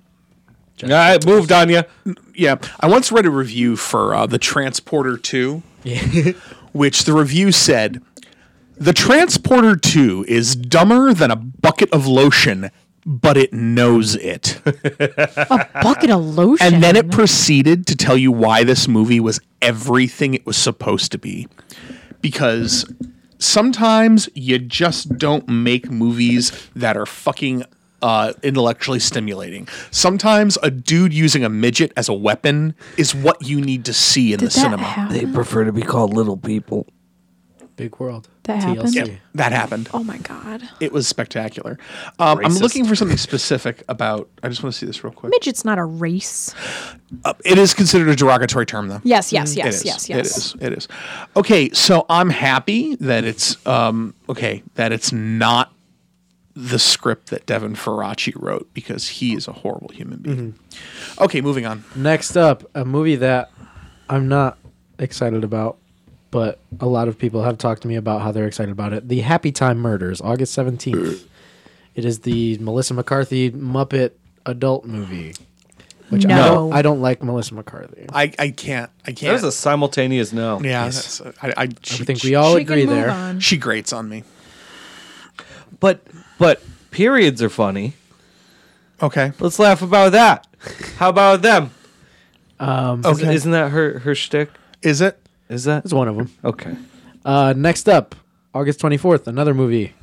Speaker 3: All right, moved on you.
Speaker 1: yeah, I once read a review for uh, the Transporter Two, which the review said the Transporter Two is dumber than a bucket of lotion, but it knows it.
Speaker 4: Bucket of lotion.
Speaker 1: And then it proceeded to tell you why this movie was everything it was supposed to be. Because sometimes you just don't make movies that are fucking uh, intellectually stimulating. Sometimes a dude using a midget as a weapon is what you need to see in
Speaker 4: Did
Speaker 1: the
Speaker 4: that
Speaker 1: cinema.
Speaker 4: happen?
Speaker 3: They prefer to be called little people.
Speaker 2: big world
Speaker 4: That happened?
Speaker 1: Yeah, that happened.
Speaker 4: Oh my god.
Speaker 1: It was spectacular. Um, I'm looking for something specific about. I just want to see this real quick.
Speaker 4: Midget's not a race.
Speaker 1: It is considered a derogatory term, though.
Speaker 4: Yes, yes,
Speaker 1: Mm, It
Speaker 4: yes,
Speaker 1: is.
Speaker 4: yes, yes.
Speaker 1: It is. It is. Okay, so I'm happy that it's um okay that it's not the script that Devin Faraci wrote because he is a horrible human being. Okay, moving on.
Speaker 2: next up a movie that i'm not excited about but a lot of people have talked to me about how they're excited about it the happy time murders august 17th it is the melissa mccarthy muppet adult movie which I,
Speaker 4: No.
Speaker 2: don't, I don't like melissa mccarthy
Speaker 1: I I can't. I
Speaker 3: That was
Speaker 1: can't.
Speaker 3: a simultaneous no.
Speaker 1: yeah, that's- I, I, she,
Speaker 2: i think
Speaker 1: she-
Speaker 2: we all
Speaker 4: She
Speaker 2: agree
Speaker 4: can move
Speaker 2: there
Speaker 4: on.
Speaker 1: She grates on me.
Speaker 3: But but periods are funny.
Speaker 1: Okay.
Speaker 3: Let's laugh about that. How about them?
Speaker 1: Um, Okay.
Speaker 3: Isn't that her her shtick?
Speaker 1: is it?
Speaker 3: Is that
Speaker 2: That's one of them.
Speaker 3: okay?
Speaker 2: Uh, next up, August 24th, another movie,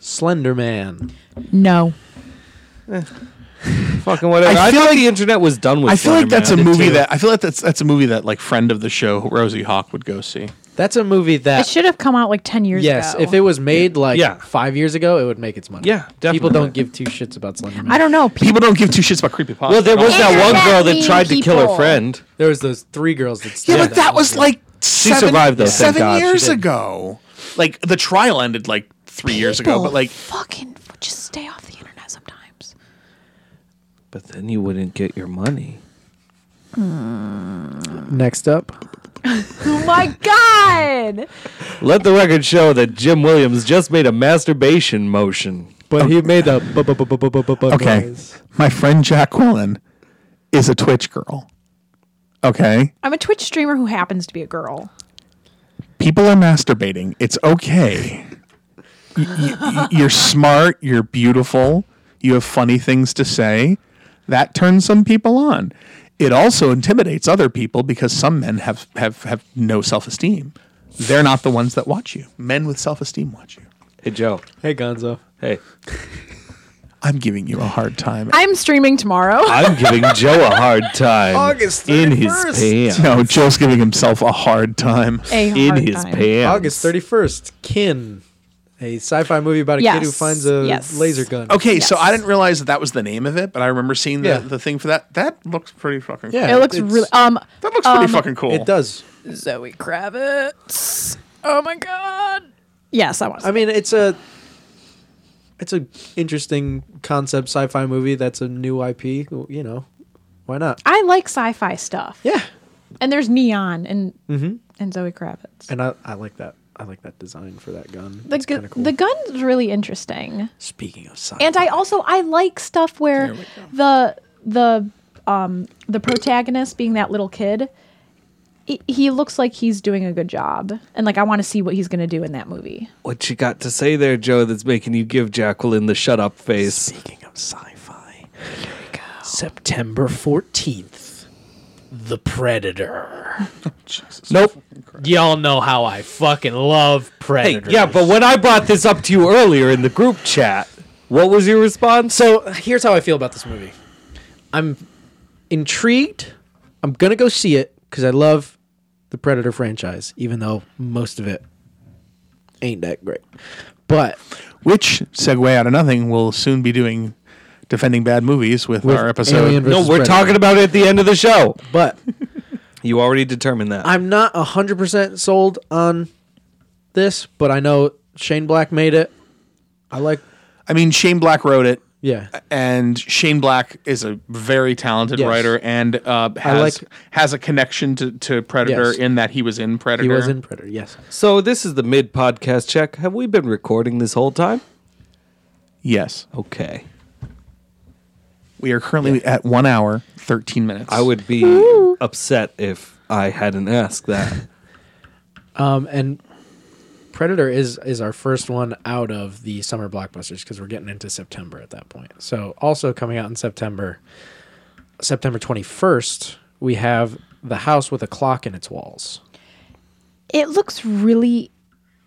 Speaker 2: Slender Man.
Speaker 4: No.
Speaker 3: Fucking whatever. I,
Speaker 1: I feel
Speaker 3: thought the internet was done with.
Speaker 1: I feel like that's a
Speaker 3: Slenderman.
Speaker 1: movie that I feel like that's that's a movie that like friend of the show Rosie Hawk would go see.
Speaker 2: That's a movie that
Speaker 4: it should have come out like 10 years
Speaker 2: yes,
Speaker 4: ago.
Speaker 2: if it was made like
Speaker 3: Yeah.
Speaker 2: five years ago, it would make its money.
Speaker 3: Yeah,
Speaker 2: People
Speaker 3: definitely.
Speaker 2: don't give two shits about Slender Man.
Speaker 4: I don't know.
Speaker 1: People don't give two shits about creepy
Speaker 3: Well, there was that one girl that
Speaker 4: Exactly,
Speaker 3: tried to kill her
Speaker 4: people.
Speaker 3: friend.
Speaker 2: There was those three girls that.
Speaker 1: Yeah,
Speaker 2: stayed
Speaker 1: but
Speaker 2: at
Speaker 1: that was
Speaker 2: house.
Speaker 1: like seven,
Speaker 3: survived, though, thank
Speaker 1: seven
Speaker 3: God. She
Speaker 1: years
Speaker 3: did.
Speaker 1: ago. Like the trial ended like three years ago, but like
Speaker 4: fucking just stay off the internet sometimes.
Speaker 3: But then you wouldn't get your money.
Speaker 5: Next up,
Speaker 4: Oh my god!
Speaker 3: Let the record show that Jim Williams just made a masturbation motion.
Speaker 5: but he made a bu- bu- bu- bu- bu- bu- bu- bu-
Speaker 1: Okay.
Speaker 5: noise.
Speaker 1: my friend Jacqueline is a Twitch girl. Okay.
Speaker 4: I'm a Twitch streamer who happens to be a girl.
Speaker 1: People are masturbating. It's okay. Y- y- you're smart. You're beautiful. You have funny things to say. That turns some people on. It also intimidates other people because some men have, have, have no self esteem. They're not the ones that watch you. Men with self esteem watch you.
Speaker 3: Hey, Joe.
Speaker 2: Hey Gonzo.
Speaker 3: Hey.
Speaker 1: I'm giving you a hard time.
Speaker 4: I'm streaming tomorrow.
Speaker 3: I'm giving Joe a hard time.
Speaker 2: August
Speaker 3: In his
Speaker 2: 31st.
Speaker 3: pants.
Speaker 1: No, Joe's giving himself a hard time.
Speaker 4: a
Speaker 3: In
Speaker 4: hard
Speaker 3: his
Speaker 4: time.
Speaker 3: pants.
Speaker 2: August thirty first, Kin, a sci-fi movie about a kid who
Speaker 4: Yes,
Speaker 2: finds a
Speaker 4: yes.
Speaker 2: laser gun.
Speaker 1: Okay, so
Speaker 4: Yes.
Speaker 1: I didn't realize that that was the name of it, but I remember seeing the,
Speaker 2: Yeah.
Speaker 1: the thing for that. That looks pretty fucking.
Speaker 2: Yeah,
Speaker 4: It looks
Speaker 2: it's-
Speaker 4: really um
Speaker 1: that looks pretty fucking cool.
Speaker 2: It does.
Speaker 4: Zoe Kravitz. Oh my god. Yes, I want.
Speaker 2: I mean, it's a it's a interesting concept sci-fi movie. That's a new IP. You know, why not?
Speaker 4: I like sci-fi stuff.
Speaker 2: Yeah,
Speaker 4: And there's neon and
Speaker 2: Mm-hmm.
Speaker 4: and Zoe Kravitz.
Speaker 2: and I, I like that. I like that design for that gun.
Speaker 4: The
Speaker 2: It's
Speaker 4: gu-
Speaker 2: kinda cool.
Speaker 4: the gun's really interesting.
Speaker 2: Speaking of sci-fi,
Speaker 4: And I also I like stuff where the the um the protagonist being that little kid he- he looks like he's doing a good job and like i want to see what he's going to do in that movie
Speaker 3: What you got to say there, Joe, that's making you give Jacqueline the shut up face?
Speaker 5: Speaking of sci-fi, September fourteenth, The Predator.
Speaker 3: Nope.
Speaker 5: Y'all know how I fucking love
Speaker 3: Hey,
Speaker 5: Predator.
Speaker 3: yeah, but when I brought this up to you earlier in the group chat, what was your response?
Speaker 5: So here's how I feel about this movie.
Speaker 2: I'm intrigued. I'm gonna go see it because I love the Predator franchise, even though most of it ain't that great. But
Speaker 1: Which segue out of nothing, we'll soon be doing defending bad movies with, our episode.
Speaker 2: Alien
Speaker 3: No,
Speaker 2: versus
Speaker 3: we're
Speaker 2: Predator.
Speaker 3: talking about it at the end of the show.
Speaker 2: But
Speaker 3: You already determined that.
Speaker 2: I'm not 100% sold on this, but I know Shane Black made it. I like,
Speaker 1: I mean, Shane Black wrote it,
Speaker 2: yeah.
Speaker 1: and Shane Black is a very talented
Speaker 2: Yes.
Speaker 1: writer and uh, has
Speaker 2: like-
Speaker 1: has a connection to, to Predator
Speaker 2: Yes.
Speaker 1: in that he was in Predator.
Speaker 2: He was in Predator, yes.
Speaker 3: so this is the mid podcast check. Have we been recording this whole time?
Speaker 1: Yes,
Speaker 3: Okay.
Speaker 1: we are currently at one hour thirteen minutes.
Speaker 3: I would be upset if I hadn't asked that.
Speaker 2: Um, and Predator is is our first one out of the summer blockbusters because we're getting into September at that point. So also coming out in September, September 21st, we have The House with a Clock in its Walls.
Speaker 4: it looks really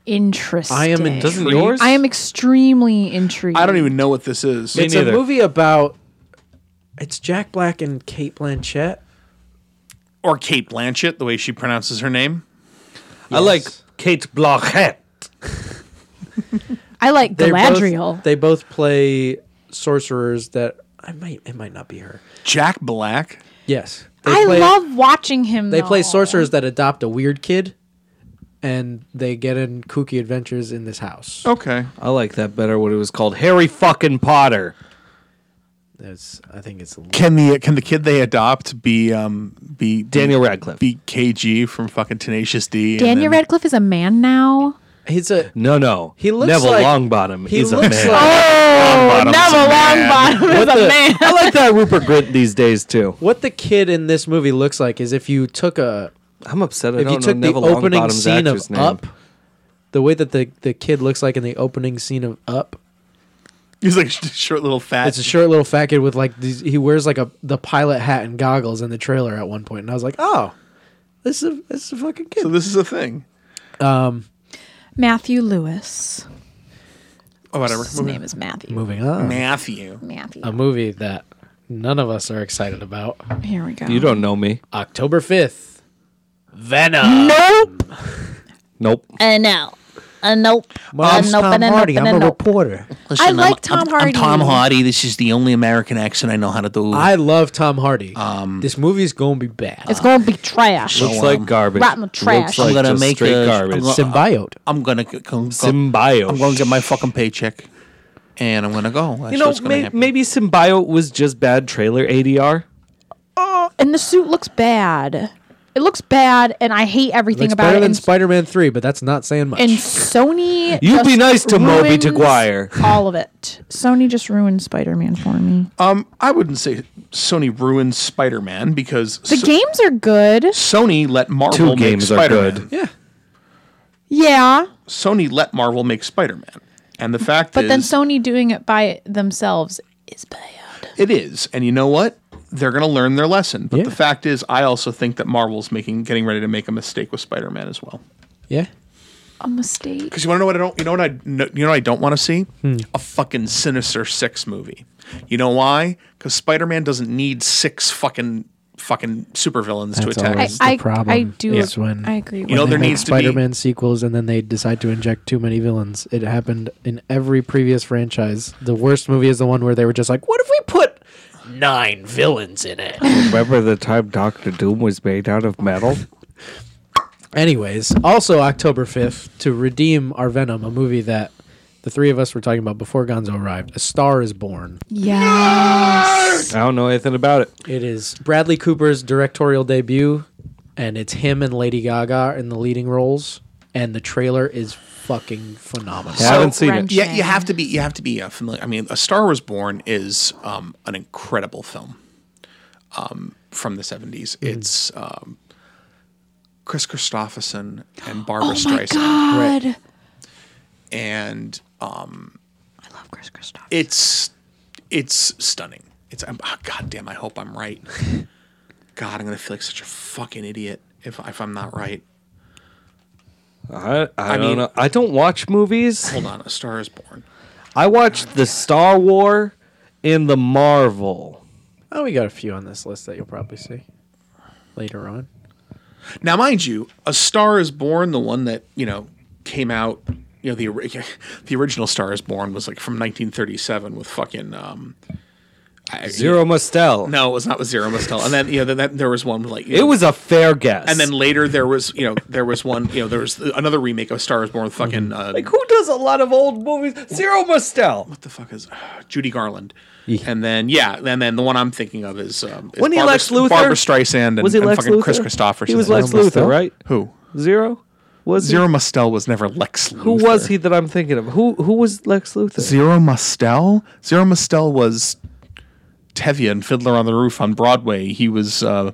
Speaker 4: interesting
Speaker 2: I am in-
Speaker 3: Doesn't yours?
Speaker 4: i am extremely intrigued
Speaker 1: I don't even know what this is.
Speaker 3: Me
Speaker 2: it's
Speaker 3: neither.
Speaker 2: a movie about it's Jack Black and Kate Blanchett.
Speaker 1: or Kate Blanchett, the way she pronounces her name.
Speaker 3: I like Kate Blanchett.
Speaker 4: i like
Speaker 2: They both-
Speaker 4: galadriel
Speaker 2: they both play sorcerers that I might it might not be her.
Speaker 1: Jack Black.
Speaker 2: Yes. They
Speaker 4: i
Speaker 2: play-
Speaker 4: love watching him
Speaker 2: they play
Speaker 4: though.
Speaker 2: sorcerers that adopt a weird kid and they get in kooky adventures in this house.
Speaker 1: Okay.
Speaker 3: I like that better. What it was called, Harry fucking Potter.
Speaker 2: That's I think it's a little-
Speaker 1: Can the can the kid they adopt be um be
Speaker 3: Daniel Radcliffe.
Speaker 1: be KG from fucking Tenacious D? and
Speaker 4: daniel
Speaker 1: then-
Speaker 4: radcliffe is a man now
Speaker 2: he's a
Speaker 3: no, no.
Speaker 2: He looks
Speaker 3: Neville
Speaker 2: like-
Speaker 3: Longbottom
Speaker 2: he
Speaker 3: is a
Speaker 2: looks
Speaker 3: man.
Speaker 2: like
Speaker 4: neville longbottom is a man
Speaker 3: I like that Rupert Grint these days too.
Speaker 2: what the kid in this movie looks like is if you took a
Speaker 3: I'm upset. I
Speaker 2: if
Speaker 3: don't
Speaker 2: you took
Speaker 3: know
Speaker 2: the
Speaker 3: Neville
Speaker 2: opening
Speaker 3: Longbottom's
Speaker 2: scene
Speaker 3: actor's
Speaker 2: of
Speaker 3: name.
Speaker 2: Up, the way that the the kid looks like in the opening scene of Up,
Speaker 1: He's like a sh- short little fat.
Speaker 2: It's a short little fat kid with like these. He wears like a the pilot hat and goggles in the trailer at one point, and I was like, oh, this is a, this is a fucking kid.
Speaker 1: so this is a thing.
Speaker 4: matthew lewis
Speaker 1: Oh, whatever.
Speaker 4: his name is matthew
Speaker 2: Moving on, Um,
Speaker 1: Matthew.
Speaker 4: matthew
Speaker 5: A movie that none of us are excited about.
Speaker 4: here we go
Speaker 3: You don't know me.
Speaker 5: October fifth, Venom.
Speaker 3: Nope.
Speaker 11: And now. Uh, nope.
Speaker 7: Well, I'm
Speaker 11: uh, nope,
Speaker 7: Tom
Speaker 11: and then
Speaker 7: Hardy.
Speaker 11: nope, and
Speaker 7: I'm a
Speaker 11: then nope.
Speaker 7: reporter.
Speaker 11: I like Tom Hardy.
Speaker 1: This is the only American accent I know how to do.
Speaker 2: I love Tom Hardy. Um, this movie's gonna be bad.
Speaker 11: It's gonna be trash.
Speaker 3: Looks like garbage.
Speaker 11: Rotten
Speaker 3: Looks
Speaker 11: trash.
Speaker 3: like
Speaker 1: I'm gonna
Speaker 3: just
Speaker 1: make
Speaker 3: straight
Speaker 1: a-
Speaker 3: garbage.
Speaker 1: I'm gonna-
Speaker 2: Symbiote.
Speaker 1: I'm gonna go, go,
Speaker 3: Symbiote.
Speaker 1: I'm gonna get my fucking paycheck, and I'm gonna go. That's
Speaker 3: you know,
Speaker 1: what's gonna
Speaker 3: may-
Speaker 1: happen.
Speaker 3: maybe Symbiote was just bad trailer ADR.
Speaker 11: Oh, and the suit looks bad. It looks bad, and I hate
Speaker 2: It
Speaker 11: everything
Speaker 2: looks
Speaker 11: about
Speaker 2: better
Speaker 11: it.
Speaker 2: than
Speaker 11: And,
Speaker 2: Spider Man Three, but that's not saying much.
Speaker 11: and Sony.
Speaker 3: You be
Speaker 11: just
Speaker 3: nice to Moby
Speaker 11: ruins
Speaker 3: Maguire.
Speaker 11: All of it. Sony just ruined Spider-Man for me.
Speaker 1: Um, I wouldn't say Sony ruined Spider Man because
Speaker 11: The
Speaker 1: So-
Speaker 11: games are good.
Speaker 1: Sony let Marvel
Speaker 3: Two
Speaker 1: make
Speaker 3: games are
Speaker 1: Spider-Man.
Speaker 3: good.
Speaker 1: Yeah,
Speaker 11: Yeah,
Speaker 1: Sony let Marvel make Spider Man, and the fact
Speaker 4: But
Speaker 1: is,
Speaker 4: then Sony doing it by themselves is bad.
Speaker 1: It is, and you know what? They're going to learn their lesson. But the fact is, I also think that Marvel's making, getting ready to make a mistake with Spider-Man as well.
Speaker 2: yeah,
Speaker 4: A mistake.
Speaker 1: Because you want to know what I don't, you know what I, no, you know what I don't want to see?
Speaker 2: Hmm.
Speaker 1: A fucking Sinister Six movie. You know why? Because Spider-Man doesn't need six fucking fucking supervillains to
Speaker 2: That's
Speaker 1: attack.
Speaker 2: always
Speaker 1: him.
Speaker 2: the
Speaker 4: I- I
Speaker 2: problem.
Speaker 4: do-
Speaker 2: is when
Speaker 4: I agree You
Speaker 1: with know, that. there needs to be-
Speaker 2: Spider Man sequels, and then they decide to inject too many villains. It happened in every previous franchise. The worst movie is the one where they were just like, "What if we put
Speaker 5: Nine villains in it.
Speaker 3: Remember the time Doctor Doom was made out of metal?
Speaker 2: Anyways, also October 5th, to redeem our Venom, a movie that the three of us were talking about before Gonzo arrived, A Star is Born.
Speaker 4: Yes.
Speaker 3: I don't know anything about it.
Speaker 2: It is Bradley Cooper's directorial debut, and it's him and Lady Gaga in the leading roles, and the trailer is fucking phenomenal.
Speaker 3: I haven't seen it.
Speaker 1: Yeah, you have to be. You have to be uh, familiar. I mean, A Star Was Born is um, an incredible film um, from the seventies.
Speaker 4: Mm.
Speaker 1: It's um, Chris Christopherson and Barbara
Speaker 4: Oh my
Speaker 1: Streisand,
Speaker 4: god.
Speaker 1: and um,
Speaker 4: I love Chris Christoph.
Speaker 1: it's it's stunning. It's I'm, oh, God damn. I hope I'm right. God, I'm gonna feel like such a fucking idiot if if I'm not right.
Speaker 3: I, I, don't
Speaker 1: mean-
Speaker 3: know. I don't watch movies.
Speaker 1: Hold on, A Star Is Born.
Speaker 3: I watched the Star War and the Marvel.
Speaker 2: Oh, we got a few on this list that you'll probably see later on.
Speaker 1: Now, mind you, A Star Is Born, the one that you know came out, you know the ori- the original Star Is Born was like from 1937 with fucking um, I-
Speaker 3: Zero Mostel.
Speaker 1: No, it was not with Zero Mostel, and then you know then that, there was one with like you
Speaker 3: It
Speaker 1: know,
Speaker 3: was a fair guess.
Speaker 1: and then later there was you know there was one you know there was another remake of Star Is Born with fucking
Speaker 4: Mm-hmm.
Speaker 1: uh,
Speaker 3: like who does a lot of old movies? Zero Mostel.
Speaker 1: what the fuck is uh, Judy Garland. And then yeah, and then the one I'm thinking of is, um, is
Speaker 3: Wasn't he
Speaker 1: Barbra,
Speaker 3: Lex Luthor?
Speaker 1: Barbara Streisand, and,
Speaker 3: was he
Speaker 1: and
Speaker 3: Lex
Speaker 1: fucking
Speaker 3: Luthor?
Speaker 1: Chris Christopherson.
Speaker 3: He was Lex
Speaker 1: Zero
Speaker 3: Luthor, right?
Speaker 1: Who?
Speaker 3: Zero. Was he?
Speaker 1: Zero Mostel was never Lex.
Speaker 3: Who was he that I'm thinking of? Who who was Lex Luthor?
Speaker 1: Zero Mostel. Zero Mostel was Tevye and Fiddler on the Roof on Broadway. He was uh,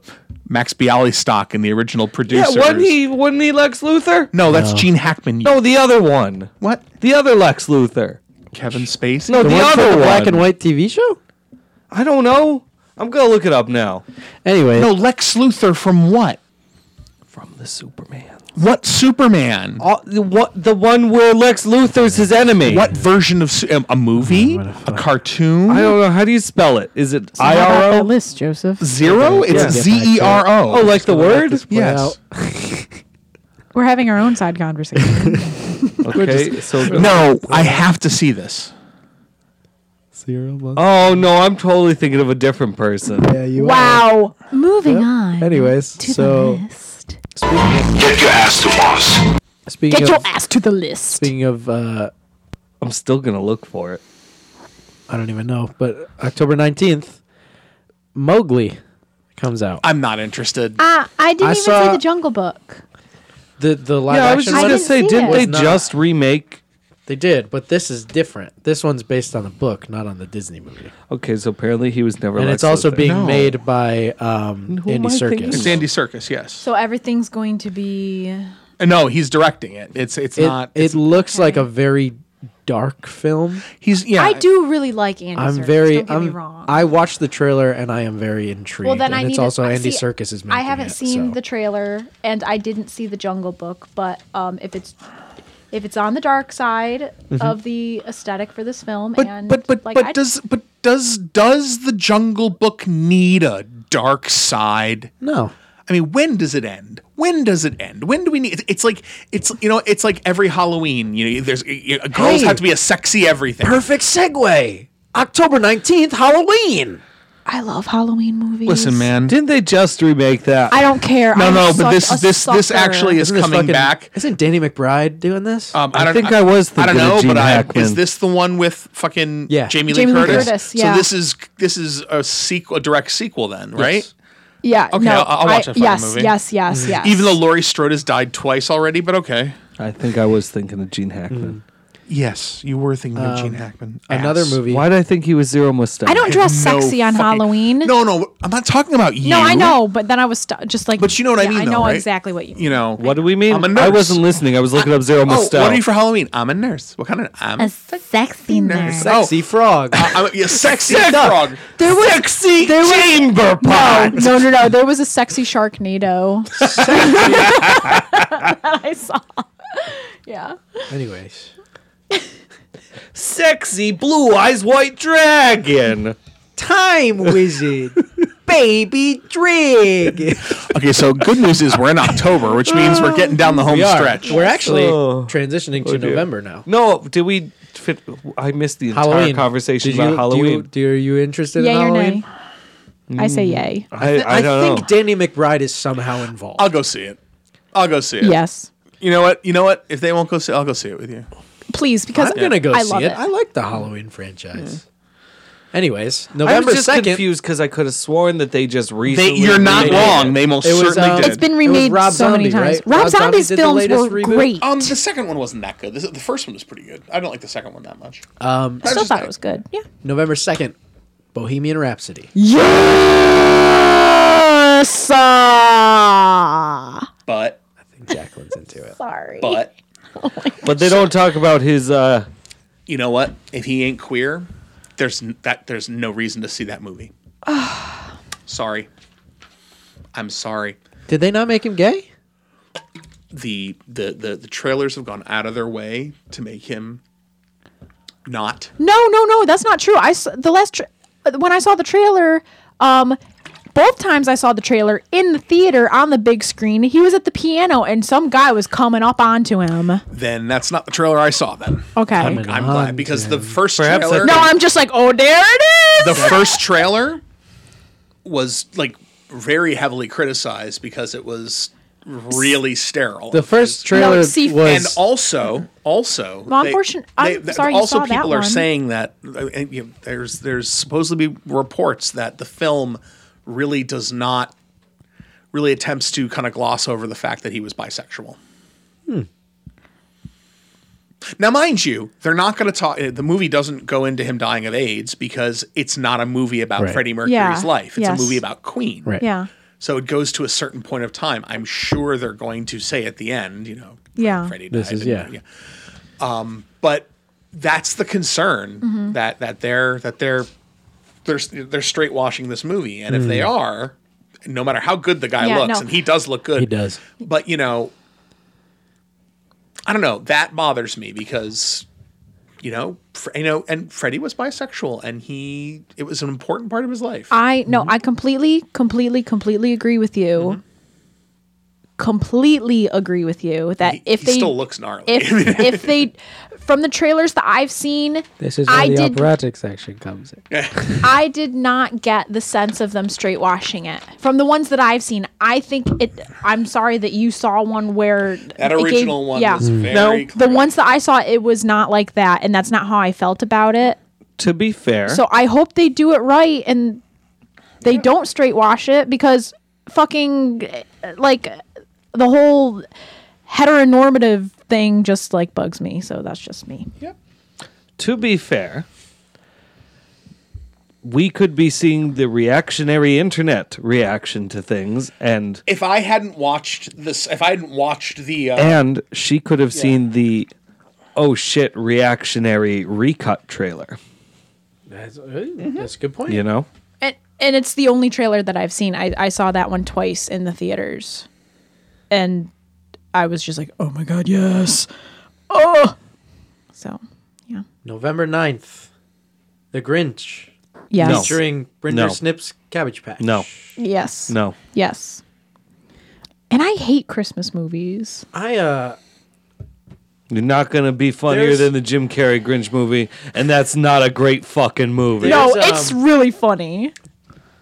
Speaker 1: Max Bialystock in the original
Speaker 3: Yeah,
Speaker 1: producer.
Speaker 3: wasn't he? Wasn't he Lex Luthor?
Speaker 1: No, that's Gene Hackman.
Speaker 3: No, the other one.
Speaker 1: what?
Speaker 3: The other Lex Luthor.
Speaker 1: Kevin Spacey.
Speaker 3: No, the, other one.
Speaker 2: Black and white TV show?
Speaker 3: I don't know. I'm gonna look it up now.
Speaker 2: Anyway,
Speaker 1: no, Lex Luthor from what?
Speaker 3: From the Superman.
Speaker 1: What Superman?
Speaker 3: Oh, the, what the one where Lex Luthor's his enemy?
Speaker 1: What version of su- um, a movie? A cartoon?
Speaker 3: I don't know. How do you spell it? Is it I
Speaker 11: How about
Speaker 3: R
Speaker 11: that
Speaker 3: O?
Speaker 11: list, Joseph.
Speaker 1: Zero? It's
Speaker 2: Yeah.
Speaker 1: Z E R O.
Speaker 3: Oh, like the word?
Speaker 1: yes.
Speaker 11: We're having our own side conversation.
Speaker 3: Okay. So
Speaker 1: No, I have to see this.
Speaker 3: Oh no, I'm totally thinking of a different person.
Speaker 2: yeah, you
Speaker 11: wow. Moving on.
Speaker 2: Anyways,
Speaker 11: to
Speaker 2: so
Speaker 11: the list.
Speaker 6: Get your ass to Mars.
Speaker 2: speaking
Speaker 11: Get
Speaker 2: of
Speaker 11: your ass to the list.
Speaker 2: speaking of uh
Speaker 3: I'm still gonna look for it.
Speaker 2: I don't even know, but October 19th Mowgli comes out.
Speaker 1: I'm not interested.
Speaker 4: Ah, I didn't
Speaker 2: I
Speaker 4: even
Speaker 2: saw-
Speaker 4: see the Jungle Book.
Speaker 2: The the live
Speaker 3: yeah, I was
Speaker 2: action
Speaker 3: just
Speaker 2: one
Speaker 3: gonna
Speaker 4: didn't
Speaker 3: say,
Speaker 4: see
Speaker 3: didn't
Speaker 4: it.
Speaker 3: they
Speaker 2: Was not-
Speaker 3: just remake?
Speaker 2: They did, but this is different. This one's based on a book, not on the Disney movie.
Speaker 3: Okay, so apparently he was never.
Speaker 2: and
Speaker 3: Lex
Speaker 2: it's also
Speaker 3: Luthor.
Speaker 2: being
Speaker 1: Oh, No.
Speaker 2: made by um,
Speaker 3: who am
Speaker 2: Andy
Speaker 3: I thinking
Speaker 2: Serkis.
Speaker 1: It's Andy Circus, yes.
Speaker 4: So everything's going to be
Speaker 1: Uh, no, he's directing it. It's it's
Speaker 2: It,
Speaker 1: not.
Speaker 2: it looks like a very dark film.
Speaker 1: He's yeah.
Speaker 4: I do really like Andy
Speaker 2: I'm
Speaker 4: Serkis,
Speaker 2: very.
Speaker 4: don't get
Speaker 2: I'm,
Speaker 4: me wrong.
Speaker 2: I watched the trailer and I am very intrigued.
Speaker 4: well, then
Speaker 2: and
Speaker 4: I
Speaker 2: it's
Speaker 4: need
Speaker 2: also
Speaker 4: to,
Speaker 2: Andy
Speaker 4: see,
Speaker 2: Serkis is making
Speaker 4: I haven't
Speaker 2: it,
Speaker 4: seen
Speaker 2: so.
Speaker 4: the trailer and I didn't see the Jungle Book, but um, if it's if it's on the dark side of the aesthetic for this film,
Speaker 1: Mm-hmm. but
Speaker 4: and
Speaker 1: but but
Speaker 4: like,
Speaker 1: but
Speaker 4: I-
Speaker 1: does but does does the Jungle Book need a dark side?
Speaker 2: No,
Speaker 1: I mean, when does it end? When does it end? When do we need? It's like it's you know it's like every Halloween. You know, there's you know, girls
Speaker 5: Hey.
Speaker 1: have to be a sexy everything.
Speaker 5: Perfect segue. October 19th, Halloween.
Speaker 4: I love Halloween movies.
Speaker 1: Listen, man,
Speaker 3: didn't they just remake that?
Speaker 4: I don't care.
Speaker 1: No,
Speaker 4: I'm
Speaker 1: no, but
Speaker 4: such
Speaker 1: this
Speaker 4: a
Speaker 1: this this
Speaker 4: sucker.
Speaker 1: actually is
Speaker 2: Isn't this
Speaker 1: coming
Speaker 2: fucking-
Speaker 1: back.
Speaker 2: Isn't Danny McBride doing this?
Speaker 1: Um,
Speaker 3: I
Speaker 1: don't-
Speaker 3: think I was
Speaker 1: I don't
Speaker 3: thinking of
Speaker 1: know,
Speaker 3: Gene
Speaker 1: but I,
Speaker 3: Hackman.
Speaker 1: is this the one with fucking
Speaker 2: Yeah.
Speaker 1: Jamie Lee
Speaker 4: Jamie Lee
Speaker 1: Curtis?
Speaker 4: Curtis,
Speaker 1: So
Speaker 4: yeah.
Speaker 1: this is this is a sequel, a direct sequel, then, right?
Speaker 4: Yeah.
Speaker 1: Okay,
Speaker 4: no,
Speaker 1: I'll, I'll watch
Speaker 4: I-
Speaker 1: that fucking
Speaker 4: yes,
Speaker 1: movie. Mm-hmm.
Speaker 4: Yes, yes, yes.
Speaker 1: Even though Laurie Strode has died twice already, but okay.
Speaker 3: I think I was thinking of Gene Hackman.
Speaker 1: Yes, you were thinking of Gene
Speaker 2: Um,
Speaker 1: Hackman.
Speaker 2: another
Speaker 1: Ass.
Speaker 2: movie.
Speaker 3: Why did I think he was Zero Mustache?
Speaker 4: I don't dress
Speaker 1: No
Speaker 4: sexy on
Speaker 1: fucking-
Speaker 4: Halloween.
Speaker 1: No, no, I'm not talking about you.
Speaker 4: No, I know, but then I was stu just like.
Speaker 1: But you know what I
Speaker 4: Yeah,
Speaker 1: mean,
Speaker 4: I
Speaker 1: though,
Speaker 4: know
Speaker 1: right?
Speaker 4: exactly what you.
Speaker 1: You know
Speaker 3: What do we mean?
Speaker 1: I'm a nurse.
Speaker 3: I wasn't listening. I was looking up Zero
Speaker 1: Oh,
Speaker 3: Mustache.
Speaker 1: what are you for Halloween? I'm a nurse. What kind of? I'm
Speaker 7: A sexy nurse.
Speaker 3: Oh.
Speaker 2: Sexy frog.
Speaker 3: Uh,
Speaker 1: I'm a yeah, sexy frog.
Speaker 4: There was
Speaker 3: Sexy
Speaker 4: There was-
Speaker 3: chamber pot.
Speaker 4: no, no, no. There was a sexy Sharknado that I saw. Yeah.
Speaker 2: Anyways,
Speaker 3: Sexy blue eyes white dragon.
Speaker 2: time wizard, baby Drig.
Speaker 1: Okay, so good news is we're in October, which means we're getting down the home
Speaker 2: we are.
Speaker 1: stretch.
Speaker 2: We're actually
Speaker 3: Oh.
Speaker 2: transitioning to November now.
Speaker 3: No, did we? Fit, I missed the entire
Speaker 2: Halloween
Speaker 3: conversation
Speaker 2: Did
Speaker 3: about
Speaker 2: you- do you-
Speaker 3: Halloween.
Speaker 2: Do you, are you interested
Speaker 4: Yay
Speaker 2: in
Speaker 4: or
Speaker 2: Halloween? Mm.
Speaker 4: nay? I say yay.
Speaker 3: I, I don't
Speaker 2: think
Speaker 3: know.
Speaker 2: Danny McBride is somehow involved.
Speaker 4: Oh,
Speaker 1: I'll go see it. I'll go see it.
Speaker 4: Yes.
Speaker 1: You know what? You know what? If they won't go see, I'll go see it with you.
Speaker 4: Please, because
Speaker 2: I'm gonna go
Speaker 4: I
Speaker 2: see
Speaker 4: love
Speaker 2: it.
Speaker 4: it.
Speaker 2: I like the Halloween franchise. Anyways,
Speaker 3: I was
Speaker 2: November
Speaker 3: just
Speaker 2: second.
Speaker 3: confused because I could have sworn that they just
Speaker 1: They,
Speaker 3: recently.
Speaker 1: you're not
Speaker 3: remade
Speaker 1: wrong.
Speaker 3: it.
Speaker 1: They most
Speaker 2: It was,
Speaker 1: certainly
Speaker 2: um,
Speaker 1: did.
Speaker 4: It's been
Speaker 2: It was
Speaker 4: remade
Speaker 2: Rob
Speaker 4: so many
Speaker 2: Zombie,
Speaker 4: times.
Speaker 2: right?
Speaker 4: Rob,
Speaker 2: Rob Zombie
Speaker 4: Zombie's
Speaker 2: did the
Speaker 4: films
Speaker 2: latest
Speaker 4: were
Speaker 2: reboot?
Speaker 4: great.
Speaker 1: Um, the second one wasn't that good. This, the first one was pretty good. I don't like the second one that much.
Speaker 2: Um,
Speaker 4: I still
Speaker 1: just-
Speaker 4: thought it was good. Yeah.
Speaker 2: November second, Bohemian Rhapsody.
Speaker 4: Yes.
Speaker 3: Ah!
Speaker 1: but,
Speaker 2: Jacqueline's into it.
Speaker 4: Sorry.
Speaker 1: but,
Speaker 3: But they don't talk about his. uh
Speaker 1: you know what? If he ain't queer, there's n- that. There's no reason to see that movie. sorry. I'm sorry.
Speaker 2: Did they not make him gay?
Speaker 1: The, the the the trailers have gone out of their way to make him not.
Speaker 4: No, no, no, that's not true. I s- the last tra- when I saw the trailer, um, both times I saw the trailer in the theater on the big screen, he was at the piano and some guy was coming up onto him.
Speaker 1: Then that's not the trailer I saw. Then
Speaker 4: Okay.
Speaker 2: Coming.
Speaker 1: I'm
Speaker 2: Ah,
Speaker 1: glad because the first
Speaker 3: Perhaps
Speaker 1: trailer.
Speaker 3: that's-
Speaker 4: No, I'm just like, oh, there it
Speaker 1: the
Speaker 4: is.
Speaker 1: first trailer was like very heavily criticized because it was really sterile.
Speaker 2: The first trailer
Speaker 4: No, see-
Speaker 2: was
Speaker 1: and also also
Speaker 4: Law
Speaker 1: they-
Speaker 4: enforcement- I'm
Speaker 1: th-
Speaker 4: sorry you
Speaker 1: also
Speaker 4: saw that
Speaker 1: people are
Speaker 4: one.
Speaker 1: saying that uh, and, you know, there's there's supposedly reports that the film really does not really attempts to kind of gloss over the fact that he was bisexual.
Speaker 2: Hmm.
Speaker 1: Now, mind you, they're not going to talk. The movie doesn't go into him dying of AIDS because it's not a movie about
Speaker 2: Right.
Speaker 1: Freddie Mercury's
Speaker 4: Yeah,
Speaker 1: life. It's
Speaker 4: yes.
Speaker 1: a movie about Queen.
Speaker 2: Right.
Speaker 4: Yeah.
Speaker 1: So it goes to a certain point of time. I'm sure they're going to say at the end, you know,
Speaker 4: Yeah.
Speaker 1: Freddie died.
Speaker 2: This is-
Speaker 1: and-
Speaker 2: yeah.
Speaker 1: Um, but that's the concern
Speaker 4: Mm-hmm.
Speaker 1: that that they're that they're they're they're straight washing this movie, and if they
Speaker 2: Mm.
Speaker 1: are, no matter how good the guy
Speaker 4: Yeah,
Speaker 1: looks,
Speaker 4: no.
Speaker 1: and he does look good,
Speaker 2: he does.
Speaker 1: But you know, I don't know. That bothers me because you know, Fre- you know, and Freddie was bisexual, and he it was an important part of his life.
Speaker 4: I no,
Speaker 1: Mm-hmm.
Speaker 4: I completely, completely, completely agree with you. Completely agree with you that
Speaker 1: He-
Speaker 4: if
Speaker 1: he
Speaker 4: they
Speaker 1: still looks gnarly.
Speaker 4: if if they from the trailers that I've seen,
Speaker 2: This is
Speaker 4: where I the did-
Speaker 2: operatic section comes in.
Speaker 4: I did not get the sense of them straight washing it. From the ones that I've seen, I think it. I'm sorry that you saw one where
Speaker 1: that
Speaker 4: it gave-
Speaker 1: original one was
Speaker 2: Mm.
Speaker 1: very
Speaker 4: the
Speaker 1: clear.
Speaker 4: ones that I saw, it was not like that, and that's not how I felt about it.
Speaker 3: To be fair,
Speaker 4: So I hope they do it right and they don't straight wash it because fucking uh, like the whole heteronormative thing just like bugs me. So that's just me.
Speaker 3: to be fair, we could be seeing the reactionary internet reaction to things, and
Speaker 1: if I hadn't watched this, if I hadn't watched the uh,
Speaker 3: and she could have seen the oh shit reactionary recut trailer.
Speaker 2: That's, uh, that's a good point.
Speaker 3: You know,
Speaker 4: And and it's the only trailer that I've seen. I, I saw that one twice in the theaters. And I was just like, oh my god, yes. Oh so yeah.
Speaker 2: November 9th, The Grinch,
Speaker 4: Yes.
Speaker 2: featuring Brinder
Speaker 3: No.
Speaker 2: Snip's Cabbage Patch.
Speaker 3: no,
Speaker 4: Yes.
Speaker 3: no,
Speaker 4: Yes. And I hate Christmas movies.
Speaker 2: I uh
Speaker 3: You're not gonna be funnier
Speaker 4: There's-
Speaker 3: than the Jim Carrey Grinch movie, and that's not a great fucking movie.
Speaker 4: no,
Speaker 2: There's,
Speaker 4: it's
Speaker 2: um,
Speaker 4: really funny.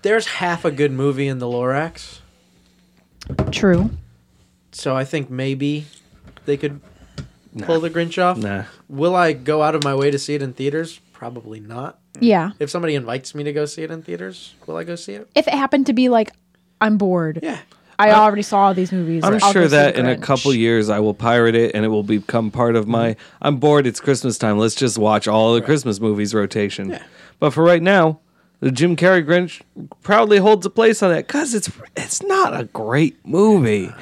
Speaker 2: there's half a good movie in the Lorax,
Speaker 4: True.
Speaker 2: so I think maybe they could pull the Grinch off.
Speaker 3: Nah.
Speaker 2: Will I go out of my way to see it in theaters? Probably not.
Speaker 4: Yeah.
Speaker 2: If somebody invites me to go see it in theaters, will I go see it?
Speaker 4: If it happened to be like, I'm bored. Yeah. I already saw all these movies.
Speaker 3: I'm
Speaker 4: I'll go
Speaker 3: sure
Speaker 4: see
Speaker 3: that
Speaker 4: The
Speaker 3: in a
Speaker 4: Grinch.
Speaker 3: couple years I will pirate it and it will become part of my.
Speaker 4: Mm-hmm.
Speaker 3: I'm bored. It's Christmas time. Let's just watch all the Christmas movies rotation. But for right now, the Jim Carrey Grinch proudly holds a place on it because it's it's not a great movie.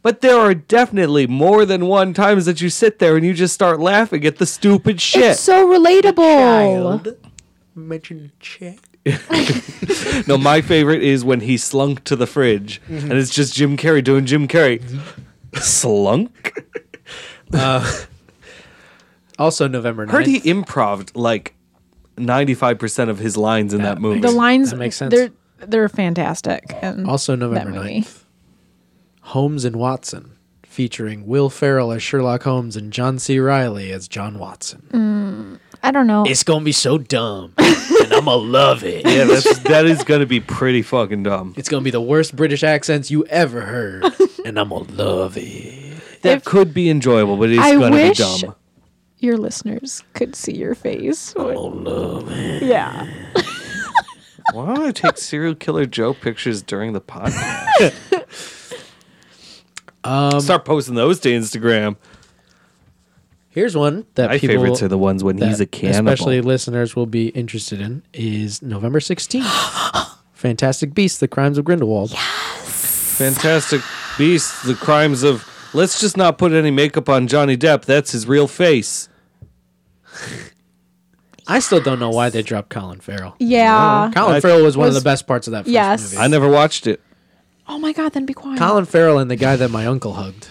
Speaker 3: But there are definitely more than one times that you sit there and you just start laughing at the stupid shit.
Speaker 4: It's so relatable.
Speaker 2: Mention check.
Speaker 3: no, my favorite is when he slunk to the fridge
Speaker 2: Mhm.
Speaker 3: and it's just Jim Carrey doing Jim Carrey. slunk?
Speaker 2: Uh, also November 9th.
Speaker 3: Heard he improved like 95% of his lines in that movie.
Speaker 4: The lines
Speaker 2: That makes sense.
Speaker 4: They're they're fantastic. And
Speaker 2: Also
Speaker 4: that
Speaker 2: November
Speaker 4: movie.
Speaker 2: 9th. Holmes and Watson, featuring Will Ferrell as Sherlock Holmes and John C. Riley as John Watson.
Speaker 4: Mm, I don't know.
Speaker 2: It's gonna be so dumb.
Speaker 5: and I'm gonna love it.
Speaker 3: yeah, that's, that is going to be pretty fucking dumb.
Speaker 2: It's gonna be the worst British accents you ever heard, and I'm gonna love it.
Speaker 3: That could be enjoyable, but it's
Speaker 4: I
Speaker 3: going to be
Speaker 4: wish
Speaker 3: dumb.
Speaker 4: your listeners could see your face. Oh, Yeah.
Speaker 3: Why don't I take serial killer Joe pictures during the podcast?
Speaker 2: um,
Speaker 3: Start posting those to Instagram.
Speaker 2: Here's one that
Speaker 3: My
Speaker 2: people,
Speaker 3: favorites are the ones when he's
Speaker 2: that
Speaker 3: a cannibal.
Speaker 2: Especially listeners will be interested in is November 16th. Fantastic Beasts: The Crimes of Grindelwald.
Speaker 3: Fantastic Beasts, the crimes of. Let's just not put any makeup on Johnny Depp. That's his real face.
Speaker 2: I still don't know why they dropped Colin Farrell.
Speaker 4: Yeah.
Speaker 2: Colin
Speaker 3: I-
Speaker 2: Farrell was one
Speaker 4: was-
Speaker 2: of the best parts of that. First
Speaker 4: Yes.
Speaker 2: movie.
Speaker 3: I never watched it.
Speaker 4: Oh my god, then be quiet.
Speaker 2: Colin Farrell and the guy that my uncle hugged.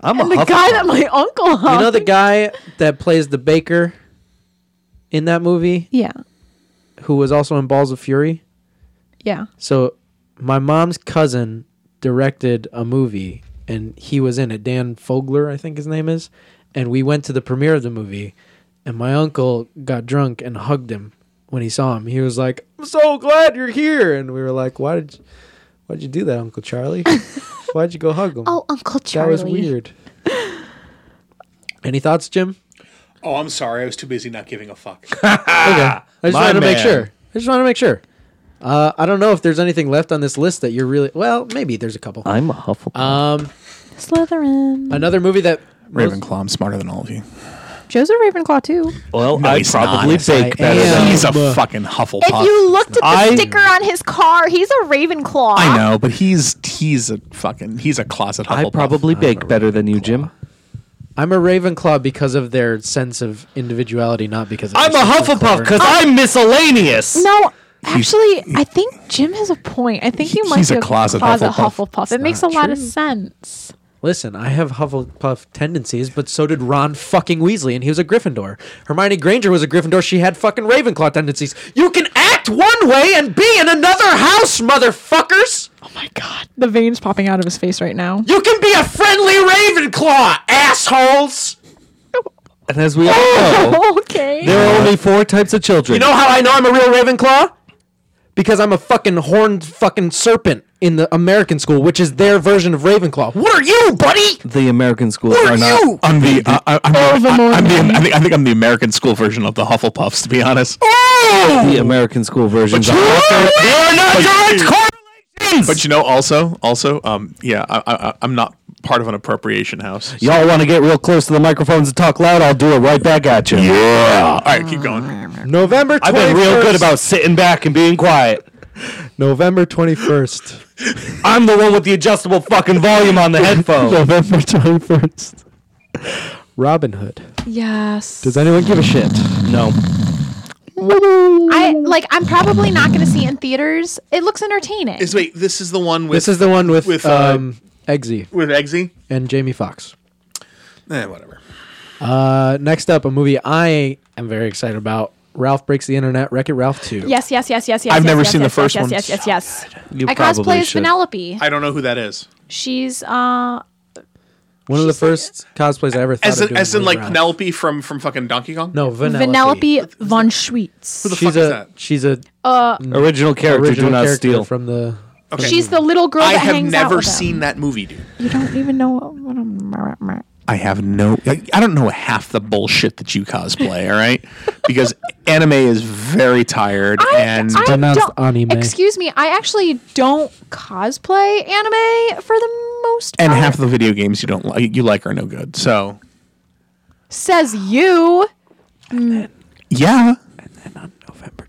Speaker 3: I'm
Speaker 4: and the guy that my uncle
Speaker 3: Oh.
Speaker 2: You know
Speaker 4: hugged.
Speaker 2: the guy that plays the baker in that movie,
Speaker 4: yeah.
Speaker 2: who was also in Balls of Fury.
Speaker 4: Yeah.
Speaker 2: So, my mom's cousin directed a movie, and he was in it. Dan Fogler, I think his name is, and we went to the premiere of the movie, and my uncle got drunk and hugged him when he saw him. He was like, "I'm so glad you're here," and we were like, "Why did, you, why'd you do that, Uncle Charlie? Why'd you go hug him?"
Speaker 4: Oh, Uncle
Speaker 2: that
Speaker 4: Charlie.
Speaker 2: was weird. Any thoughts, Jim?
Speaker 1: Oh, I'm sorry. I was too busy not giving a fuck.
Speaker 2: Okay. I just
Speaker 3: My
Speaker 2: wanted to make
Speaker 3: man.
Speaker 2: sure. I just wanted to make sure. Uh, I don't know if there's anything left on this list that you're really well. Maybe there's a couple.
Speaker 3: I'm a Hufflepuff.
Speaker 2: Um,
Speaker 4: Slytherin.
Speaker 2: another movie that
Speaker 1: Ravenclaw, I'm smarter than all of you.
Speaker 4: Joe's a Ravenclaw too.
Speaker 3: Well,
Speaker 1: No,
Speaker 3: I
Speaker 1: he's not.
Speaker 3: probably
Speaker 1: Yes,
Speaker 3: bake
Speaker 1: I
Speaker 3: better
Speaker 1: am.
Speaker 3: than
Speaker 1: He's a
Speaker 2: him.
Speaker 1: fucking Hufflepuff.
Speaker 4: If you looked at the
Speaker 1: I-
Speaker 4: sticker on his car, he's a Ravenclaw.
Speaker 1: I know, but he's he's a fucking he's a closet Hufflepuff.
Speaker 3: I probably bake better than you, Jim.
Speaker 2: I'm a Ravenclaw because of their sense of individuality, not because of their sense of cleverness.
Speaker 3: I'm miscellaneous.
Speaker 4: No, actually, I think Jim has a point. I think
Speaker 1: He-
Speaker 4: you might
Speaker 1: he's
Speaker 4: be
Speaker 1: a closet Hufflepuff.
Speaker 4: Hufflepuff. It makes a
Speaker 2: not
Speaker 4: lot of
Speaker 2: true.
Speaker 4: sense.
Speaker 2: Listen, I have Hufflepuff tendencies, but so did Ron fucking Weasley, and he was a Gryffindor. Hermione Granger was a Gryffindor. She had fucking Ravenclaw tendencies. You can act one way and be in another house, motherfuckers.
Speaker 4: Oh my god, the veins popping out of his face right now.
Speaker 2: You can be a friendly Ravenclaw, assholes.
Speaker 3: And as we all know,
Speaker 1: Oh.
Speaker 4: okay.
Speaker 3: there are only four types of children.
Speaker 2: You know how I know I'm a real Ravenclaw? Because I'm a fucking horned fucking serpent in the American school, which is their version of Ravenclaw. What are you, buddy?
Speaker 3: the American schools
Speaker 2: Who
Speaker 3: are
Speaker 2: are
Speaker 3: not.
Speaker 2: you?
Speaker 1: I'm the uh, I- I'm, the, I, I'm the I think, I think I'm the American school version of the Hufflepuffs. To be honest,
Speaker 2: Oh!
Speaker 3: The American school versions are.
Speaker 1: but you know, also also um yeah, I, I I'm not part of an appropriation house.
Speaker 3: Y'all want to get real close to the microphones and talk loud? I'll do it right back at you.
Speaker 1: Yeah. All right, keep
Speaker 11: Mm.
Speaker 1: going.
Speaker 2: November 21st.
Speaker 3: I've been real good about sitting back and being quiet.
Speaker 2: November 21st.
Speaker 3: I'm the one with the adjustable fucking volume on the headphone.
Speaker 2: November 21st. Robin Hood.
Speaker 4: Yes.
Speaker 2: Does anyone give a shit?
Speaker 3: No.
Speaker 4: I like. I'm probably not going to see it in theaters. It looks entertaining.
Speaker 1: Is wait, this is the one with
Speaker 2: This is the one with,
Speaker 1: with, uh,
Speaker 2: um, Eggsy
Speaker 1: with Eggsy.
Speaker 2: and Jamie Foxx.
Speaker 1: Eh, whatever.
Speaker 2: Uh, next up, a movie I am very excited about Ralph breaks the internet. Wreck It Ralph two.
Speaker 11: Yes, yes, yes, yes, yes.
Speaker 1: I've
Speaker 11: yes,
Speaker 1: never
Speaker 11: yes,
Speaker 1: seen the
Speaker 11: yes,
Speaker 1: first
Speaker 11: yes,
Speaker 1: one.
Speaker 11: Yes, yes, yes.
Speaker 1: You
Speaker 11: I
Speaker 1: probably
Speaker 11: cosplay as
Speaker 1: should.
Speaker 11: Penelope.
Speaker 1: I don't know who that is.
Speaker 11: She's uh
Speaker 2: One of the first cosplays I ever thought
Speaker 1: As
Speaker 2: of
Speaker 1: in,
Speaker 2: doing
Speaker 1: as in
Speaker 2: was
Speaker 1: like
Speaker 2: Ralph.
Speaker 1: Penelope from from fucking Donkey Kong.
Speaker 2: No, Vanellope.
Speaker 11: Penelope von Schweetz.
Speaker 2: she's a she's a
Speaker 11: Uh,
Speaker 3: Original character, do not
Speaker 2: character
Speaker 3: steal.
Speaker 2: from the.
Speaker 1: Okay.
Speaker 11: She's the little girl
Speaker 1: I
Speaker 11: that
Speaker 1: have
Speaker 11: hangs out
Speaker 1: never
Speaker 11: with them.
Speaker 1: seen that movie, dude.
Speaker 11: You don't even know what, what I'm.
Speaker 1: I have no. I, I don't know half the bullshit that you cosplay. all right, because anime is very tired and
Speaker 11: I don't- Excuse me, I actually don't cosplay anime for the most
Speaker 1: and
Speaker 11: part.
Speaker 1: half the video games you don't like you like are no good. So
Speaker 11: Says you. Mm,
Speaker 1: yeah,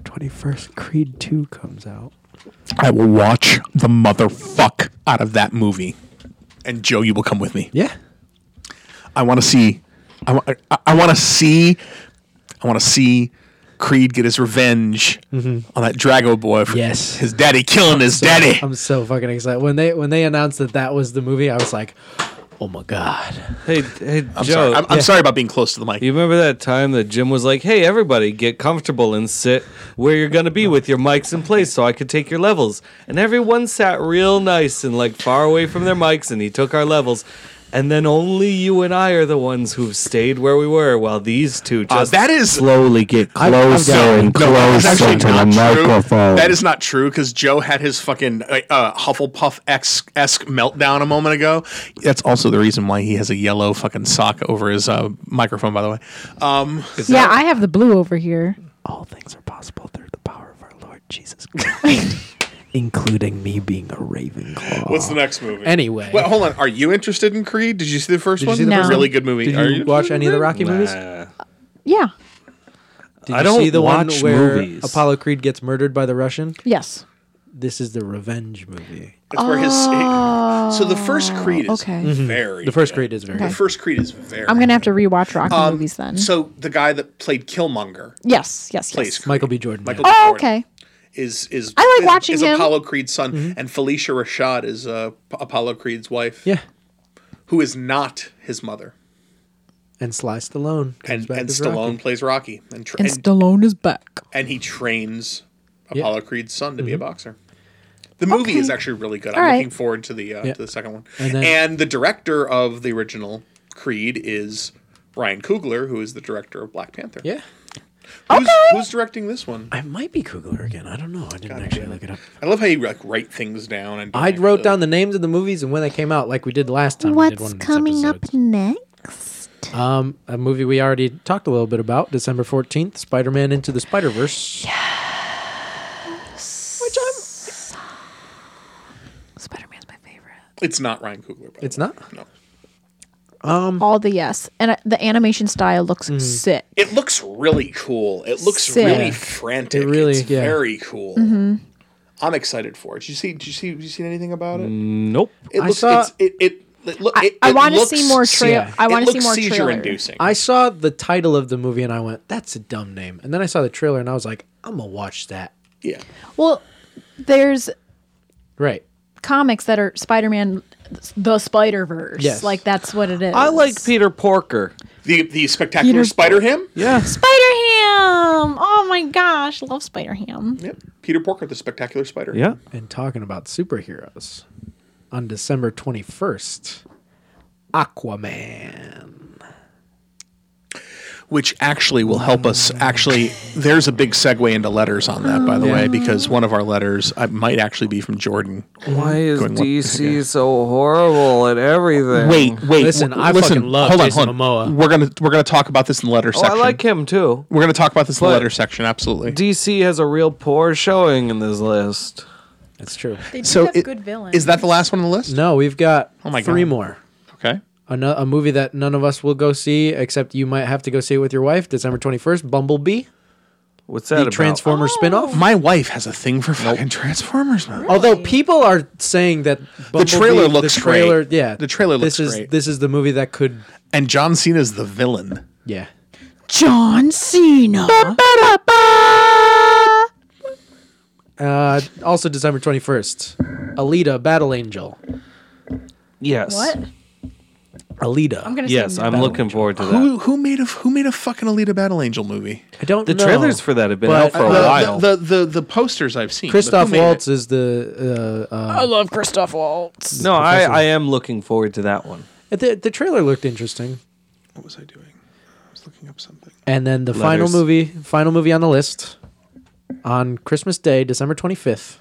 Speaker 2: Twenty first Creed two comes out.
Speaker 1: I will watch the motherfuck out of that movie. And Joe, you will come with me.
Speaker 2: Yeah.
Speaker 1: I want to see. I, wa- I, I want to see. I want to see Creed get his revenge
Speaker 3: Mm-hmm.
Speaker 1: on that Drago boy. For
Speaker 2: Yes.
Speaker 1: His daddy killing his daddy.
Speaker 2: I'm so fucking excited when they when they announced that that was the movie. I was like, oh my god.
Speaker 3: Hey, hey,
Speaker 1: I'm
Speaker 3: Joe.
Speaker 1: sorry. I'm, I'm sorry about being close to the mic.
Speaker 3: You remember that time that Jim was like, "Hey, everybody, get comfortable and sit where you're gonna be with your mics in place, so I could take your levels." And everyone sat real nice and like far away from their mics, and he took our levels. And then only you and I are the ones who've stayed where we were, while these two
Speaker 1: Uh,
Speaker 3: just
Speaker 1: that is
Speaker 3: slowly get
Speaker 1: I'm- I'm
Speaker 3: closer
Speaker 1: sorry.
Speaker 3: and
Speaker 1: No, that is
Speaker 3: closer
Speaker 1: actually
Speaker 3: to the
Speaker 1: not true.
Speaker 3: microphone.
Speaker 1: That is not true because Joe had his fucking uh, uh, Hufflepuff esque meltdown a moment ago. That's also the reason why he has a yellow fucking sock over his uh, microphone. By the way, um,
Speaker 4: yeah, I have the blue over here.
Speaker 2: including me being a Ravenclaw.
Speaker 1: What's the next movie?
Speaker 2: Anyway.
Speaker 1: Wait, hold on. Are you interested in Creed? Did you see the first
Speaker 2: Did you
Speaker 1: one?
Speaker 2: see the No. first
Speaker 1: really
Speaker 2: one?
Speaker 1: good movie.
Speaker 2: Did
Speaker 1: Are
Speaker 2: you watch any of the Rocky
Speaker 1: Nah.
Speaker 2: movies?
Speaker 11: yeah.
Speaker 2: Did
Speaker 3: I
Speaker 2: you
Speaker 3: don't
Speaker 2: see the
Speaker 3: watch
Speaker 2: one where
Speaker 3: movies.
Speaker 2: Apollo Creed gets murdered by the Russian?
Speaker 11: Yes.
Speaker 2: This is the revenge movie.
Speaker 1: That's where his. so the first Creed is
Speaker 11: okay.
Speaker 2: Mhm.
Speaker 1: very.
Speaker 2: The first
Speaker 1: good.
Speaker 2: Creed is very
Speaker 1: The
Speaker 2: Okay.
Speaker 1: Mm-hmm. first Creed is very.
Speaker 11: I'm gonna have to rewatch Rocky
Speaker 1: Um,
Speaker 11: movies then.
Speaker 1: So the guy that played Killmonger.
Speaker 11: yes, yes,
Speaker 1: Plays
Speaker 11: yes.
Speaker 1: Creed.
Speaker 2: Michael B. Jordan.
Speaker 1: Michael B.
Speaker 11: Oh,
Speaker 1: Jordan
Speaker 11: okay.
Speaker 1: Is is
Speaker 11: I like
Speaker 1: is-
Speaker 11: watching
Speaker 1: is
Speaker 11: him.
Speaker 1: Apollo Creed's son
Speaker 2: Mm-hmm.
Speaker 1: and Felicia Rashad is uh, P- Apollo Creed's wife.
Speaker 2: Yeah.
Speaker 1: Who is not his mother.
Speaker 2: And Sly Stallone comes
Speaker 1: And
Speaker 2: back
Speaker 1: and
Speaker 2: as
Speaker 1: Stallone
Speaker 2: Rocky.
Speaker 1: plays Rocky and, tra-
Speaker 4: And
Speaker 1: and
Speaker 4: Stallone is back.
Speaker 1: and he trains
Speaker 2: Yeah. Mm-hmm.
Speaker 1: Apollo Creed's son to be a boxer. The movie is actually really good. I'm
Speaker 4: All right.
Speaker 1: looking forward to the uh,
Speaker 2: Yeah.
Speaker 1: to the second one.
Speaker 2: And
Speaker 1: And,
Speaker 2: then-
Speaker 1: the director of the original Creed is Ryan Coogler, who is the director of Black Panther.
Speaker 2: Yeah.
Speaker 1: Who's, who's directing this one?
Speaker 2: I might be Kugler again. I don't know. I didn't actually look it up.
Speaker 1: I love how you like write things down and
Speaker 2: I wrote down the names of the movies and when they came out, like we did last time. we did one
Speaker 11: What's
Speaker 2: of these
Speaker 11: coming
Speaker 2: episodes.
Speaker 11: up next?
Speaker 2: Um, a movie we already talked a little bit about, December fourteenth, Spider Man Into the Spider Verse.
Speaker 11: Which I'm. Spider Man's my favorite.
Speaker 1: It's not Ryan Coogler. By the
Speaker 2: It's not.
Speaker 1: way. No.
Speaker 2: Um,
Speaker 11: All the yes, and uh, the animation style looks
Speaker 2: Mm-hmm.
Speaker 11: sick.
Speaker 1: It looks really cool. It looks
Speaker 11: Sick.
Speaker 1: really
Speaker 11: Yeah.
Speaker 1: frantic.
Speaker 2: It really-
Speaker 1: it's
Speaker 2: yeah.
Speaker 1: very cool.
Speaker 11: Mm-hmm.
Speaker 1: I'm excited for it. Did you see? Did you see? Did you see anything about it?
Speaker 3: Nope.
Speaker 1: It
Speaker 2: I
Speaker 1: looks.
Speaker 2: saw-
Speaker 1: it's, it, it, it, look,
Speaker 11: I,
Speaker 1: it,
Speaker 11: I
Speaker 1: it
Speaker 11: want to
Speaker 1: looks-
Speaker 11: see more trail.
Speaker 2: Yeah.
Speaker 11: I
Speaker 1: it
Speaker 11: want to see
Speaker 1: looks
Speaker 11: more trailer.
Speaker 1: seizure-inducing.
Speaker 2: I saw the title of the movie and I went, "That's a dumb name," and then I saw the trailer and I was like, "I'm gonna watch that."
Speaker 1: Yeah.
Speaker 11: Well, there's
Speaker 2: Right.
Speaker 11: comics that are Spider Man, the Spider Verse.
Speaker 2: Yes.
Speaker 11: Like that's what it is.
Speaker 3: I like Peter Porker.
Speaker 1: The the spectacular Spider Ham.
Speaker 3: Yeah,
Speaker 11: Spider Ham. Oh my gosh, love Spider Ham.
Speaker 1: Yep. Peter Porker, the spectacular Spider.
Speaker 3: yeah.
Speaker 2: And talking about superheroes, on December twenty first, Aquaman.
Speaker 1: Which actually will help us. Actually, there's a big segue into letters on that, by the way, because one of our letters I, might actually be from Jordan.
Speaker 3: Why is
Speaker 1: Going one-
Speaker 3: DC so horrible at everything?
Speaker 1: wait.
Speaker 2: Listen, I fucking love Jason Momoa.
Speaker 1: We're gonna we're gonna talk about this in the letter
Speaker 3: Oh, I
Speaker 1: section.
Speaker 3: like him too.
Speaker 1: We're gonna talk about this in the
Speaker 3: But-
Speaker 1: letter section. Absolutely.
Speaker 3: DC has a real poor showing in this list.
Speaker 2: That's true.
Speaker 11: They do
Speaker 1: so
Speaker 11: have
Speaker 1: it-
Speaker 11: good villains.
Speaker 1: is that the last one on the list?
Speaker 2: No, we've got
Speaker 1: Oh my
Speaker 2: three
Speaker 1: God.
Speaker 2: more.
Speaker 3: Mm.
Speaker 1: Okay.
Speaker 2: A, no- a movie that none of us will go see, except you might have to go see it with your wife. December twenty first, Bumblebee,
Speaker 3: What's
Speaker 2: the
Speaker 3: that about?
Speaker 2: Transformer spinoff.
Speaker 1: My wife has a thing for fucking Transformers, man.
Speaker 2: Although people are saying that Bumblebee-
Speaker 1: trailer looks
Speaker 2: the trailer,
Speaker 1: great.
Speaker 2: Yeah,
Speaker 1: The trailer looks
Speaker 2: this is,
Speaker 1: great.
Speaker 2: This is the movie that could.
Speaker 1: And John Cena's the villain.
Speaker 2: Yeah,
Speaker 4: John Cena.
Speaker 2: Uh, also December 21st, Alita Battle Angel.
Speaker 3: Yes.
Speaker 11: What?
Speaker 2: Alita.
Speaker 11: I'm gonna
Speaker 3: Yes,
Speaker 11: say
Speaker 3: I'm
Speaker 11: no.
Speaker 3: looking forward to that.
Speaker 1: Who who made a who made a fucking Alita Battle Angel movie?
Speaker 2: I don't.
Speaker 3: The
Speaker 2: know.
Speaker 3: trailers for that have been out for a
Speaker 1: the,
Speaker 3: while.
Speaker 1: The, the the the posters I've seen. but who
Speaker 2: Christoph
Speaker 1: made it?
Speaker 2: Waltz is the. Uh, uh,
Speaker 11: I love Christoph Waltz.
Speaker 3: no, I, I am looking forward to that one.
Speaker 2: the the trailer looked interesting,
Speaker 1: What was I doing? I was looking up something.
Speaker 2: and then the final
Speaker 3: Letters.
Speaker 2: movie, final movie on the list, on Christmas Day, December twenty fifth,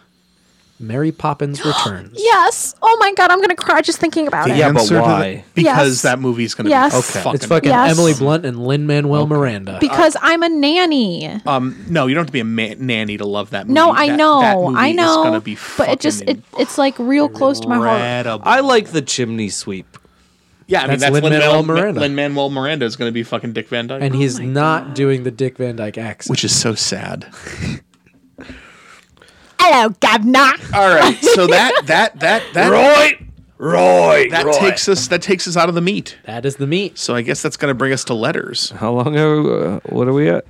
Speaker 2: Mary Poppins returns.
Speaker 11: Yes. Oh my god, I'm gonna cry just thinking about it.
Speaker 3: Yeah, but
Speaker 1: Answer to the-
Speaker 3: why?
Speaker 1: because
Speaker 11: Yes.
Speaker 1: that movie's going to
Speaker 11: Yes.
Speaker 1: be
Speaker 11: Okay.
Speaker 1: fucking.
Speaker 2: It's fucking
Speaker 11: Yes.
Speaker 2: Emily Blunt and Lin Manuel Miranda.
Speaker 11: Because I'm a nanny.
Speaker 1: Um, no, you don't have to be a ma- nanny to love that movie.
Speaker 11: No, I
Speaker 1: That-
Speaker 11: know,
Speaker 1: that movie
Speaker 11: I know.
Speaker 1: Is gonna be
Speaker 11: but it just it, it's like real close to my heart.
Speaker 1: incredible.
Speaker 3: I like the chimney sweep.
Speaker 1: yeah, I mean
Speaker 2: That's
Speaker 1: that's Lin
Speaker 2: Lin-Manuel
Speaker 1: Manuel
Speaker 2: Miranda.
Speaker 1: Miranda. Lin Manuel Miranda is going to be fucking Dick Van Dyke,
Speaker 2: and he's not doing the Dick Van Dyke accent.
Speaker 1: which is so sad.
Speaker 11: Hello, Gavna.
Speaker 1: All right, so that that that that Roy Roy that takes us that takes us out of the meat.
Speaker 2: that is the meat.
Speaker 1: So I guess that's going to bring us to letters.
Speaker 3: How long are we, uh, what are we at?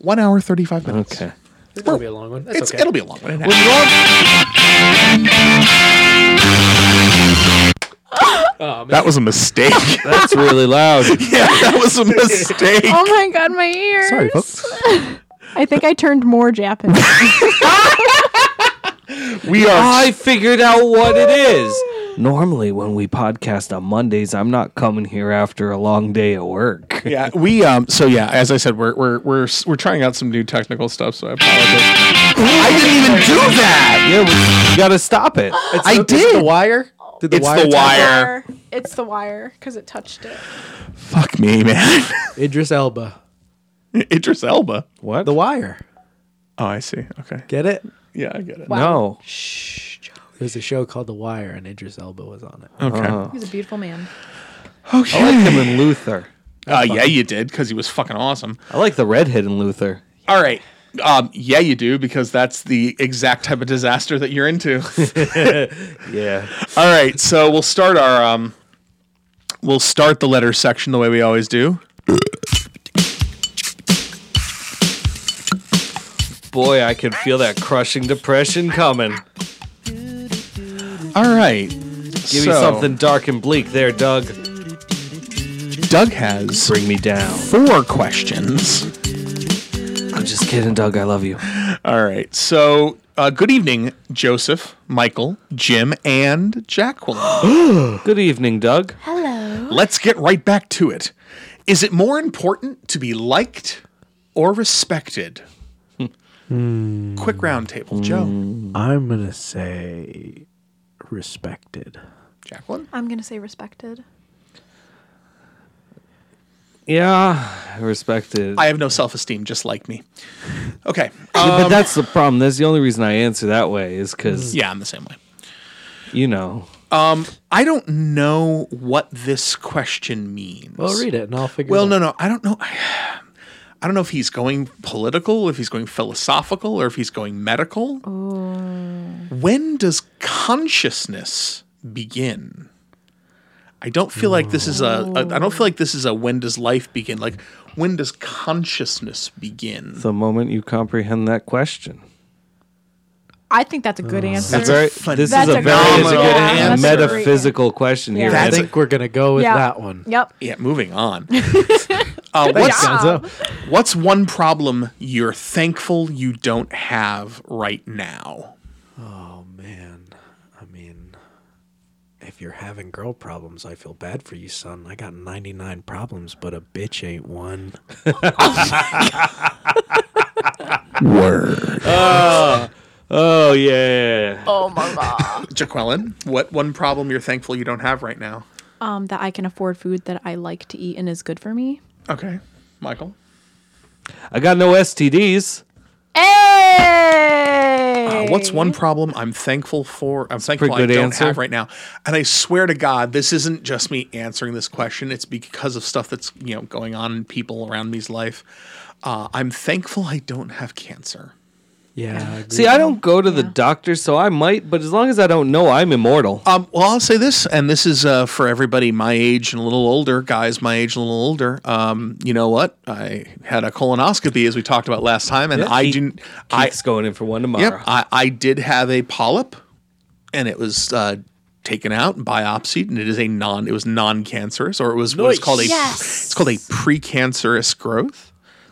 Speaker 1: One hour thirty five minutes.
Speaker 3: Okay.
Speaker 2: It's gonna be a long one. That's
Speaker 1: It's
Speaker 2: Mm-hmm. okay.
Speaker 1: it'll be a long one. that was a mistake.
Speaker 3: That's really loud.
Speaker 1: yeah, that was a mistake.
Speaker 11: Oh my god, my ears.
Speaker 2: Sorry, folks.
Speaker 11: I think I turned more Japanese.
Speaker 1: We are
Speaker 3: I figured out what it is. Normally, when we podcast on Mondays, I'm not coming here after a long day at work.
Speaker 1: yeah, we um. So yeah, as I said, we're we're we're we're trying out some new technical stuff. So I apologize.
Speaker 8: I didn't even do that.
Speaker 3: Yeah, we, you gotta stop it.
Speaker 1: I
Speaker 2: Is this The Wire. Did
Speaker 1: It's the
Speaker 2: tap-
Speaker 1: wire.
Speaker 11: It's the wire because it touched it.
Speaker 1: Fuck me, man.
Speaker 2: Idris Elba.
Speaker 1: Idris Elba.
Speaker 3: What?
Speaker 2: The Wire.
Speaker 1: Oh, I see. Okay.
Speaker 2: Get it?
Speaker 1: Yeah, I get it.
Speaker 3: no.
Speaker 2: There's a show called The Wire, and Idris Elba was on it.
Speaker 1: Okay.
Speaker 11: He's a beautiful man.
Speaker 3: I like him in Luther.
Speaker 1: Uh, yeah, you did because he was fucking awesome.
Speaker 3: I like the redhead in Luther.
Speaker 1: All right. Um, yeah, you do because that's the exact type of disaster that you're into.
Speaker 3: Yeah.
Speaker 1: All right, so we'll start our um, we'll start the letter section the way we always do.
Speaker 3: Boy, I could feel that crushing depression coming. Give
Speaker 1: All right,
Speaker 3: me
Speaker 1: so,
Speaker 3: something dark and bleak there, Doug.
Speaker 1: Doug has
Speaker 3: Bring me down.
Speaker 1: four questions.
Speaker 3: I'm just kidding, Doug. I love you.
Speaker 1: All right, so uh, good evening, Joseph, Michael, Jim, and Jacqueline.
Speaker 3: Good evening, Doug.
Speaker 1: Let's get right back to it. Is it more important to be liked or respected? Quick roundtable, Joe,
Speaker 2: I'm gonna say respected.
Speaker 1: Jacqueline.
Speaker 11: I'm gonna say respected.
Speaker 3: Yeah, respected.
Speaker 1: I have no self-esteem, just like me. Okay, uh,
Speaker 3: Yeah, but that's the problem. That's the only reason I answer that way is because
Speaker 1: yeah, I'm the same way.
Speaker 3: you know.
Speaker 1: I don't know what this question means.
Speaker 2: Well, read it, and I'll figure.
Speaker 1: Well,
Speaker 2: it
Speaker 1: no,
Speaker 2: out.
Speaker 1: no, I don't know. I don't know if he's going political, if he's going philosophical, or if he's going medical. When does consciousness begin? I don't feel like this is a. a. I don't feel like this is a. When does life begin? Like, when does consciousness begin?
Speaker 3: The moment you comprehend that question.
Speaker 11: I think that's a good answer.
Speaker 3: That's very, this
Speaker 11: That's
Speaker 3: is a,
Speaker 11: a
Speaker 3: very
Speaker 1: phenomenal
Speaker 3: good
Speaker 1: Yeah,
Speaker 3: and
Speaker 1: answer. that's a
Speaker 11: great
Speaker 3: metaphysical question here.
Speaker 11: Yeah.
Speaker 2: I
Speaker 1: That's
Speaker 3: It's-
Speaker 2: think we're gonna go with that one.
Speaker 11: Yep.
Speaker 1: Yeah, moving on. uh, what's
Speaker 2: Gonzo.
Speaker 1: what's one problem you're thankful you don't have right now?
Speaker 2: Oh man, I mean, if you're having girl problems, I feel bad for you, son. I got 99 problems, but a bitch ain't one.
Speaker 1: Word.
Speaker 3: oh yeah.
Speaker 11: Oh my god.
Speaker 1: Jaqueline, what one problem you're thankful you don't have right now?
Speaker 11: um, that I can afford food that I like to eat and is good for me.
Speaker 1: Okay. Michael?
Speaker 3: I got no STDs.
Speaker 11: Hey.
Speaker 1: Uh, what's one problem I'm thankful for? I'm thankful I
Speaker 3: pretty good
Speaker 1: don't
Speaker 3: answer.
Speaker 1: have right now. And I swear to God, this isn't just me answering this question. It's because of stuff that's you know going on in people around me's life. Uh, I'm thankful I don't have cancer.
Speaker 2: Yeah. I agree.
Speaker 3: See, I don't go to the doctor, so I might, but as long as I don't know, I'm immortal.
Speaker 1: Um, well, I'll say this, and this is uh, for everybody my age and a little older, guys my age and a little older. Um, you know what? I had a colonoscopy, as we talked about last time, and I
Speaker 3: Keith-
Speaker 1: didn't. I
Speaker 3: Keith's going in for one tomorrow.
Speaker 1: Yep, I, I did have a polyp, and it was uh, taken out and biopsied, and it is a non. It was non-cancerous, or it was what is
Speaker 12: Nice.
Speaker 1: called a.
Speaker 12: Yes.
Speaker 1: It's called a precancerous growth.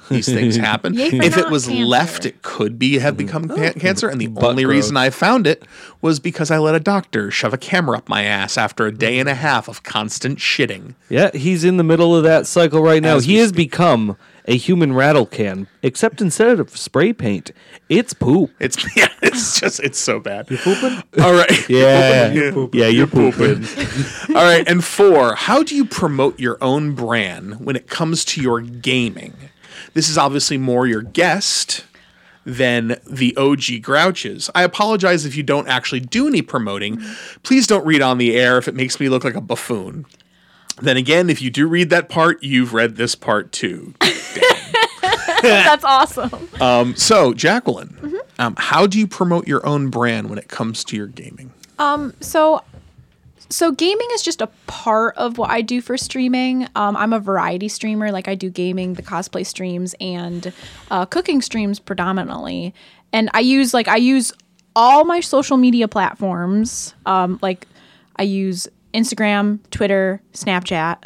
Speaker 1: These things happen.
Speaker 12: Yay for Mm-hmm. Oh.
Speaker 1: if it
Speaker 12: not
Speaker 1: was
Speaker 12: cancer.
Speaker 1: left, it could be have become ca- cancer. And the only reason I found it was because I let a doctor shove a camera up my ass after a day and a half of constant shitting.
Speaker 3: Yeah, he's in the middle of that cycle right now.
Speaker 1: As
Speaker 3: he has become a human rattle can, except instead of spray paint, it's poop.
Speaker 1: It's yeah, it's just it's so bad. You pooping? All right.
Speaker 3: Yeah.
Speaker 1: You're pooping.
Speaker 3: Yeah, you're pooping.
Speaker 1: All right. And four, how do you promote your own brand when it comes to your gaming? This is obviously more your guest than the OG grouches. I apologize if you don't actually do any promoting. Please don't read on the air if it makes me look like a buffoon. Then again, if you do read that part, you've read this part too.
Speaker 4: That's awesome.
Speaker 1: Um, so, Jacqueline, um, how do you promote your own brand when it comes to your gaming?
Speaker 4: Um, so so gaming is just a part of what I do for streaming. Um, I'm a variety streamer. Like I do gaming, the cosplay streams, and uh, cooking streams predominantly. And I use like I use all my social media platforms. Um, like I use Instagram, Twitter, Snapchat.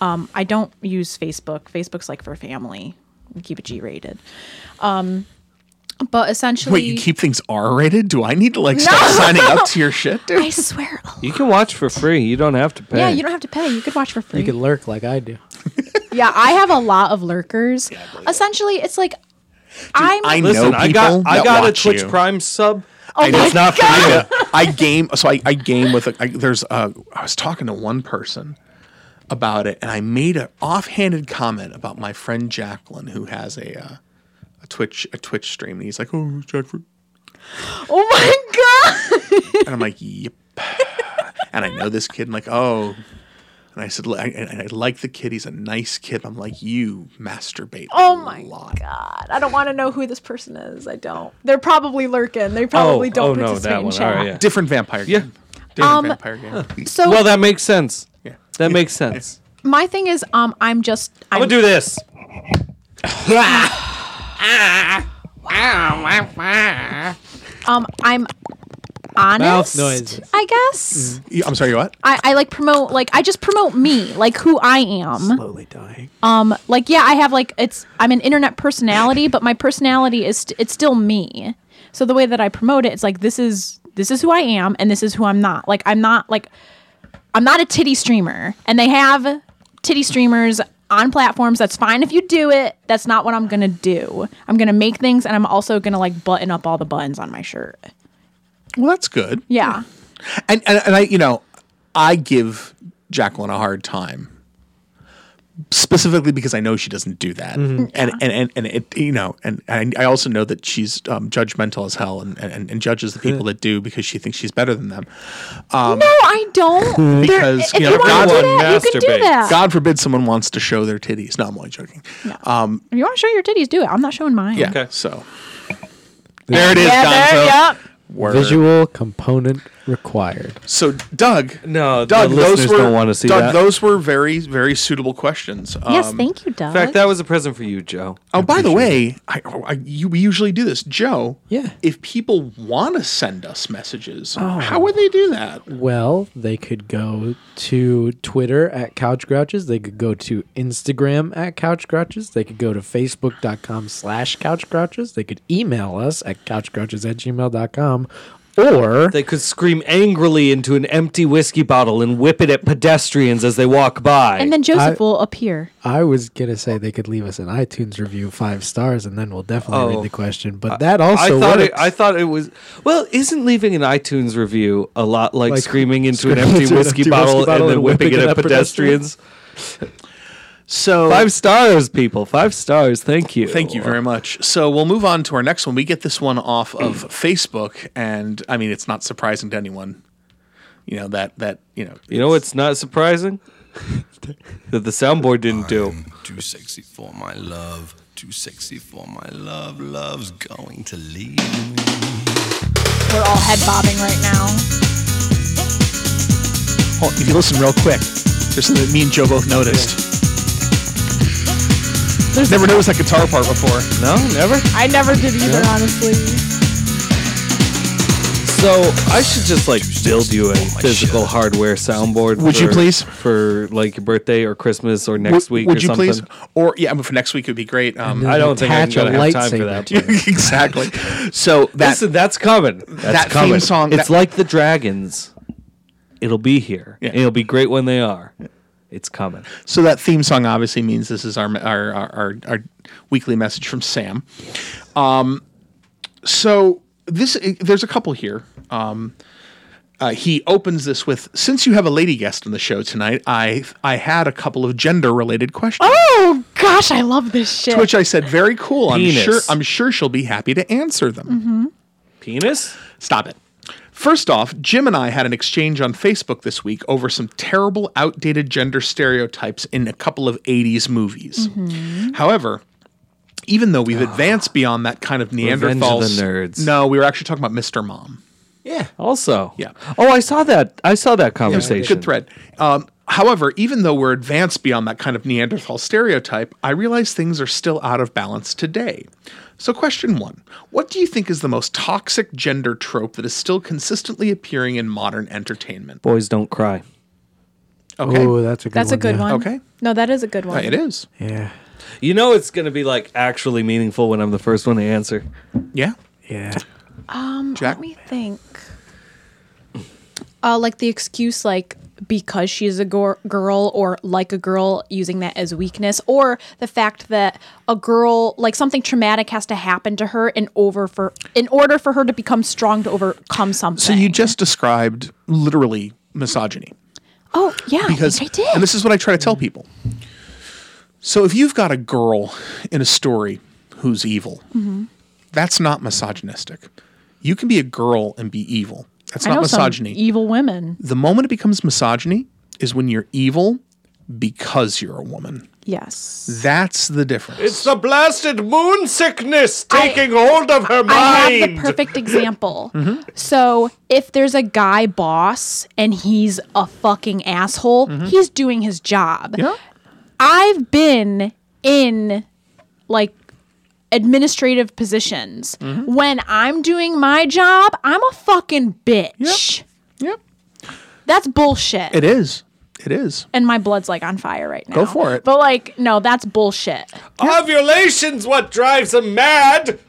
Speaker 4: Um, I don't use Facebook. Facebook's like for family. We keep it G-rated. Um, but essentially,
Speaker 1: Wait, you keep things R rated? Do I need to like start
Speaker 4: No!
Speaker 1: signing up to your shit, dude?
Speaker 4: I swear.
Speaker 3: You can watch for free. You don't have to pay.
Speaker 4: Yeah, you don't have to pay. You could watch for free.
Speaker 3: lurk like I do.
Speaker 4: yeah, I have a lot of lurkers. Essentially, it's like I'm.
Speaker 1: I know
Speaker 3: Listen,
Speaker 1: people
Speaker 3: I got- I
Speaker 1: that
Speaker 3: got a
Speaker 1: watch
Speaker 3: Twitch
Speaker 1: you.
Speaker 3: Prime sub.
Speaker 4: Oh
Speaker 1: I know.
Speaker 4: my
Speaker 1: It's not for you. I game. So I, I game with. A, I, there's. A, I was talking to one person about it, and I made an offhanded comment about my friend Jacqueline, who has a uh, a Twitch a Twitch stream, and he's like, "Oh, Jacqueline,"
Speaker 4: Oh my god.
Speaker 1: and I'm like, "Yep." and I know this kid. I'm like, "Oh." And I said, "Li- I- and I like the kid. He's a nice kid. I'm like, you masturbate.
Speaker 4: Oh my god. I don't want to know who this person is. I don't. They're probably lurking. They
Speaker 3: Oh,
Speaker 4: probably don't participate in chat.
Speaker 1: Different vampire game. Different
Speaker 4: Um,
Speaker 1: vampire game.
Speaker 4: so-
Speaker 3: well, that makes sense. Yeah, that makes sense.
Speaker 4: My thing is, um, I'm just.
Speaker 3: I'm gonna do this.
Speaker 4: Um, I'm honest.
Speaker 1: noises. Mm.
Speaker 4: I guess.
Speaker 1: Yeah, I'm sorry, what?
Speaker 4: I, I like promote like I just promote me, like who I am. Slowly dying. Um, like yeah, I have like it's I'm an internet personality, but my personality is st- it's still me. So the way that I promote it, it's like this is this is who I am, and this is who I'm not. Like I'm not like I'm not a titty streamer, and they have titty streamers on platforms. That's fine if you do it. That's not what I'm gonna do. I'm gonna make things, and I'm also gonna like button up all the buttons on my shirt.
Speaker 1: Well, that's good.
Speaker 4: Yeah.
Speaker 1: And, and and I, you know, I give Jacqueline a hard time specifically because I know she doesn't do that,
Speaker 12: Mhm.
Speaker 1: and, and and and it, you know, and, and I also know that she's um, judgmental as hell and, and and judges the people that do because she thinks she's better than them. Um,
Speaker 4: No, I don't. There-
Speaker 1: because
Speaker 4: if
Speaker 1: you know,
Speaker 4: want
Speaker 1: God,
Speaker 4: to do that, you can do that.
Speaker 1: God forbid someone wants to show their titties. No, I'm only joking. Um,
Speaker 4: If you want to show your titties, do it. I'm not showing mine.
Speaker 1: yeah. So there it is,
Speaker 4: Yeah, there-
Speaker 1: Gonzo.
Speaker 4: yep.
Speaker 1: Word.
Speaker 2: Visual component required.
Speaker 1: So, Doug.
Speaker 3: No,
Speaker 1: Doug,
Speaker 3: the
Speaker 1: those
Speaker 3: listeners
Speaker 1: were
Speaker 3: don't want to see
Speaker 1: Doug,
Speaker 3: that.
Speaker 1: those were very, very suitable questions. Um,
Speaker 4: Yes, thank you,
Speaker 3: In
Speaker 4: Doug.
Speaker 3: fact, that was a present for you, Joe.
Speaker 1: Oh, by the way, I, I, you, we usually do this, Joe. Yeah. If people want to send us messages,
Speaker 3: Oh.
Speaker 1: how would they do that?
Speaker 2: Well, they could go to Twitter at Couch Grouches. They could go to Instagram at Couch Grouches. They could go to Facebook.com slash Couch Grouches. They could email us at couchgrouches at gmail.com. Or
Speaker 3: They could scream angrily into an empty whiskey bottle and whip it at pedestrians as they walk by.
Speaker 4: and then Joseph
Speaker 2: I-
Speaker 4: will appear.
Speaker 2: I was going to say they could leave us an iTunes review five stars and then we'll definitely
Speaker 3: Oh.
Speaker 2: read the question. But that also
Speaker 3: I thought
Speaker 2: works.
Speaker 3: it, I thought it was well. Isn't leaving an iTunes review a lot like,
Speaker 2: Like
Speaker 3: screaming into an
Speaker 2: screaming
Speaker 3: empty
Speaker 2: into an
Speaker 3: whiskey
Speaker 2: empty
Speaker 3: bottle
Speaker 2: whiskey
Speaker 3: and
Speaker 2: bottle
Speaker 3: then
Speaker 2: and
Speaker 3: whipping it
Speaker 2: whipping
Speaker 3: at pedestrians?
Speaker 1: So
Speaker 3: five stars, people. Five stars. Thank you.
Speaker 1: Thank you very much. So we'll move on to our next one. We get this one off of Facebook, and I mean, it's not surprising to anyone. You know that that you know.
Speaker 3: You know what's not surprising? that the soundboard didn't do.
Speaker 6: Too sexy for my love. Too sexy for my love. Love's going to leave me.
Speaker 4: We're all head bobbing right now.
Speaker 1: Oh, if you listen real quick, there's something that me and Joe both noticed. Never noticed that guitar part before.
Speaker 3: No, never.
Speaker 4: I never did either,
Speaker 1: Yeah.
Speaker 4: honestly.
Speaker 3: So I should just like build you a physical hardware soundboard.
Speaker 1: Would you
Speaker 3: for-
Speaker 1: please?
Speaker 3: for like your birthday or Christmas or next
Speaker 1: Would-
Speaker 3: week?
Speaker 1: Would
Speaker 3: or
Speaker 1: you
Speaker 3: something.
Speaker 1: please? Or yeah, I mean, for next week would be great. Um,
Speaker 3: then I don't think I'm attach a gonna have time for lightsaber that.
Speaker 1: exactly. So that
Speaker 3: Listen, that's coming. That's
Speaker 1: that theme
Speaker 3: coming.
Speaker 1: song-
Speaker 3: It's
Speaker 1: that-
Speaker 3: like the dragons. It'll be here.
Speaker 1: Yeah.
Speaker 3: And it'll be great when they are. It's coming.
Speaker 1: so that theme song obviously means this is our our our, our, our weekly message from Sam. Um, so this eh, there's a couple here. Um, uh, he opens this with, "Since you have a lady guest on the show tonight, I I had a couple of gender related questions."
Speaker 13: Oh gosh, I love this shit.
Speaker 1: To which I said, "Very cool. I'm
Speaker 3: Penis.
Speaker 1: sure. I'm sure she'll be happy to answer them."
Speaker 3: Penis?
Speaker 1: Stop it. First off, Jim and I had an exchange on Facebook this week over some terrible, outdated gender stereotypes in a couple of 80s movies.
Speaker 3: Mm-hmm.
Speaker 1: However, even though we've advanced beyond that kind of
Speaker 3: Ah. Revenge of the
Speaker 1: Neanderthal,
Speaker 3: Nerds.
Speaker 1: No, we were actually talking about Mr. Mom.
Speaker 3: Also.
Speaker 1: Yeah.
Speaker 3: Oh, I saw that. I saw that
Speaker 1: Yeah,
Speaker 3: conversation.
Speaker 1: Good thread. Um, however, even though we're advanced beyond that kind of Neanderthal stereotype, I realize things are still out of balance today. So, question one What do you think is the most toxic gender trope that is still consistently appearing in modern entertainment?
Speaker 3: Boys don't cry.
Speaker 1: Okay.
Speaker 2: Oh, that's a good
Speaker 4: That's
Speaker 2: one.
Speaker 4: a good
Speaker 2: yeah.
Speaker 4: one.
Speaker 1: Okay.
Speaker 4: No, that is a good
Speaker 1: Uh,
Speaker 4: one.
Speaker 1: it is.
Speaker 2: Yeah.
Speaker 3: You know it's gonna be like actually meaningful when I'm the first one to answer.
Speaker 1: Yeah.
Speaker 2: Yeah.
Speaker 4: Um,
Speaker 1: Jack?
Speaker 4: let me think. Uh, like the excuse, like because she's a gor- girl or like a girl, using that as weakness, or the fact that a girl, like something traumatic, has to happen to her in over for in order for her to become strong to overcome something.
Speaker 1: So, you just described literally misogyny.
Speaker 4: oh yeah,
Speaker 1: because
Speaker 4: I think I
Speaker 1: and
Speaker 4: did.
Speaker 1: this is what I try to tell people. So if you've got a girl in a story who's evil,
Speaker 4: Mm-hmm.
Speaker 1: that's not misogynistic. You can be a girl and be evil. That's
Speaker 4: I
Speaker 1: not
Speaker 4: know some e-
Speaker 1: misogyny.
Speaker 4: evil women.
Speaker 1: the moment it becomes misogyny is when you're evil because you're a woman.
Speaker 4: Yes,
Speaker 1: That's the difference.
Speaker 14: It's the blasted moon sickness
Speaker 4: I-
Speaker 14: taking hold of her mind.
Speaker 4: I have the perfect example.
Speaker 1: Mm-hmm.
Speaker 4: So if there's a guy boss and he's a fucking asshole, he's doing his job.
Speaker 1: Mm-hmm. yeah.
Speaker 4: I've been in like administrative positions.
Speaker 1: Mm-hmm.
Speaker 4: When I'm doing my job, I'm a fucking bitch.
Speaker 1: Yep.
Speaker 4: That's bullshit.
Speaker 1: It is. It is.
Speaker 4: and my blood's like on fire right now.
Speaker 1: Go for it.
Speaker 4: But like, no, that's bullshit.
Speaker 14: Ovulation's what drives him mad.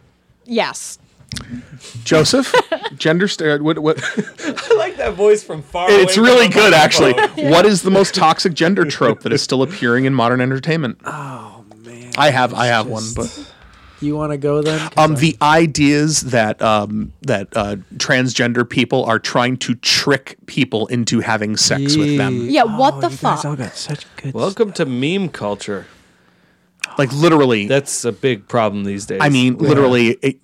Speaker 4: Yes.
Speaker 1: Joseph, gender stereotype. What, what,
Speaker 3: I like that voice from far
Speaker 1: it's really good, actually. What is the most toxic gender trope that is still appearing in modern entertainment? Oh man, I have I have one, but
Speaker 2: You want to go then? 'Cause
Speaker 1: um, the ideas that um, that uh, transgender people are trying to trick people into having sex with them,
Speaker 4: Yeah, what
Speaker 2: Oh,
Speaker 4: the
Speaker 2: you
Speaker 4: fuck?
Speaker 2: Guys all got such good.
Speaker 3: Welcome to meme culture.
Speaker 1: like literally.
Speaker 3: That's a big problem these days.
Speaker 1: I mean, literally. It,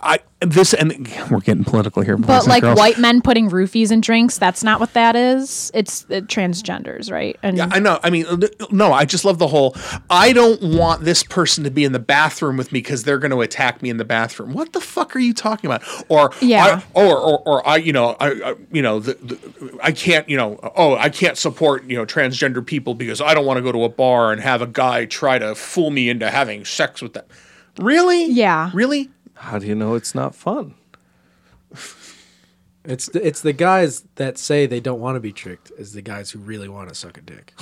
Speaker 1: I this and we're getting political here, boys
Speaker 4: But
Speaker 1: and
Speaker 4: like
Speaker 1: girls.
Speaker 4: white men putting roofies in drinks, that's not what that is. It's uh, transgenders, right? And
Speaker 1: Yeah, I know. I mean, uh, no, I just love the whole. I don't want this person to be in the bathroom with me because they're going to attack me in the bathroom. What the fuck are you talking about? Or
Speaker 4: Yeah.
Speaker 1: I, or, or or I, you know, I, I you know, the, the, I can't, you know, oh, I can't support you know transgender people because I don't want to go to a bar and have a guy try to fool me into having sex with them. Really?
Speaker 4: Yeah.
Speaker 1: Really?
Speaker 3: how do you know it's not fun?
Speaker 2: It's the, it's the guys that say they don't want to be tricked is the guys who really want to suck a dick.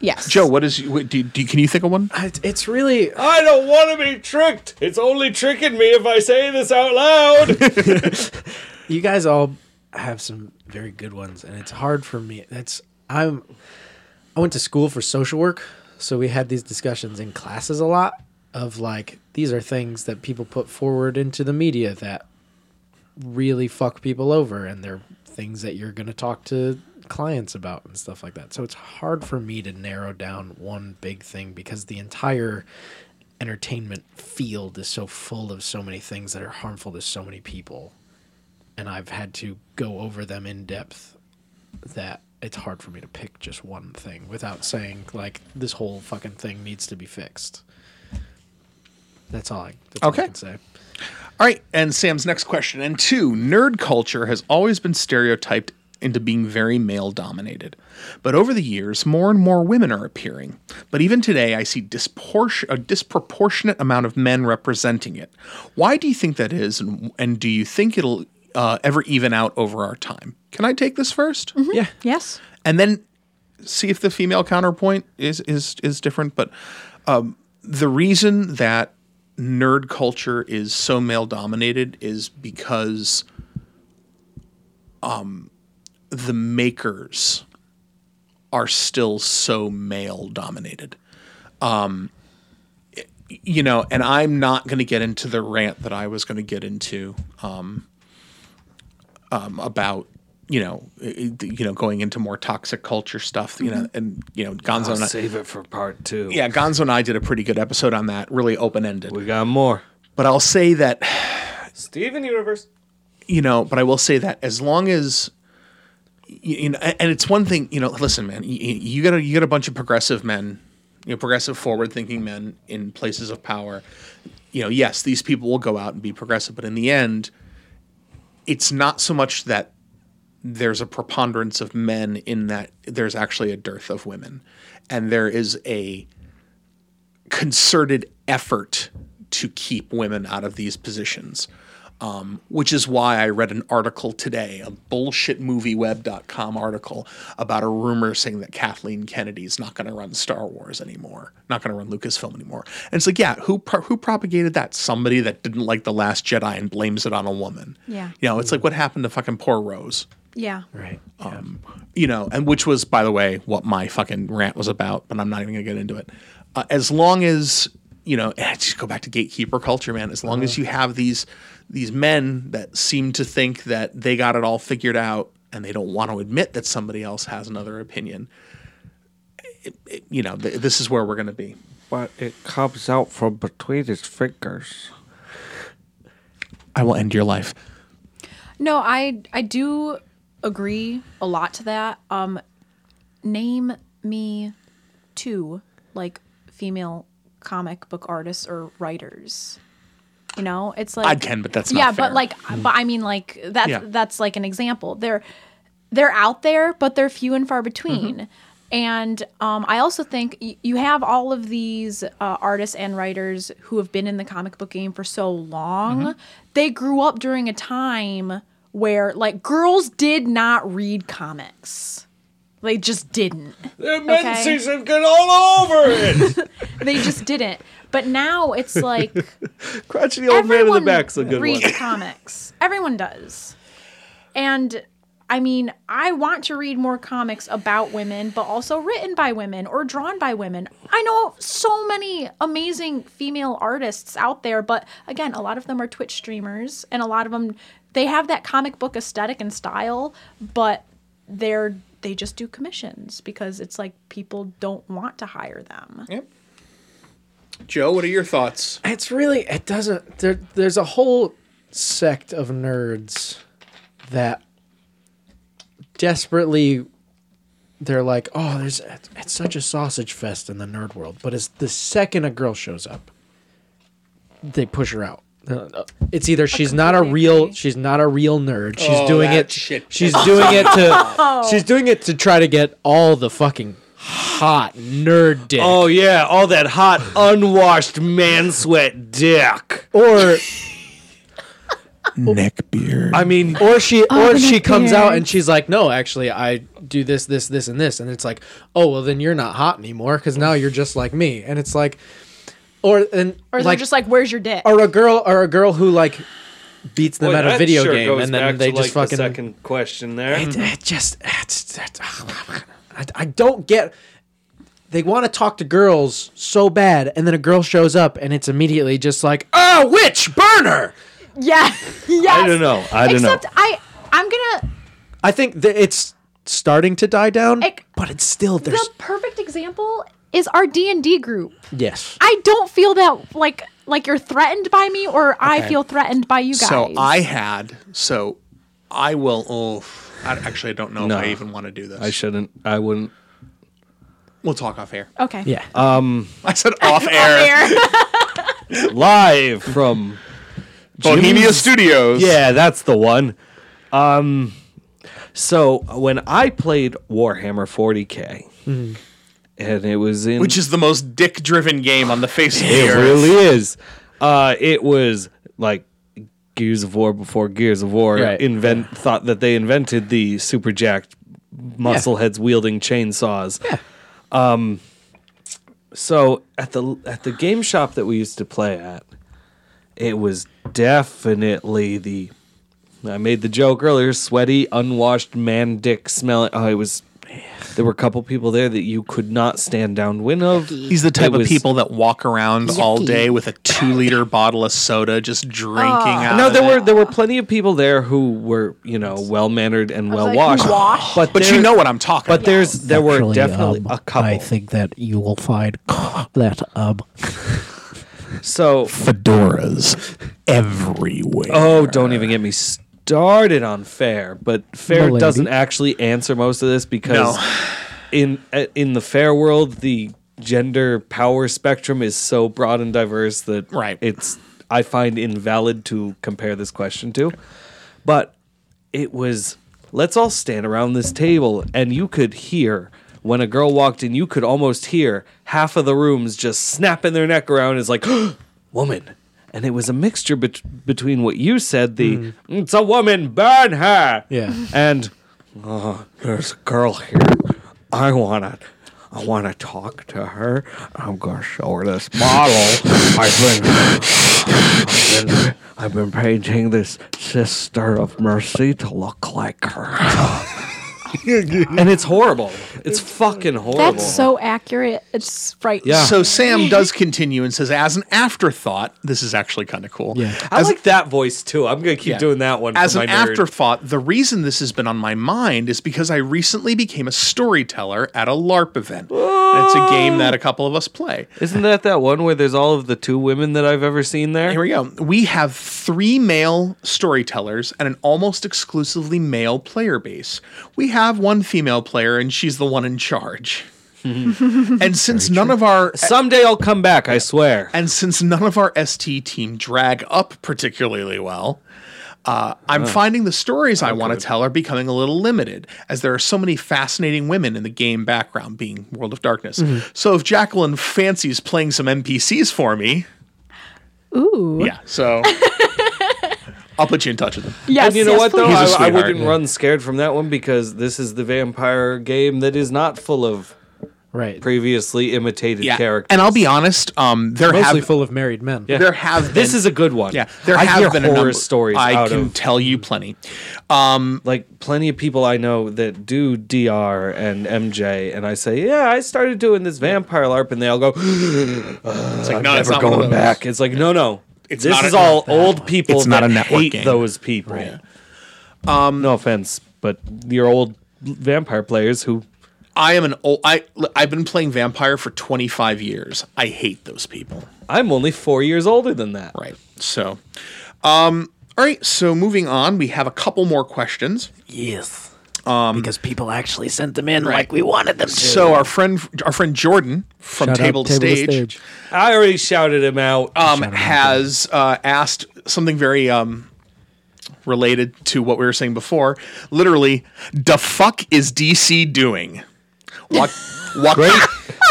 Speaker 4: yes,
Speaker 1: Joe, what is? What, do, you- do you- can you think of one?
Speaker 2: It's, it's really
Speaker 14: I don't want to be tricked. It's only tricking me if I say this out loud.
Speaker 2: you guys all have some very good ones and it's hard for me that's i'm i went to school for social work so we had these discussions in classes a lot of like these are things that people put forward into the media that really fuck people over and they're things that you're going to talk to clients about and stuff like that so it's hard for me to narrow down one big thing because the entire entertainment field is so full of so many things that are harmful to so many people and I've had to go over them in depth that it's hard for me to pick just one thing without saying like this whole fucking thing needs to be fixed. That's all I, that's all I
Speaker 1: Okay.
Speaker 2: can say.
Speaker 1: All right, and Sam's next question. And two, nerd culture has always been stereotyped into being very male dominated. But over the years, more and more women are appearing. But even today, I see dispor- a disproportionate amount of men representing it. Why do you think that is, and, and do you think it'll uh, ever even out over our time. Can I take this 1st
Speaker 4: Yeah. Yes.
Speaker 1: and then see if the female counterpoint is is is different. But um, the reason that nerd culture is so male dominated is because um, the makers are still so male dominated. Um, y- you know, and I'm not going to get into the rant that I was going to get into um, um, about you know i- i- you know going into more toxic culture stuff. You know, and you know, Gonzo
Speaker 3: I'll
Speaker 1: and I,
Speaker 3: save it for part two.
Speaker 1: yeah, Gonzo and I did a pretty good episode on that, really open ended. We got more. But I'll say that,
Speaker 3: Steven Universe.
Speaker 1: you know, but I will say that as long as y- you know, a- and it's one thing, you know. Listen, man, you, you got a, you got a bunch of progressive men, you know, progressive, forward-thinking men in places of power. You know, yes, these people will go out and be progressive, but in the end, it's not so much that there's a preponderance of men in that there's actually a dearth of women, and there is a concerted effort to keep women out of these positions. Um, which is why I read an article today, a bullshitmovieweb.com article about a rumor saying that Kathleen Kennedy is not going to run Star Wars anymore, not going to run Lucasfilm anymore. And it's like, yeah, who pro- who propagated that? Somebody that didn't like the Last Jedi and blames it on a woman.
Speaker 4: Yeah.
Speaker 1: You know, it's like what happened to fucking poor Rose.
Speaker 4: Yeah.
Speaker 2: Right.
Speaker 1: Um, You know, and which was, by the way, what my fucking rant was about, but I'm not even going to get into it. Uh, as long as, you know, eh, just go back to gatekeeper culture, man. As long as you have these these men that seem to think that they got it all figured out and they don't want to admit that somebody else has another opinion, it- it- you know, th- this is where we're going to be.
Speaker 3: But it comes out from between his fingers.
Speaker 1: I will end your life.
Speaker 4: No, I I do agree a lot to that. Um name me two like female comic book artists or writers. You know, it's like
Speaker 1: I can, but that's not
Speaker 4: yeah,
Speaker 1: fair. Mm.
Speaker 4: but like, but I mean, like that's
Speaker 1: Yeah.
Speaker 4: that's like an example. They're they're out there, but they're few and far between.
Speaker 1: Mm-hmm.
Speaker 4: And um, I also think y- you have all of these uh, artists and writers who have been in the comic book game for so long.
Speaker 1: Mm-hmm.
Speaker 4: They grew up during a time where like girls did not read comics. They just didn't.
Speaker 3: Their
Speaker 4: men Okay.
Speaker 3: season got all over it.
Speaker 4: They just didn't. But now it's like
Speaker 3: Crotchety old man in the
Speaker 4: Everyone
Speaker 3: back's a good
Speaker 4: reads
Speaker 3: one.
Speaker 4: comics. Everyone does. And I mean, I want to read more comics about women, but also written by women or drawn by women. I know so many amazing female artists out there, but again, a lot of them are Twitch streamers and a lot of them they have that comic book aesthetic and style, but they're they just do commissions because it's like people don't want to hire them.
Speaker 1: Yep. Joe, what are your thoughts?
Speaker 2: It's really it doesn't there there's a whole sect of nerds that desperately they're like, "Oh, there's it's such a sausage fest in the nerd world." But it's the second a girl shows up, they push her out. It's either she's not a real she's not a real nerd. She's
Speaker 1: Oh,
Speaker 2: doing
Speaker 1: that
Speaker 2: it
Speaker 1: shit
Speaker 2: she's
Speaker 1: pisses
Speaker 2: doing
Speaker 1: me
Speaker 2: it to
Speaker 1: off.
Speaker 2: she's doing it to try to get all the fucking hot nerd dick.
Speaker 3: Oh yeah, all that hot, unwashed man sweat dick.
Speaker 2: Or
Speaker 1: Neck beard.
Speaker 3: I mean,
Speaker 2: or she
Speaker 3: Oh,
Speaker 2: or
Speaker 3: the
Speaker 2: she
Speaker 3: neck
Speaker 2: comes out and
Speaker 3: beards.
Speaker 2: she's like, "No, actually, I do this, this, this, and this," and it's like, "Oh, well, then you're not hot anymore because now you're just like me." And it's like, or and
Speaker 4: Or they're
Speaker 2: like,
Speaker 4: just like, "Where's your dick?"
Speaker 2: or a girl or a girl who like beats them
Speaker 3: Boy,
Speaker 2: at a
Speaker 3: that
Speaker 2: video
Speaker 3: sure
Speaker 2: game,
Speaker 3: goes
Speaker 2: and
Speaker 3: back
Speaker 2: then
Speaker 3: to,
Speaker 2: they just
Speaker 3: like,
Speaker 2: fucking.
Speaker 3: the second question there.
Speaker 2: It, it just it's, it's, I, I don't get. They want to talk to girls so bad, and then a girl shows up, and it's immediately just like, "Oh, witch burner."
Speaker 4: Yeah. yes.
Speaker 2: I don't know. I don't know.
Speaker 4: Except I I'm gonna
Speaker 2: I think that it's starting to die down, but it's still there's
Speaker 4: the perfect example is our D and D group.
Speaker 2: yes.
Speaker 4: I don't feel that like like you're threatened by me or I
Speaker 1: Okay.
Speaker 4: feel threatened by you guys.
Speaker 1: So I had so I will. Oh, I actually I don't know
Speaker 3: No.
Speaker 1: if I even want to do this.
Speaker 3: I shouldn't. I wouldn't.
Speaker 1: We'll talk off air.
Speaker 4: Okay.
Speaker 3: Um.
Speaker 1: I said off air.
Speaker 3: live from
Speaker 1: Bohemia
Speaker 3: Jim's-
Speaker 1: Studios.
Speaker 3: Yeah, that's the one. Um, so when I played Warhammer 40k,
Speaker 1: Mhm.
Speaker 3: and it was in
Speaker 1: Which is the most dick-driven game on the face of the
Speaker 3: it
Speaker 1: earth.
Speaker 3: really is. Uh, it was like Gears of War before Gears of War
Speaker 2: Right.
Speaker 3: invent thought that they invented the super jacked muscle heads wielding chainsaws. Um, so at the at the game shop that we used to play at, it was definitely the I made the joke earlier, sweaty, unwashed man dick smelling. Oh, it was. There were a couple people there that you could not stand downwind of.
Speaker 1: He's the type
Speaker 3: It
Speaker 1: of
Speaker 3: was-
Speaker 1: people that walk around all
Speaker 3: Yucky.
Speaker 1: day with a two liter bottle of soda, just drinking out.
Speaker 3: No,
Speaker 1: of
Speaker 3: there
Speaker 1: it.
Speaker 3: were there were plenty of people there who were you know well mannered and well
Speaker 1: like,
Speaker 3: washed,
Speaker 1: washed?
Speaker 3: but
Speaker 1: But you
Speaker 3: there-
Speaker 1: know what I'm talking
Speaker 3: But
Speaker 1: about.
Speaker 3: there's there were
Speaker 7: Actually,
Speaker 3: definitely
Speaker 7: um,
Speaker 3: a couple.
Speaker 7: I think that you will find that um
Speaker 3: so
Speaker 1: fedoras everywhere.
Speaker 3: Oh, don't even get me started on Fair, but Fair
Speaker 7: Milady.
Speaker 3: doesn't actually answer most of this because
Speaker 1: No.
Speaker 3: in uh, in the Fair world, the gender power spectrum is so broad and diverse that
Speaker 1: Right.
Speaker 3: it's I find invalid to compare this question to. But it was let's all stand around this table and you could hear when a girl walked in, you could almost hear half of the rooms just snapping their neck around is like woman. And it was a mixture bet- between what you said, the it's a woman, burn her.
Speaker 2: Yeah.
Speaker 3: And "Oh, there's a girl here. I want to I want to talk to her. I'm going to show her this model. I've been, I've been I've been painting this sister of mercy to look like her. and it's horrible. It's fucking horrible.
Speaker 11: That's so accurate. It's frightening.
Speaker 1: Oh, So Sam does continue and says, as an afterthought, this is actually kind of cool. Yeah.
Speaker 3: I like that voice too. I'm gonna keep
Speaker 1: Yeah.
Speaker 3: doing that one. for
Speaker 1: As
Speaker 3: my
Speaker 1: an
Speaker 3: nerd.
Speaker 1: afterthought, the reason this has been on my mind is because I recently became a storyteller at a LARP event. And it's a game that a couple of us play.
Speaker 3: Isn't that that one where there's all of the two women that I've ever seen there?
Speaker 1: Here we go. We have three male storytellers and an almost exclusively male player base. We have one female player, and she's the one in charge. and since none of our
Speaker 3: someday I'll come back, I swear.
Speaker 1: And since none of our ST team drag up particularly well, uh, I'm finding the stories I want to tell are becoming a little limited, as there are so many fascinating women in the game background, being World of Darkness.
Speaker 6: Mhm.
Speaker 3: Mm-hmm.
Speaker 1: So if Jacqueline fancies playing some NPCs for me,
Speaker 11: Ooh.
Speaker 1: yeah, so I'll put you in touch with them.
Speaker 3: and you know what though,
Speaker 1: He's a
Speaker 3: I, I
Speaker 1: sweetheart.
Speaker 3: wouldn't run scared from that one because this is the vampire game that is not full of
Speaker 2: right
Speaker 3: previously imitated
Speaker 1: Yeah.
Speaker 3: characters.
Speaker 1: And I'll be honest, um, there
Speaker 2: mostly
Speaker 1: have
Speaker 2: full of married men.
Speaker 1: there have
Speaker 3: this
Speaker 1: been-
Speaker 3: is a good one.
Speaker 1: yeah there
Speaker 3: I hear
Speaker 1: have been a
Speaker 3: horror
Speaker 1: number
Speaker 3: stories.
Speaker 1: I
Speaker 3: out
Speaker 1: can
Speaker 3: of,
Speaker 1: tell you plenty, um,
Speaker 3: like plenty of people I know that do DR and MJ, and I say, yeah, I started doing this vampire LARP, and they all go, it's
Speaker 1: like,
Speaker 3: I'm
Speaker 1: no,
Speaker 3: never
Speaker 1: it's not one of
Speaker 3: going
Speaker 1: those.
Speaker 3: back. It's like, no, no,
Speaker 1: It's
Speaker 3: this
Speaker 1: not
Speaker 3: is
Speaker 1: a-
Speaker 3: all
Speaker 1: not that
Speaker 3: old
Speaker 1: one.
Speaker 3: people.
Speaker 1: It's not
Speaker 3: that
Speaker 1: a network
Speaker 3: hate
Speaker 1: game.
Speaker 3: Those people. Um, no offense, but your old vampire players who
Speaker 1: I am an old. I I've been playing vampire for 25 years. I hate those people.
Speaker 3: I'm only four years older than that.
Speaker 1: Right. So, um, all right. So moving on, we have a couple more questions.
Speaker 5: Yes.
Speaker 1: Um,
Speaker 5: Because people actually sent them in
Speaker 1: Right.
Speaker 5: like we wanted them to.
Speaker 1: so our friend, our friend Jordan from
Speaker 5: Shout out
Speaker 1: Table, to,
Speaker 5: Table to
Speaker 1: Stage,
Speaker 5: Stage.
Speaker 3: I already shouted him out.
Speaker 1: Um, has uh, asked something very um related to what we were saying before. Literally, the fuck is DC doing? What? what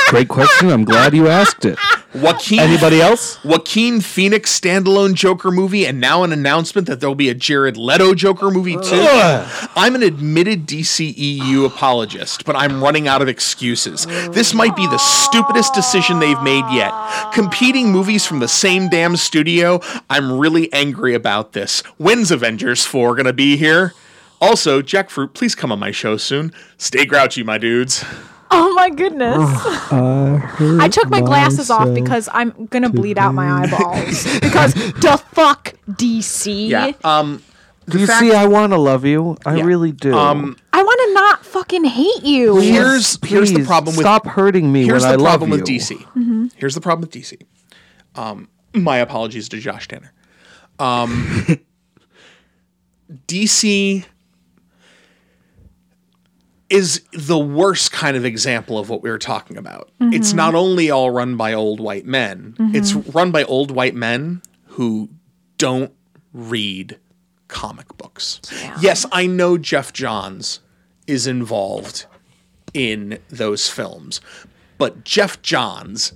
Speaker 3: Great question. I'm glad you asked it.
Speaker 1: Joaquin.
Speaker 3: Anybody else?
Speaker 1: Joaquin Phoenix standalone Joker movie, and now an announcement that there'll be a Jared Leto Joker movie too. I'm an admitted DCEU apologist, but I'm running out of excuses. This might be the stupidest decision they've made yet. Competing movies from the same damn studio. I'm really angry about this. When's Avengers 4 gonna be here? Also, Jackfruit, please come on my show soon. Stay grouchy, my dudes.
Speaker 11: Oh my goodness. I took my glasses off
Speaker 1: myself
Speaker 11: because I'm gonna bleed out my eyeballs. because the fuck DC.
Speaker 1: Yeah. Um,
Speaker 3: Do you see? I want to love you. I really do.
Speaker 1: Um,
Speaker 11: I want to not fucking hate you.
Speaker 1: here's here's the
Speaker 3: please
Speaker 1: problem with
Speaker 3: stop hurting me
Speaker 1: Here's
Speaker 3: when
Speaker 1: the
Speaker 3: I love
Speaker 1: problem with
Speaker 3: you.
Speaker 1: DC. Here's the problem with DC. Um, my apologies to Josh Tanner. Um, DC is the worst kind of example of what we were talking about. It's
Speaker 6: Mhm.
Speaker 1: not only all run by old white men, it's
Speaker 6: Mhm.
Speaker 1: run by old white men who don't read comic books. Yes, I know Jeff Johns is involved in those films, but Jeff Johns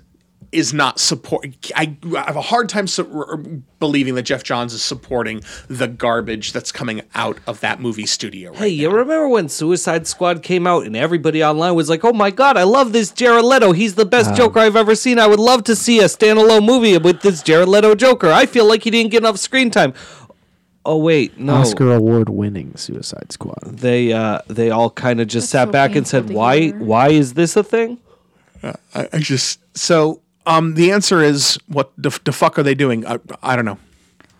Speaker 1: is not support. I, I have a hard time su- believing that Jeff Johns is supporting the garbage that's coming out of that movie studio. Right?
Speaker 3: Hey, you remember when Suicide Squad came out and everybody online was like, "Oh my god, I love this Jared Leto. He's the best
Speaker 7: Um,
Speaker 3: Joker I've ever seen. I would love to see a standalone movie with this Jared Leto Joker. I feel like he didn't get enough screen time." Oh wait, no.
Speaker 7: Oscar award winning Suicide Squad.
Speaker 3: They uh they all kind of just sat back and said, "Why why is this a thing?"
Speaker 1: I, I just so um the answer is what the, f- the fuck are they doing? I, I don't know.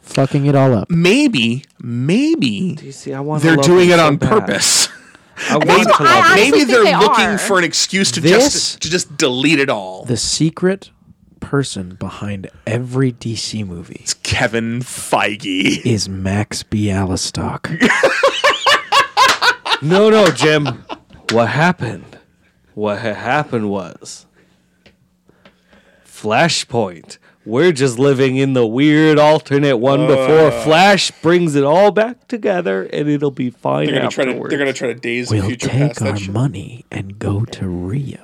Speaker 7: Fucking it all up.
Speaker 1: Maybe maybe
Speaker 3: see, I want
Speaker 1: they're doing it on purpose.
Speaker 3: I
Speaker 1: Maybe,
Speaker 3: want to love it.
Speaker 1: maybe
Speaker 4: think
Speaker 1: they're
Speaker 4: they
Speaker 1: looking
Speaker 4: are.
Speaker 1: for an excuse to
Speaker 2: This-
Speaker 1: just to just delete it all.
Speaker 2: The secret person behind every DC movie
Speaker 1: Kevin Feige.
Speaker 2: is Max Bialystock.
Speaker 3: No, no, Jim. What happened? What ha- happened was Flashpoint. We're just living in the weird alternate one
Speaker 1: Oh.
Speaker 3: before Flash brings it all back together, and it'll be fine.
Speaker 1: They're gonna try to
Speaker 3: afterwards.
Speaker 1: they're gonna try to daze the
Speaker 7: We'll
Speaker 1: future past
Speaker 7: take
Speaker 1: that
Speaker 7: our
Speaker 1: shit.
Speaker 7: money and go to Rio.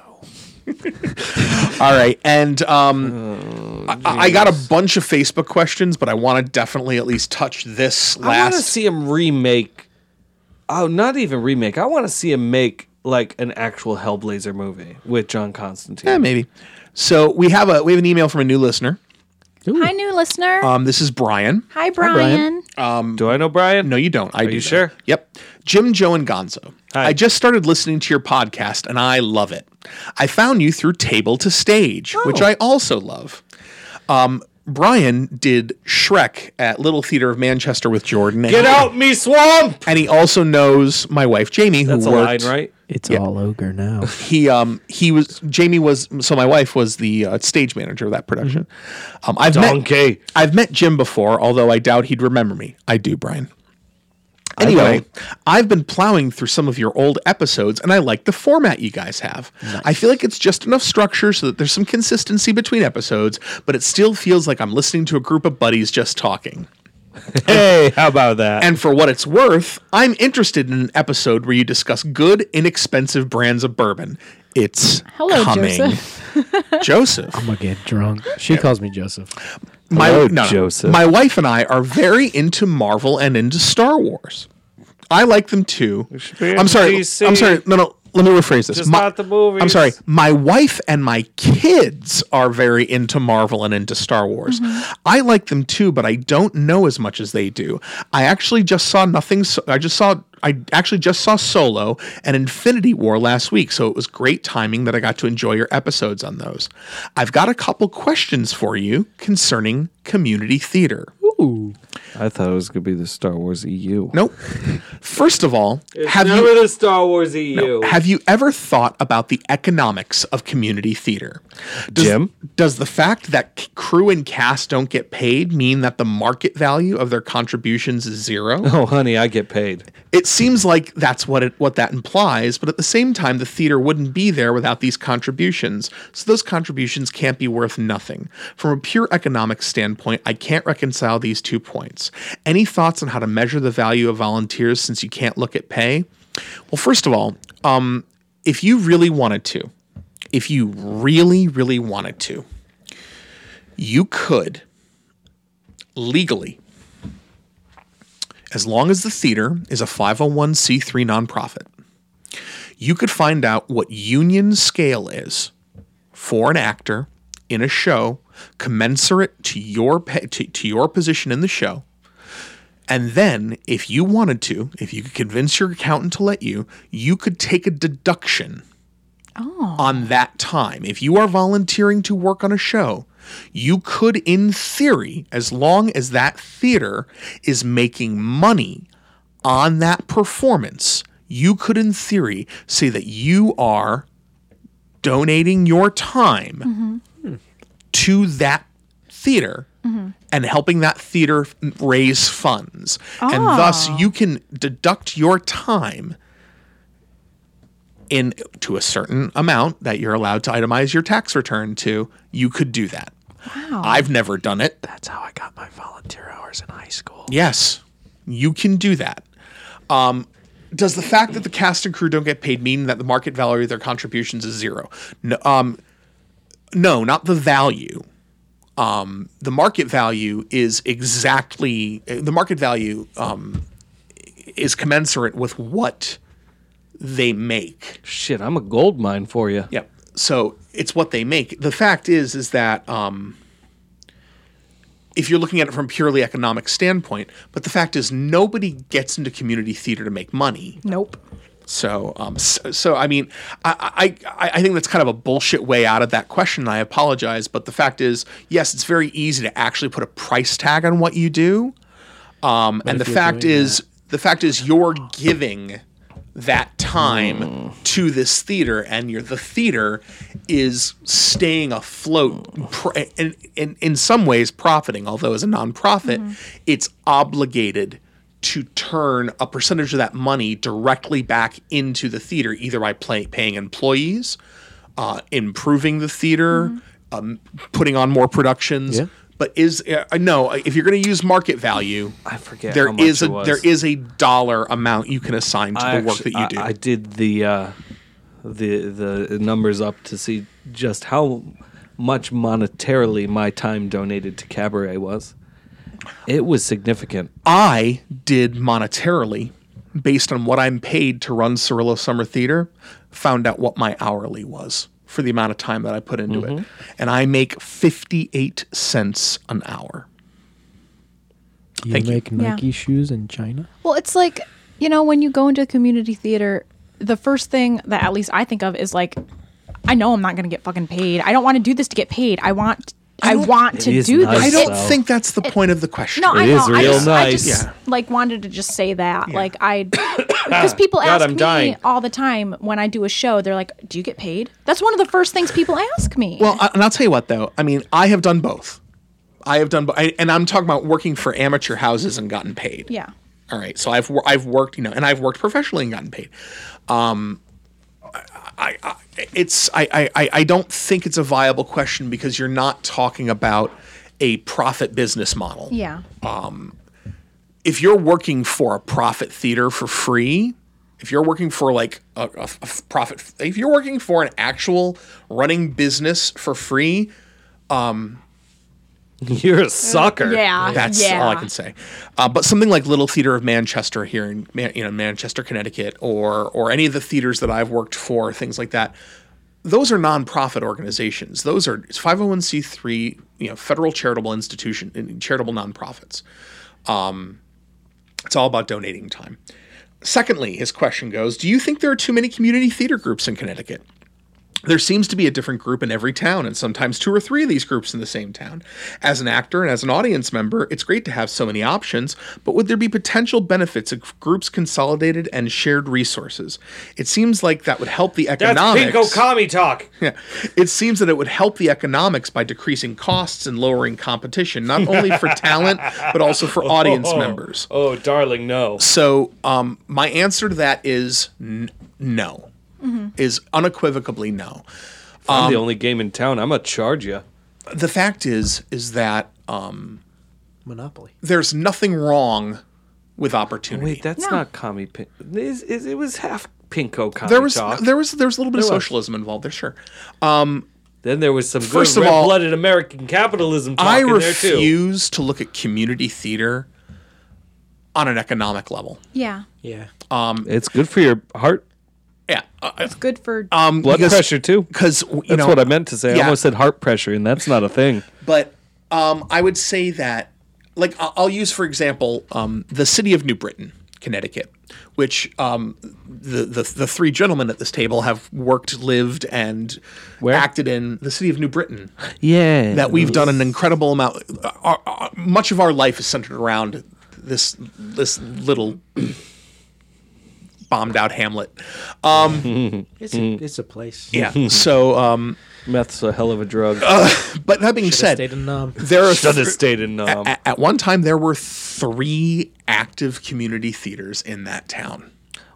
Speaker 1: All right, and um, I, I got a bunch of Facebook questions, but I want to definitely at least touch this
Speaker 3: I want to
Speaker 1: last.
Speaker 3: see him remake. Oh, not even remake. I want to see him make like an actual Hellblazer movie with John Constantine.
Speaker 1: Yeah, maybe. So we have a we have an email from a new listener.
Speaker 11: Hi, new listener.
Speaker 3: Uh,
Speaker 1: Um, this is Brian.
Speaker 11: Hi, Brian.
Speaker 3: Do I know Brian?
Speaker 1: No, you don't. I do.
Speaker 3: you
Speaker 1: know.
Speaker 3: sure?
Speaker 1: Yep. Jim, Joe, and Gonzo. I just started listening to your podcast and I love it. I found you through Table to Stage,
Speaker 3: Oh.
Speaker 1: which I also love. Um, Brian did Shrek at Little Theater of Manchester with Jordan. and
Speaker 3: Get
Speaker 1: he-
Speaker 3: out, me swamp.
Speaker 1: And he also knows my wife Jamie, who
Speaker 3: That's a line,
Speaker 1: worked.
Speaker 3: right?
Speaker 7: It's all ogre now.
Speaker 1: He um he was Jamie was so my wife was the uh, stage manager of that production. Um, I've met
Speaker 3: Mm-hmm. Donkey.
Speaker 1: I've met Jim before, although I doubt he'd remember me. I do, Brian. Anyway, I've been plowing through some of your old episodes and I like the format you guys have. I feel like it's just enough structure so that there's some consistency between episodes, but it still feels like I'm listening to a group of buddies just talking.
Speaker 3: Hey, how about that?
Speaker 1: And for what it's worth, I'm interested in an episode where you discuss good, inexpensive brands of bourbon. It's
Speaker 4: Hello,
Speaker 1: coming. Joseph.
Speaker 7: I'm gonna get drunk. She calls me Joseph.
Speaker 1: my
Speaker 3: Hello,
Speaker 1: no, no.
Speaker 3: Joseph.
Speaker 1: My wife and I are very into Marvel and into Star Wars. I like them too.
Speaker 3: be
Speaker 1: I'm sorry.
Speaker 3: DC.
Speaker 1: I'm sorry. No, no. Let me rephrase this.
Speaker 3: Just not the movies.
Speaker 1: I'm sorry. My wife and my kids are very into Marvel and into Star Wars.
Speaker 3: Mm-hmm.
Speaker 1: I like them too, but I don't know as much as they do. I actually just saw nothing. So- I just saw. I actually just saw Solo and Infinity War last week, so it was great timing that I got to enjoy your episodes on those. I've got a couple questions for you concerning community theater.
Speaker 3: I thought it was gonna be the Star Wars E EU.
Speaker 1: Nope. First of all, have you
Speaker 3: the Star Wars E EU.
Speaker 1: Have you ever thought about the economics of community theater? Does,
Speaker 3: Jim?
Speaker 1: Does the fact that c- crew and cast don't get paid mean that the market value of their contributions is zero?
Speaker 3: Oh, honey, I get paid.
Speaker 1: it seems like that's what it what that implies, but at the same time the theater wouldn't be there without these contributions. So those contributions can't be worth nothing. From a pure economic standpoint, I can't reconcile these two points. Any thoughts on how to measure the value of volunteers since you can't look at pay? Well, first of all, um, if you really wanted to, if you really, really wanted to, you could legally, as long as the theater is a 501c3 nonprofit, you could find out what union scale is for an actor in a show commensurate to your pay, to, to your position in the show. And then, if you wanted to, if you could convince your accountant to let you, you could take a deduction on that time. If you are volunteering to work on a show, you could, in theory, as long as that theater is making money on that performance, you could, in theory, say that you are donating your time to that theater and helping that theater f- raise funds. And thus, you can deduct your time in to a certain amount that you're allowed to itemize your tax return to, you could do that. Wow. I've never done it.
Speaker 7: That's how I got my volunteer hours in high school.
Speaker 1: Yes, you can do that. Um, does the fact that the cast and crew don't get paid mean that the market value of their contributions is zero? No, um, No, not the value. Um, the market value is exactly the market value um, is commensurate with what they make.
Speaker 3: Shit, I'm a gold mine for you.
Speaker 1: Yeah. So it's what they make. The fact is, is that um, if you're looking at it from purely economic standpoint, but the fact is, nobody gets into community theater to make money.
Speaker 11: Nope.
Speaker 1: So, um, so, so I mean, I, I, I think that's kind of a bullshit way out of that question. I apologize, but the fact is, yes, it's very easy to actually put a price tag on what you do, um, and the
Speaker 2: if you're
Speaker 1: fact
Speaker 2: doing
Speaker 1: is, the fact is, you're giving that time
Speaker 2: Hmm.
Speaker 1: to this theater, and you're the theater is staying afloat, pr- and, and in some ways profiting. Although as a nonprofit,
Speaker 2: Mm-hmm.
Speaker 1: it's obligated to turn a percentage of that money directly back into the theater, either by play, paying employees, uh, improving the theater,
Speaker 2: Mm-hmm.
Speaker 1: um, putting on more productions.
Speaker 3: Yeah.
Speaker 1: But is uh, no? If you're going to use market value, I
Speaker 3: forget
Speaker 1: There
Speaker 3: how much
Speaker 1: is
Speaker 3: it
Speaker 1: a
Speaker 3: was.
Speaker 1: there is a dollar amount you can assign to the work
Speaker 3: actu-
Speaker 1: that you do.
Speaker 3: I, I did the uh, the the numbers up to see just how much monetarily my time donated to cabaret was. It was significant.
Speaker 1: I did monetarily, based on what I'm paid to run Cirillo Summer Theater, found out what my hourly was for the amount of time that I put into it.
Speaker 3: Mm-hmm.
Speaker 1: And I make 58 cents an hour.
Speaker 7: You
Speaker 1: Thank you.
Speaker 7: make
Speaker 11: Yeah.
Speaker 7: Nike shoes in China?
Speaker 11: Well, it's like, you know, when you go into a community theater, the first thing that at least I think of is like, I know I'm not going to get fucking paid. I don't want to do this to get paid. I want, I, want to do this.
Speaker 1: I don't think that's the point of the question.
Speaker 11: No, I know. I just, I just
Speaker 1: Yeah.
Speaker 11: like wanted to just say that. Like I, because people
Speaker 3: God,
Speaker 11: ask
Speaker 3: I'm
Speaker 11: me
Speaker 3: dying.
Speaker 11: all the time when I do a show. They're like, "Do you get paid?" That's one of the first things people ask me.
Speaker 1: Well, I, and I'll tell you what, though. I mean, I have done both. I have done, bo- I, and I'm talking about working for amateur houses and gotten paid.
Speaker 11: yeah.
Speaker 1: All right. So I've wor- I've worked, you know, and I've worked professionally and gotten paid. Um, I, I it's I, I- I I don't think it's a viable question because you're not talking about a profit business model.
Speaker 11: Yeah.
Speaker 1: Um, if you're working for a profit theater for free, if you're working for like a, a f- a f- profit, if you're working for an actual running business for free, um,
Speaker 3: you're a sucker.
Speaker 1: Yeah, that's
Speaker 3: yeah.
Speaker 1: all I can say. Uh, but something like Little Theater of Manchester here in Man- you know Manchester, Connecticut, or or any of the theaters that I've worked for, things like that. Those are nonprofit organizations. Those are it's 501c3, you know, federal charitable institution, and charitable nonprofits. Um, it's all about donating time. Secondly, his question goes Do you think there are too many community theater groups in Connecticut? There seems to be a different group in every town, and sometimes two or three of these groups in the same town. As an actor and as an audience member, it's great to have so many options, but would there be potential benefits of groups consolidated and shared resources? It seems like that would help the economics.
Speaker 3: commie talk.
Speaker 1: Yeah. It seems that it would help the economics by decreasing costs and lowering competition, not only for talent, but also for audience members.
Speaker 3: Oh, darling, no.
Speaker 1: So, um, my answer to that is n- no,
Speaker 3: Mhm.
Speaker 1: is unequivocally no.
Speaker 3: If I'm the
Speaker 1: Um,
Speaker 3: only game in town. I'm gonna charge you.
Speaker 1: the fact is, is that um, monopoly. There's nothing wrong with opportunity.
Speaker 3: Wait, that's not commie. Pin- is, is, it was half pinko commie
Speaker 1: there was
Speaker 3: talk.
Speaker 1: there was there was a little bit of
Speaker 3: There was.
Speaker 1: socialism involved there, sure. Um,
Speaker 3: then there was some
Speaker 1: First
Speaker 3: good
Speaker 1: of all,
Speaker 3: red-blooded American capitalism talk
Speaker 1: I
Speaker 3: in there too.
Speaker 1: refuse to look at community theater on an economic level.
Speaker 11: Yeah.
Speaker 1: Yeah. Um,
Speaker 3: it's good for your heart.
Speaker 1: Yeah. uh,
Speaker 11: It's good for
Speaker 1: Um,
Speaker 3: Blood
Speaker 1: because-
Speaker 3: pressure too.
Speaker 1: Because you
Speaker 3: that's
Speaker 1: know-
Speaker 3: what I meant to say. I
Speaker 1: Yeah.
Speaker 3: almost said heart pressure, and that's not a thing.
Speaker 1: But um, I would say that, like, I- I'll use for example um, the city of New Britain, Connecticut, which um, the, the the three gentlemen at this table have worked, lived, and acted in the city of New Britain.
Speaker 3: Yeah,
Speaker 1: that we've done an incredible amount. Our, our, much of our life is centered around this this little bombed out hamlet. Um,
Speaker 2: It's a, it's a place.
Speaker 1: yeah. So um,
Speaker 3: meth's a hell of a drug.
Speaker 1: Uh, but that being
Speaker 2: Shoulda
Speaker 1: said,
Speaker 2: stayed in um, Nam.
Speaker 1: there are
Speaker 3: Shoulda
Speaker 1: thr-
Speaker 3: stayed in
Speaker 1: a-
Speaker 3: Nam.
Speaker 1: a- At, one time, there were three active community theaters in that town.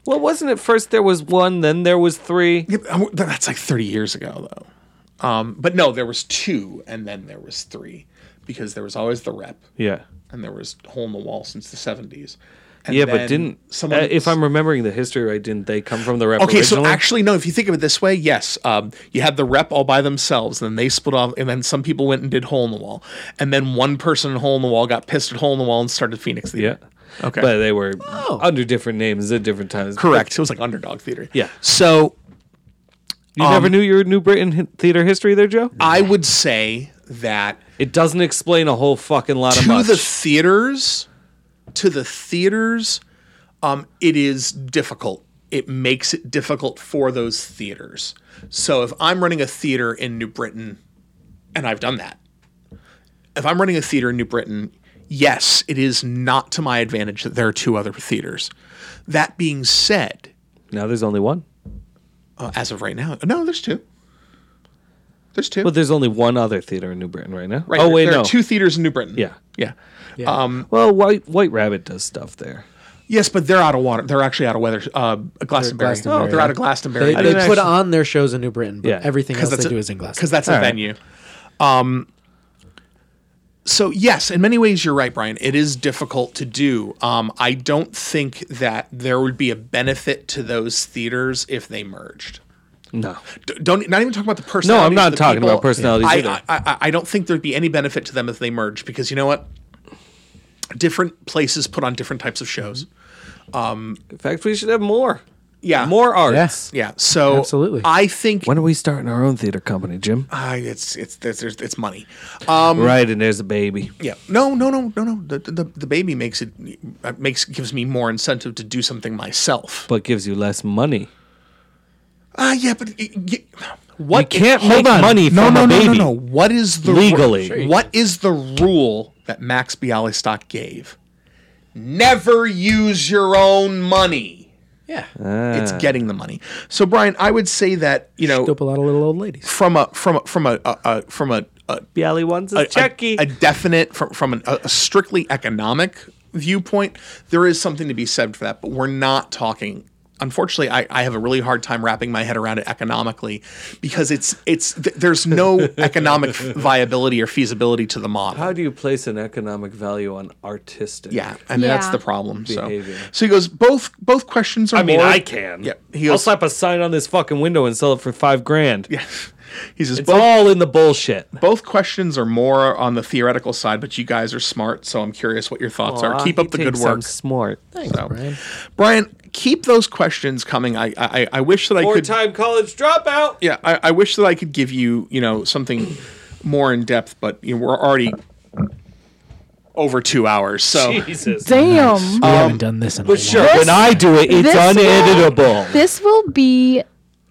Speaker 3: Well, wasn't it first there was one, then there was three?
Speaker 1: That's like thirty years ago, though. Um, but no, there was two, and then there was three, because there was always the rep,
Speaker 3: Yeah.
Speaker 1: and there was hole in the wall since the seventies. and
Speaker 3: yeah,
Speaker 1: then
Speaker 3: but didn't
Speaker 1: someone-
Speaker 3: uh, if I'm remembering the history right, didn't they come from the rep
Speaker 1: Okay, so
Speaker 3: originally?
Speaker 1: actually, no. If you think of it this way, yes, um, you had the rep all by themselves, and then they split off, and then some people went and did hole in the wall, and then one person in hole in the wall got pissed at hole in the wall and started Phoenix Theater. Yeah. Okay. Oh.
Speaker 3: But they were under different names at different times.
Speaker 1: Correct. It was like Underdog Theater.
Speaker 3: Yeah.
Speaker 1: So
Speaker 3: You never
Speaker 1: Um,
Speaker 3: knew your New Britain hi- theater history there, Joe?
Speaker 1: I would say that
Speaker 3: it doesn't explain a whole fucking lot of
Speaker 1: to
Speaker 3: much.
Speaker 1: the theaters to the theaters um, it is difficult it makes it difficult for those theaters so if i'm running a theater in new britain and i've done that if i'm running a theater in new britain yes it is not to my advantage that there are two other theaters that being said
Speaker 3: now there's only one
Speaker 1: uh, as of right now no there's two there's two
Speaker 3: But there's only one other theater in New Britain right now.
Speaker 1: Right,
Speaker 3: oh
Speaker 1: there-
Speaker 3: wait,
Speaker 1: there
Speaker 3: no.
Speaker 1: are two theaters in new britain
Speaker 3: yeah.
Speaker 1: yeah
Speaker 3: Yeah.
Speaker 1: um
Speaker 3: Well, White White Rabbit does stuff there.
Speaker 1: Yes, but they're out of water. They're actually out of weather. Uh, Glastonbury.
Speaker 2: Glastonbury,
Speaker 1: Oh, they're
Speaker 2: yeah.
Speaker 1: out of Glastonbury.
Speaker 2: They, they put on their shows in New Britain, but
Speaker 1: Yeah.
Speaker 2: everything
Speaker 1: 'Cause
Speaker 2: else
Speaker 1: that's
Speaker 2: they
Speaker 1: a-
Speaker 2: do is in Glastonbury.
Speaker 1: because that's a
Speaker 2: All right.
Speaker 1: venue. Um, so yes, in many ways you're right, Brian. It is difficult to do. Um, I don't think that there would be a benefit to those theaters if they merged.
Speaker 3: No.
Speaker 1: D- don't not even talk about the
Speaker 3: No,
Speaker 1: personalities.
Speaker 3: I'm not
Speaker 1: of the
Speaker 3: talking
Speaker 1: people.
Speaker 3: about personalities
Speaker 1: I,
Speaker 3: either.
Speaker 1: I, I, I don't think there'd be any benefit to them if they merged because you know what? Different places put on different types of shows.
Speaker 3: Mm-hmm.
Speaker 1: Um,
Speaker 3: In fact, we should have more.
Speaker 1: Yeah,
Speaker 3: More arts.
Speaker 1: Yeah. So
Speaker 3: Absolutely.
Speaker 1: I think
Speaker 3: When are we starting our own theater company, Jim?
Speaker 1: I it's it's there's, there's it's money. Um,
Speaker 3: right, and there's a baby.
Speaker 1: Yeah. No, no, no, no, no. The, the, the baby makes it uh, makes gives me more incentive to do something myself.
Speaker 3: But gives you less money.
Speaker 1: Ah, yeah, but it, y- what
Speaker 3: You can't
Speaker 1: hold
Speaker 3: make
Speaker 1: on.
Speaker 3: money
Speaker 1: no,
Speaker 3: from
Speaker 1: no,
Speaker 3: a
Speaker 1: No,
Speaker 3: baby.
Speaker 1: no, no. What is the
Speaker 3: Legally.
Speaker 1: what is the rule that Max Bialystock gave? Never use your own money. Yeah. It's getting the money. So Brian, I would say that you know
Speaker 2: Dope a lot of little old ladies.
Speaker 1: from a from a from a, a, a from a, uh, a
Speaker 3: Bialy wants
Speaker 1: a, a, a definite from from an, a, a strictly economic viewpoint there is something to be said for that but we're not talking unfortunately I, I have a really hard time wrapping my head around it economically because it's it's th- there's no economic viability or feasibility to the model
Speaker 3: How do you place an economic value on artistic?
Speaker 1: yeah and that's
Speaker 3: Yeah.
Speaker 1: the problem so
Speaker 3: Behavior.
Speaker 1: so he goes both both questions are
Speaker 3: I mean,
Speaker 1: more-
Speaker 3: I can.
Speaker 1: yeah he
Speaker 3: I'll
Speaker 1: goes
Speaker 3: slap a sign on this fucking window and sell it for five grand.
Speaker 1: Yeah. He says
Speaker 3: it's all in the bullshit.
Speaker 1: both questions are more on the theoretical side, but you guys are smart, so I'm curious what your thoughts
Speaker 3: Aw,
Speaker 1: are. Keep
Speaker 3: he
Speaker 1: up the good
Speaker 3: thinks I'm
Speaker 1: work.
Speaker 3: smart.
Speaker 1: Thanks, Brian. Brian, keep those questions coming. I I, I wish that I could.
Speaker 3: Four-time college dropout.
Speaker 1: Yeah, I, I wish that I could give you you know something more in depth, but you know, we're already over two hours. So
Speaker 3: Jesus.
Speaker 4: Damn.
Speaker 2: We haven't done this in a
Speaker 3: Um, But sure,
Speaker 4: This-
Speaker 3: when I do it, it's
Speaker 4: this will-
Speaker 3: uneditable.
Speaker 4: This will be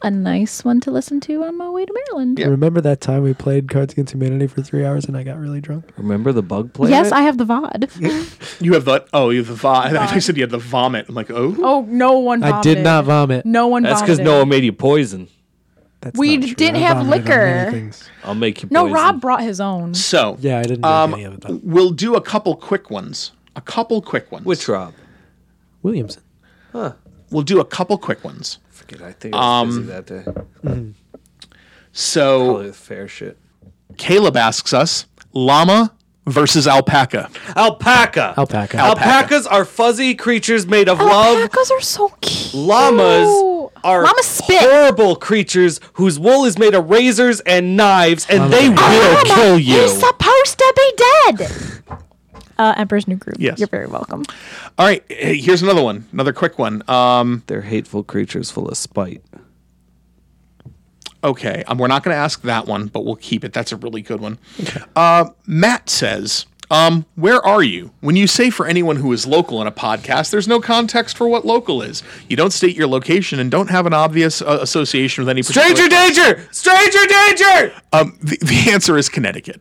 Speaker 4: a nice one to listen to on my way to Maryland.
Speaker 7: Remember that time we played Cards Against Humanity for three hours and I got really drunk?
Speaker 3: Remember the bug play?
Speaker 4: yes, I have the
Speaker 1: Mm.
Speaker 4: VOD.
Speaker 1: you have the oh you have the vomit. I said you had the vomit. I'm like oh
Speaker 11: Oh, no one.
Speaker 1: I
Speaker 11: Vomited.
Speaker 1: did not
Speaker 2: vomit.
Speaker 11: No one.
Speaker 3: That's because
Speaker 11: vomited.
Speaker 3: Noah made you poison.
Speaker 11: we didn't
Speaker 1: I
Speaker 11: have
Speaker 1: vomited on many
Speaker 11: liquor.
Speaker 1: things.
Speaker 3: I'll make you.
Speaker 11: No,
Speaker 3: poison.
Speaker 11: Rob brought his own.
Speaker 1: So yeah, I didn't. Um, We'll do a couple quick ones. A couple quick ones. Which
Speaker 3: Rob?
Speaker 2: Williamson.
Speaker 3: Huh.
Speaker 1: We'll do a couple quick ones.
Speaker 3: Forget. I think I was busy
Speaker 1: Um,
Speaker 3: that day.
Speaker 1: So
Speaker 3: Probably fair shit.
Speaker 1: Caleb asks us: llama versus alpaca.
Speaker 3: Alpaca.
Speaker 2: Alpaca.
Speaker 3: Alpacas are fuzzy creatures made of love.
Speaker 4: Alpacas are so cute.
Speaker 3: Llamas are horrible creatures whose wool is made of razors and knives, and they
Speaker 11: Ah,
Speaker 3: will
Speaker 1: Oh,
Speaker 3: kill you.
Speaker 4: He's supposed to be dead. Uh, Emperor's New Groove.
Speaker 1: Yes.
Speaker 4: You're very welcome.
Speaker 1: All right, hey, here's another one. Another quick one. Um,
Speaker 3: They're hateful creatures full of spite.
Speaker 1: Okay, um, we're not going to ask that one, but we'll keep it. That's a really good one. Uh, Matt says, um, "Where are you?" When you say for anyone who is local in a podcast, there's no context for what local is. You don't state your location and don't have an obvious uh, association with any particular
Speaker 3: Stranger danger! Stranger danger!
Speaker 1: Um, the, the answer is Connecticut.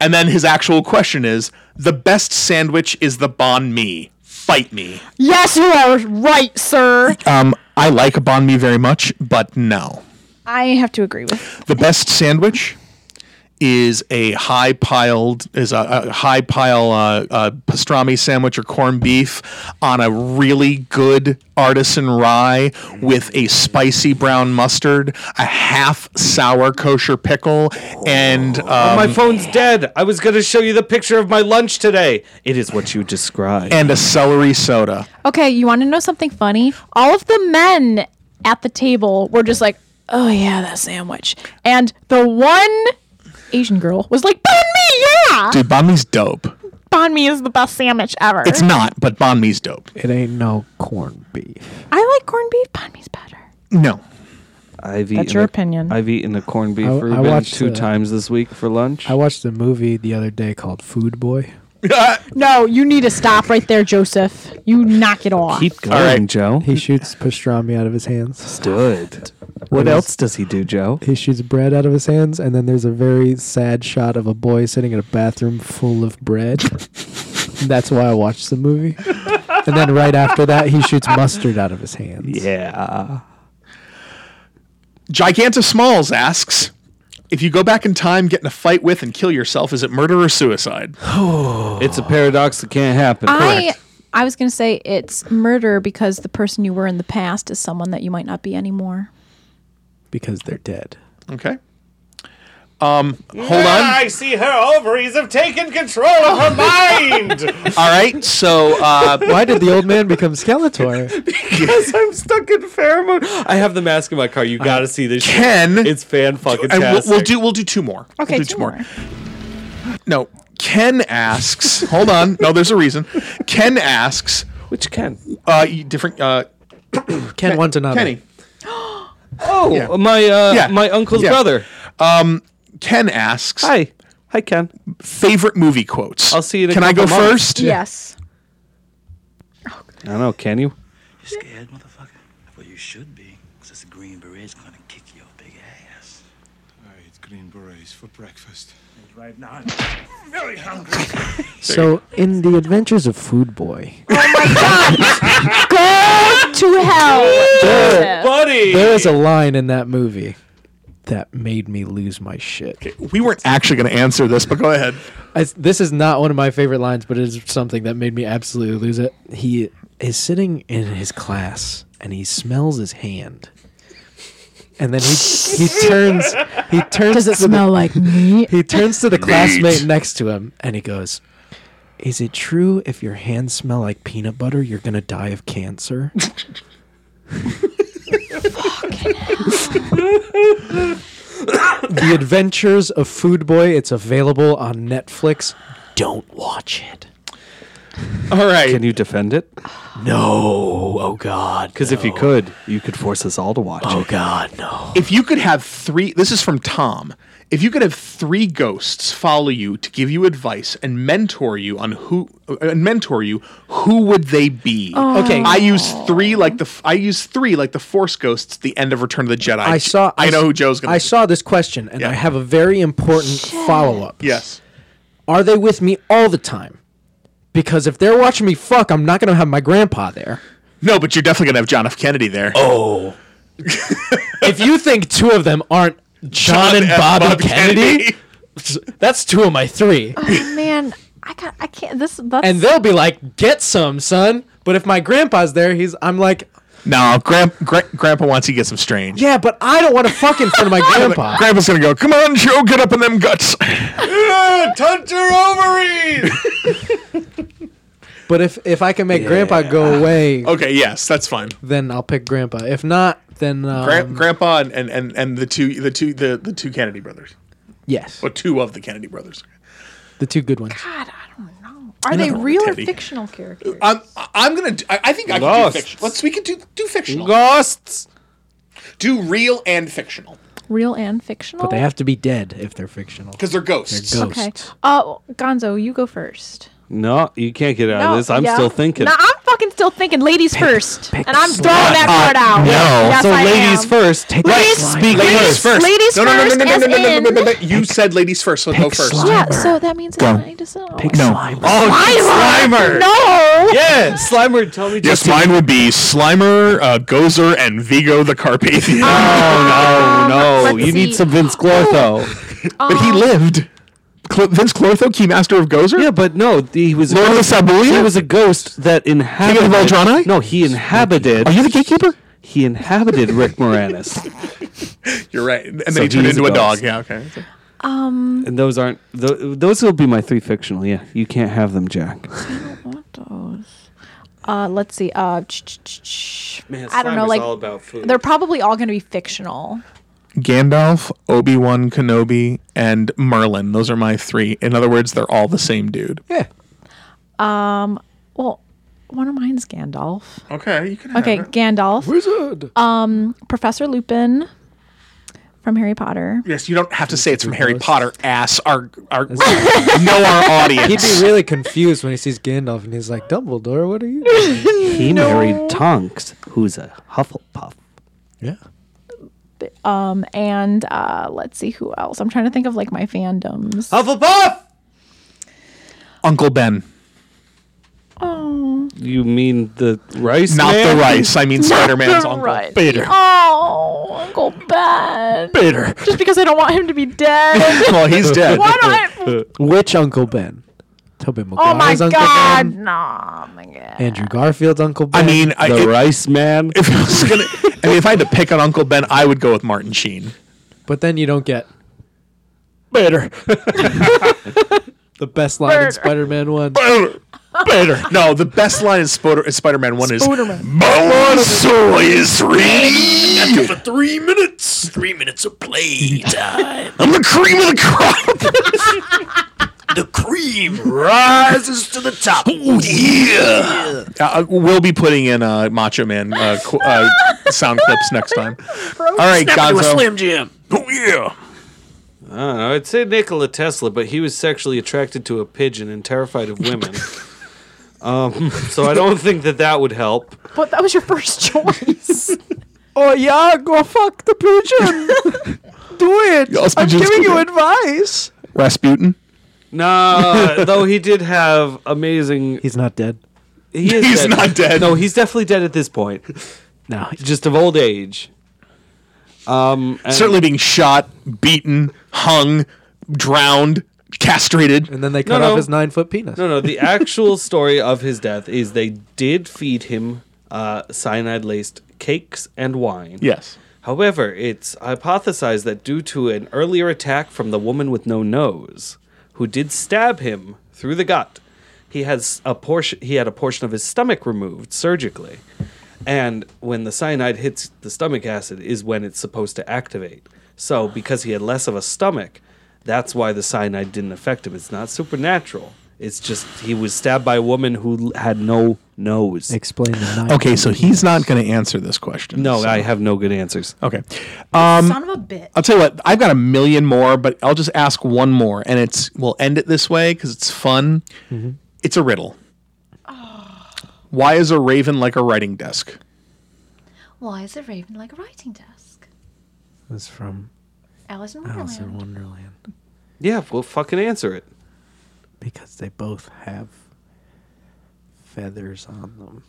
Speaker 1: And then his actual question is the best sandwich is the banh mi. Fight me.
Speaker 4: Yes, you are right, sir.
Speaker 1: Um, I like a banh mi very much, but no.
Speaker 4: I have to agree with.
Speaker 1: The best sandwich is a high piled is a, a high pile uh, uh, pastrami sandwich or corned beef on a really good artisan rye with a spicy brown mustard, a half sour kosher pickle, and um,
Speaker 3: my phone's dead. I was going to show you the picture of my lunch today. It is what you described.
Speaker 1: and a celery soda.
Speaker 4: Okay, you want to know something funny? All of the men at the table were just like, "Oh yeah, that sandwich," and the one Asian girl was like, "Banh mi, yeah!
Speaker 1: Dude, banh mi's dope.
Speaker 4: Banh mi is the best sandwich ever."
Speaker 1: It's not, but banh mi's dope.
Speaker 2: It ain't no corned beef.
Speaker 4: I like corned beef. Banh mi's better.
Speaker 1: No.
Speaker 3: I've
Speaker 4: That's
Speaker 3: eaten
Speaker 4: your
Speaker 3: a-
Speaker 4: opinion.
Speaker 3: I've eaten a corned beef
Speaker 2: I- I
Speaker 3: Reuben
Speaker 2: watched
Speaker 3: two
Speaker 2: the-
Speaker 3: times this week for lunch.
Speaker 2: I watched a movie the other day called Food Boy.
Speaker 4: No, you need to stop right there, Joseph. You knock it off.
Speaker 3: Keep going, Joe.
Speaker 2: He shoots pastrami out of his hands.
Speaker 3: Stood. What
Speaker 2: It is-
Speaker 3: else does he do, Joe?
Speaker 15: He shoots bread out of his hands, and then there's a very sad shot of a boy sitting in a bathroom full of bread. That's why I watched the movie. And then right after that, he shoots mustard out of his hands.
Speaker 3: Yeah.
Speaker 1: Giganta Smalls asks if you go back in time, get in a fight with, and kill yourself, is it murder or suicide?
Speaker 3: It's a paradox that can't happen.
Speaker 4: I I was gonna say it's murder because the person you were in the past is someone that you might not be anymore.
Speaker 2: Because they're dead.
Speaker 1: Okay. Um, hold on.
Speaker 3: see her ovaries have taken control of her mind.
Speaker 1: All right. So, uh,
Speaker 2: Why did the old man become Skeletor?
Speaker 3: Because I'm stuck in pheromone. I have the mask in my car. You got to see this. shit.
Speaker 1: Ken,
Speaker 3: It's fan fucking
Speaker 1: and we'll,
Speaker 3: tastic.
Speaker 1: we'll do we'll do two more. We'll
Speaker 4: Okay,
Speaker 1: do
Speaker 4: two more.
Speaker 1: No, Ken asks. hold on. No, there's a reason. Ken asks.
Speaker 3: Which Ken?
Speaker 1: Uh, you- different. Uh,
Speaker 2: Ken wants another.
Speaker 1: Kenny.
Speaker 3: Oh, my uh,
Speaker 1: Yeah.
Speaker 3: my uncle's
Speaker 1: Yeah.
Speaker 3: brother.
Speaker 1: Ken asks.
Speaker 3: Hi. Hi, Ken.
Speaker 1: Favorite movie quotes.
Speaker 3: I'll see you in a
Speaker 1: Can I go
Speaker 3: couple months.
Speaker 1: first?
Speaker 4: Yes.
Speaker 3: I don't know. Can you?
Speaker 6: You scared, motherfucker? Well, you should be, because this Green Beret's gonna kick your big ass.
Speaker 16: I eat green berets for breakfast.
Speaker 17: Right now, I'm very hungry.
Speaker 2: So, in the adventures of Food Boy,
Speaker 4: To hell.
Speaker 3: Buddy.
Speaker 2: there is a line in that movie that made me lose my shit.
Speaker 1: We weren't actually going to answer this, but go ahead.
Speaker 2: I, this is not one of my favorite lines, but it is something that made me absolutely lose it. He is sitting in his class and he smells his hand. And then he he turns he turns
Speaker 18: Does it
Speaker 2: to the-
Speaker 18: smell like meat?
Speaker 2: he turns to the classmate next to him and he goes, "Is it true if your hands smell like peanut butter, you're going to die of cancer?" the Adventures of Food Boy, it's available on Netflix. Don't watch it.
Speaker 1: All right.
Speaker 3: Can you defend it?
Speaker 2: No, oh god.
Speaker 3: Because if you could, you could force us all to watch
Speaker 2: Oh
Speaker 3: it.
Speaker 2: god, no.
Speaker 1: If you could have three, this is from Tom. If you could have three ghosts follow you to give you advice and mentor you on who uh, and mentor you, who would they be?
Speaker 2: Okay.
Speaker 1: I use three like the f- I use three like the Force ghosts at the end of Return of the Jedi.
Speaker 2: I saw
Speaker 1: I, know
Speaker 2: s-
Speaker 1: who Joe's gonna.
Speaker 2: I
Speaker 1: be.
Speaker 2: saw this question and
Speaker 1: Yeah.
Speaker 2: I have a very important follow-up.
Speaker 1: Yes.
Speaker 2: are they with me all the time? Because if they're watching me fuck, I'm not gonna have my grandpa there.
Speaker 1: No, but you're definitely gonna have John F. Kennedy there. Oh,
Speaker 2: if you think two of them aren't John, and Bobby Kennedy, that's two of my three.
Speaker 4: Man, I got I can't this that's
Speaker 2: And they'll be like, "Get some, son." But if my grandpa's there, he's I'm like,
Speaker 1: No, Gran- Gra- Grandpa wants you to get some strange.
Speaker 2: "Yeah, but I don't want to fuck in front of my grandpa."
Speaker 1: Grandpa's gonna go. Come on, Joe, get up in them guts.
Speaker 3: Touch your ovaries.
Speaker 2: But if if I can make grandpa go away,
Speaker 1: okay, yes, that's fine.
Speaker 2: then I'll pick grandpa. If not, then um,
Speaker 1: Gran- Grandpa and, and, and, and the two the two the, the two Kennedy brothers.
Speaker 2: yes,
Speaker 1: Well, two of the Kennedy brothers.
Speaker 2: the two good ones.
Speaker 4: God, I don't know. Are they real
Speaker 1: Teddy. Uh,
Speaker 4: or fictional characters?
Speaker 1: I'm I'm gonna. do- I I think I can do
Speaker 3: Lost.
Speaker 1: fiction. Let's we can do do fictional.
Speaker 3: Ghosts.
Speaker 1: Do real and fictional
Speaker 4: Real and fictional?
Speaker 2: But they have to be dead if they're fictional.
Speaker 1: because they're ghosts.
Speaker 2: They're ghosts.
Speaker 4: Okay. Uh Gonzo, you go first.
Speaker 3: No, you can't get out
Speaker 4: No,
Speaker 3: of this. I'm
Speaker 4: yeah.
Speaker 3: still thinking.
Speaker 4: No, I'm fucking still thinking. Ladies first. and I'm throwing that
Speaker 1: Uh,
Speaker 4: part out. No. Yes,
Speaker 3: so
Speaker 4: I
Speaker 3: ladies
Speaker 4: am.
Speaker 3: first. Take
Speaker 4: Ladies-
Speaker 3: speak
Speaker 4: ladies-
Speaker 1: Ladies first.
Speaker 4: Ladies
Speaker 1: no, no, no,
Speaker 4: first,
Speaker 1: no, no,
Speaker 4: as
Speaker 1: no, no, no, no, no, no,
Speaker 4: in-
Speaker 1: no. You said ladies first, so go first.
Speaker 4: Yeah, so that means it's mine.
Speaker 1: No. Oh, Slimer.
Speaker 4: No.
Speaker 3: Yeah, Slimer, tell me.
Speaker 1: Yes, mine would be Slimer, uh, Gozer, and Vigo the Carpathian.
Speaker 3: no, no, You need
Speaker 11: see-
Speaker 3: some Vince Glortho.
Speaker 1: but
Speaker 3: Um,
Speaker 1: he lived. Cl- Vince Clortho, key master of Gozer.
Speaker 3: Yeah, but no, he was
Speaker 1: Lord of the Sabuya?
Speaker 3: He was a ghost that inhabited.
Speaker 1: Voltronai?
Speaker 3: No, he inhabited.
Speaker 1: Are you the gatekeeper?
Speaker 3: He inhabited Rick Moranis,
Speaker 1: You're right. And then
Speaker 3: So
Speaker 1: he turned
Speaker 3: he's a
Speaker 1: into a, dog.
Speaker 3: ghost.
Speaker 1: Yeah. Okay.
Speaker 11: Um,
Speaker 3: and those aren't tho- those will be my three fictional. Yeah, you can't have them, Jack.
Speaker 11: uh, let's see. Uh, ch- ch- ch- ch-
Speaker 3: Man,
Speaker 11: I don't know.
Speaker 3: Slimer's
Speaker 11: Like
Speaker 3: all about food.
Speaker 11: they're probably all going to be fictional.
Speaker 1: Gandalf, Obi Wan Kenobi, and Merlin. Those are my three. In other words, they're all the same dude.
Speaker 11: Um, well, one of mine's Gandalf.
Speaker 1: Okay, you can.
Speaker 11: Okay, Gandalf.
Speaker 2: Wizard.
Speaker 11: Um, Professor Lupin from Harry Potter.
Speaker 1: Yes, you don't have to say it's from Harry Potter. Ass, our our know our
Speaker 2: He'd
Speaker 1: audience.
Speaker 2: be really confused when he sees Gandalf and he's like, Dumbledore, what are you doing?
Speaker 3: He married Tonks, who's a Hufflepuff.
Speaker 2: Yeah.
Speaker 11: Um, and uh, let's see who else. I'm trying to think of like my fandoms.
Speaker 3: Hufflepuff.
Speaker 1: Uncle Ben,
Speaker 11: Oh,
Speaker 3: You mean the rice?
Speaker 1: not
Speaker 3: man?
Speaker 1: the rice. I mean Spider Man's uncle.
Speaker 11: right.
Speaker 1: Peter.
Speaker 11: Oh, Uncle Ben.
Speaker 1: Peter.
Speaker 11: Just because I don't want him to be dead.
Speaker 1: well, he's dead.
Speaker 11: Why don't I?
Speaker 2: Uh, Which Uncle Ben? Toby
Speaker 11: Oh my
Speaker 2: Maguire's Uncle
Speaker 11: God!
Speaker 2: Ben?
Speaker 11: Nah, my God.
Speaker 2: Andrew Garfield's Uncle Ben.
Speaker 1: I mean, I,
Speaker 3: The
Speaker 1: if,
Speaker 3: rice man.
Speaker 1: if I was gonna, I mean, if I had to pick on Uncle Ben, I would go with Martin Sheen.
Speaker 2: but then you don't get
Speaker 1: Peter.
Speaker 2: the best line in Spider-Man one.
Speaker 1: Peter. No, the best line in Spider- Spider-Man One is Boa is ready after the three minutes. Three minutes of play time. I'm the cream of the crop. the cream rises to the top. Oh yeah. Uh, we'll be putting in uh, Macho Man uh, qu- uh, sound clips next time. All right, Gonzo.
Speaker 8: Jim.
Speaker 1: Oh yeah.
Speaker 3: I don't know. I'd say Nikola Tesla, but he was sexually attracted to a pigeon and terrified of women. um, so I don't think that that would help.
Speaker 11: But that was your first choice.
Speaker 5: Oh yeah, go fuck the pigeon. Do it.
Speaker 1: Yes,
Speaker 5: I'm
Speaker 1: pigeons
Speaker 5: giving
Speaker 1: do
Speaker 5: you
Speaker 1: it.
Speaker 5: advice.
Speaker 1: Rasputin.
Speaker 3: Nah, though he did have amazing.
Speaker 2: He's not dead.
Speaker 3: He is
Speaker 1: He's not dead.
Speaker 3: No, he's definitely dead at this point,
Speaker 2: No.
Speaker 3: just of old age. Um, and-
Speaker 1: Certainly being shot, beaten, hung, drowned, castrated.
Speaker 2: And then they cut
Speaker 3: No,
Speaker 2: off
Speaker 3: no.
Speaker 2: his nine-foot penis.
Speaker 3: No, no. The actual story of his death is they did feed him uh, cyanide laced cakes and wine.
Speaker 1: Yes.
Speaker 3: However, it's hypothesized that due to an earlier attack from the woman with no nose, who did stab him through the gut, he has a portion. He had a portion of his stomach removed surgically, and when the cyanide hits the stomach acid, is when it's supposed to activate. So, because he had less of a stomach, that's why the cyanide didn't affect him. It's not supernatural. It's just he was stabbed by a woman who l- had no nose.
Speaker 2: Explain the nine.
Speaker 1: Okay, so he's not going to answer this question.
Speaker 3: no,
Speaker 1: so-
Speaker 3: I have no good answers.
Speaker 1: Okay.
Speaker 2: Um,
Speaker 11: Son of a bitch.
Speaker 1: I'll tell you what, I've got a million more, but I'll just ask one more, and it's we'll end it this way because it's fun. It's a riddle. Why is a raven like a writing desk?
Speaker 10: Why is a raven like a writing desk?
Speaker 2: That's from
Speaker 10: Alice in
Speaker 2: Alice in
Speaker 10: Wonderland.
Speaker 2: Wonderland
Speaker 3: Yeah, well, fucking answer it.
Speaker 2: because they both have feathers on them.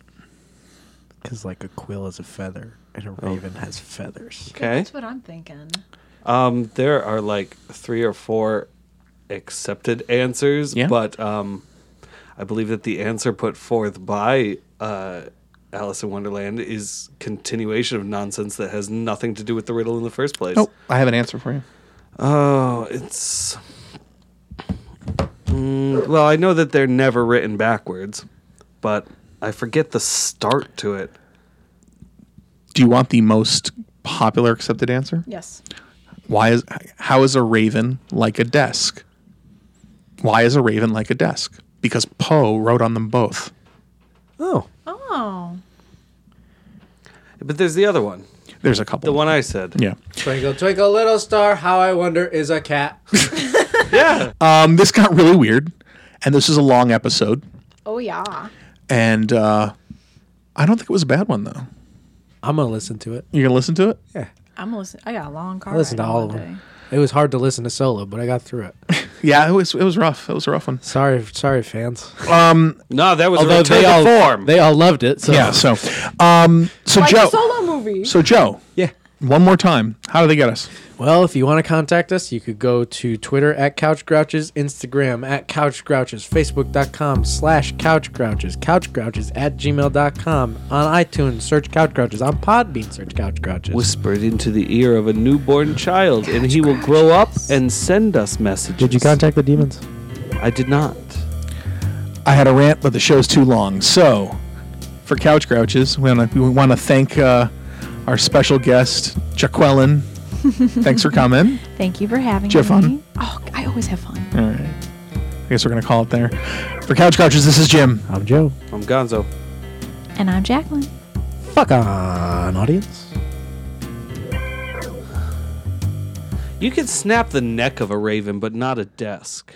Speaker 2: Because like a quill is a feather and a raven has feathers.
Speaker 3: Okay.
Speaker 10: That's what I'm thinking.
Speaker 3: Um, there are like three or four accepted answers,
Speaker 1: Yeah.
Speaker 3: but um, I believe that the answer put forth by uh, Alice in Wonderland is continuation of nonsense that has nothing to do with the riddle in the first place.
Speaker 2: Oh.
Speaker 1: Nope, I have an answer for you.
Speaker 3: Oh, it's. Mm, well, I know that they're never written backwards, but I forget the start to it.
Speaker 1: Do you want the most popular accepted answer?
Speaker 11: Yes.
Speaker 1: Why is how is a raven like a desk? Why is a raven like a desk? Because Poe wrote on them both.
Speaker 2: Oh,
Speaker 11: Oh.
Speaker 3: But there's the other one,
Speaker 1: There's a couple.
Speaker 2: Oh.
Speaker 3: the one I said.
Speaker 1: yeah.
Speaker 2: twinkle twinkle little star, how I wonder is a cat.
Speaker 1: Um, this got really weird, and this is a long episode,
Speaker 11: Oh yeah.
Speaker 1: and uh, I don't think it was a bad one though.
Speaker 2: I'm gonna listen to it.
Speaker 1: You gonna listen to it?
Speaker 11: I'm listening. I got a long car.
Speaker 2: I listened to all of them. It was hard to listen to solo, but I got through it.
Speaker 1: Yeah, it was it was rough. It was a rough one.
Speaker 2: Sorry, sorry, fans.
Speaker 3: No, that was a
Speaker 2: Although
Speaker 3: return
Speaker 2: they
Speaker 3: to
Speaker 2: all
Speaker 3: form.
Speaker 2: they all loved it. So
Speaker 1: Yeah. So, um, so
Speaker 11: Like
Speaker 1: Joe,
Speaker 11: a solo movie.
Speaker 1: so Joe,
Speaker 2: yeah.
Speaker 1: one more time. How do they get us?
Speaker 2: Well, if you want to contact us, you could go to Twitter at Couch Grouches, Instagram at Couch Grouches, Facebook.com slash Couch Grouches, Couch Grouches at gmail.com, on iTunes, search Couch Grouches, on Podbean, search Couch Grouches.
Speaker 3: Whispered into the ear of a newborn child, and he will grow up and send us messages.
Speaker 7: Did you contact the demons?
Speaker 3: I did not.
Speaker 1: I had a rant, but the show's too long. So, for Couch Grouches, we want to we wanna thank uh, our special guest, Jaqueline. Thanks for coming.
Speaker 4: Thank you for having
Speaker 1: Did you have
Speaker 4: me.
Speaker 1: fun?
Speaker 4: Oh, I always have fun.
Speaker 1: All right. I guess we're going to call it there. For Couch Grouches, this is Jim.
Speaker 7: I'm Joe.
Speaker 3: I'm Gonzo.
Speaker 4: And I'm Jacqueline.
Speaker 7: Fuck on, audience.
Speaker 3: You can snap the neck of a raven, but not a desk.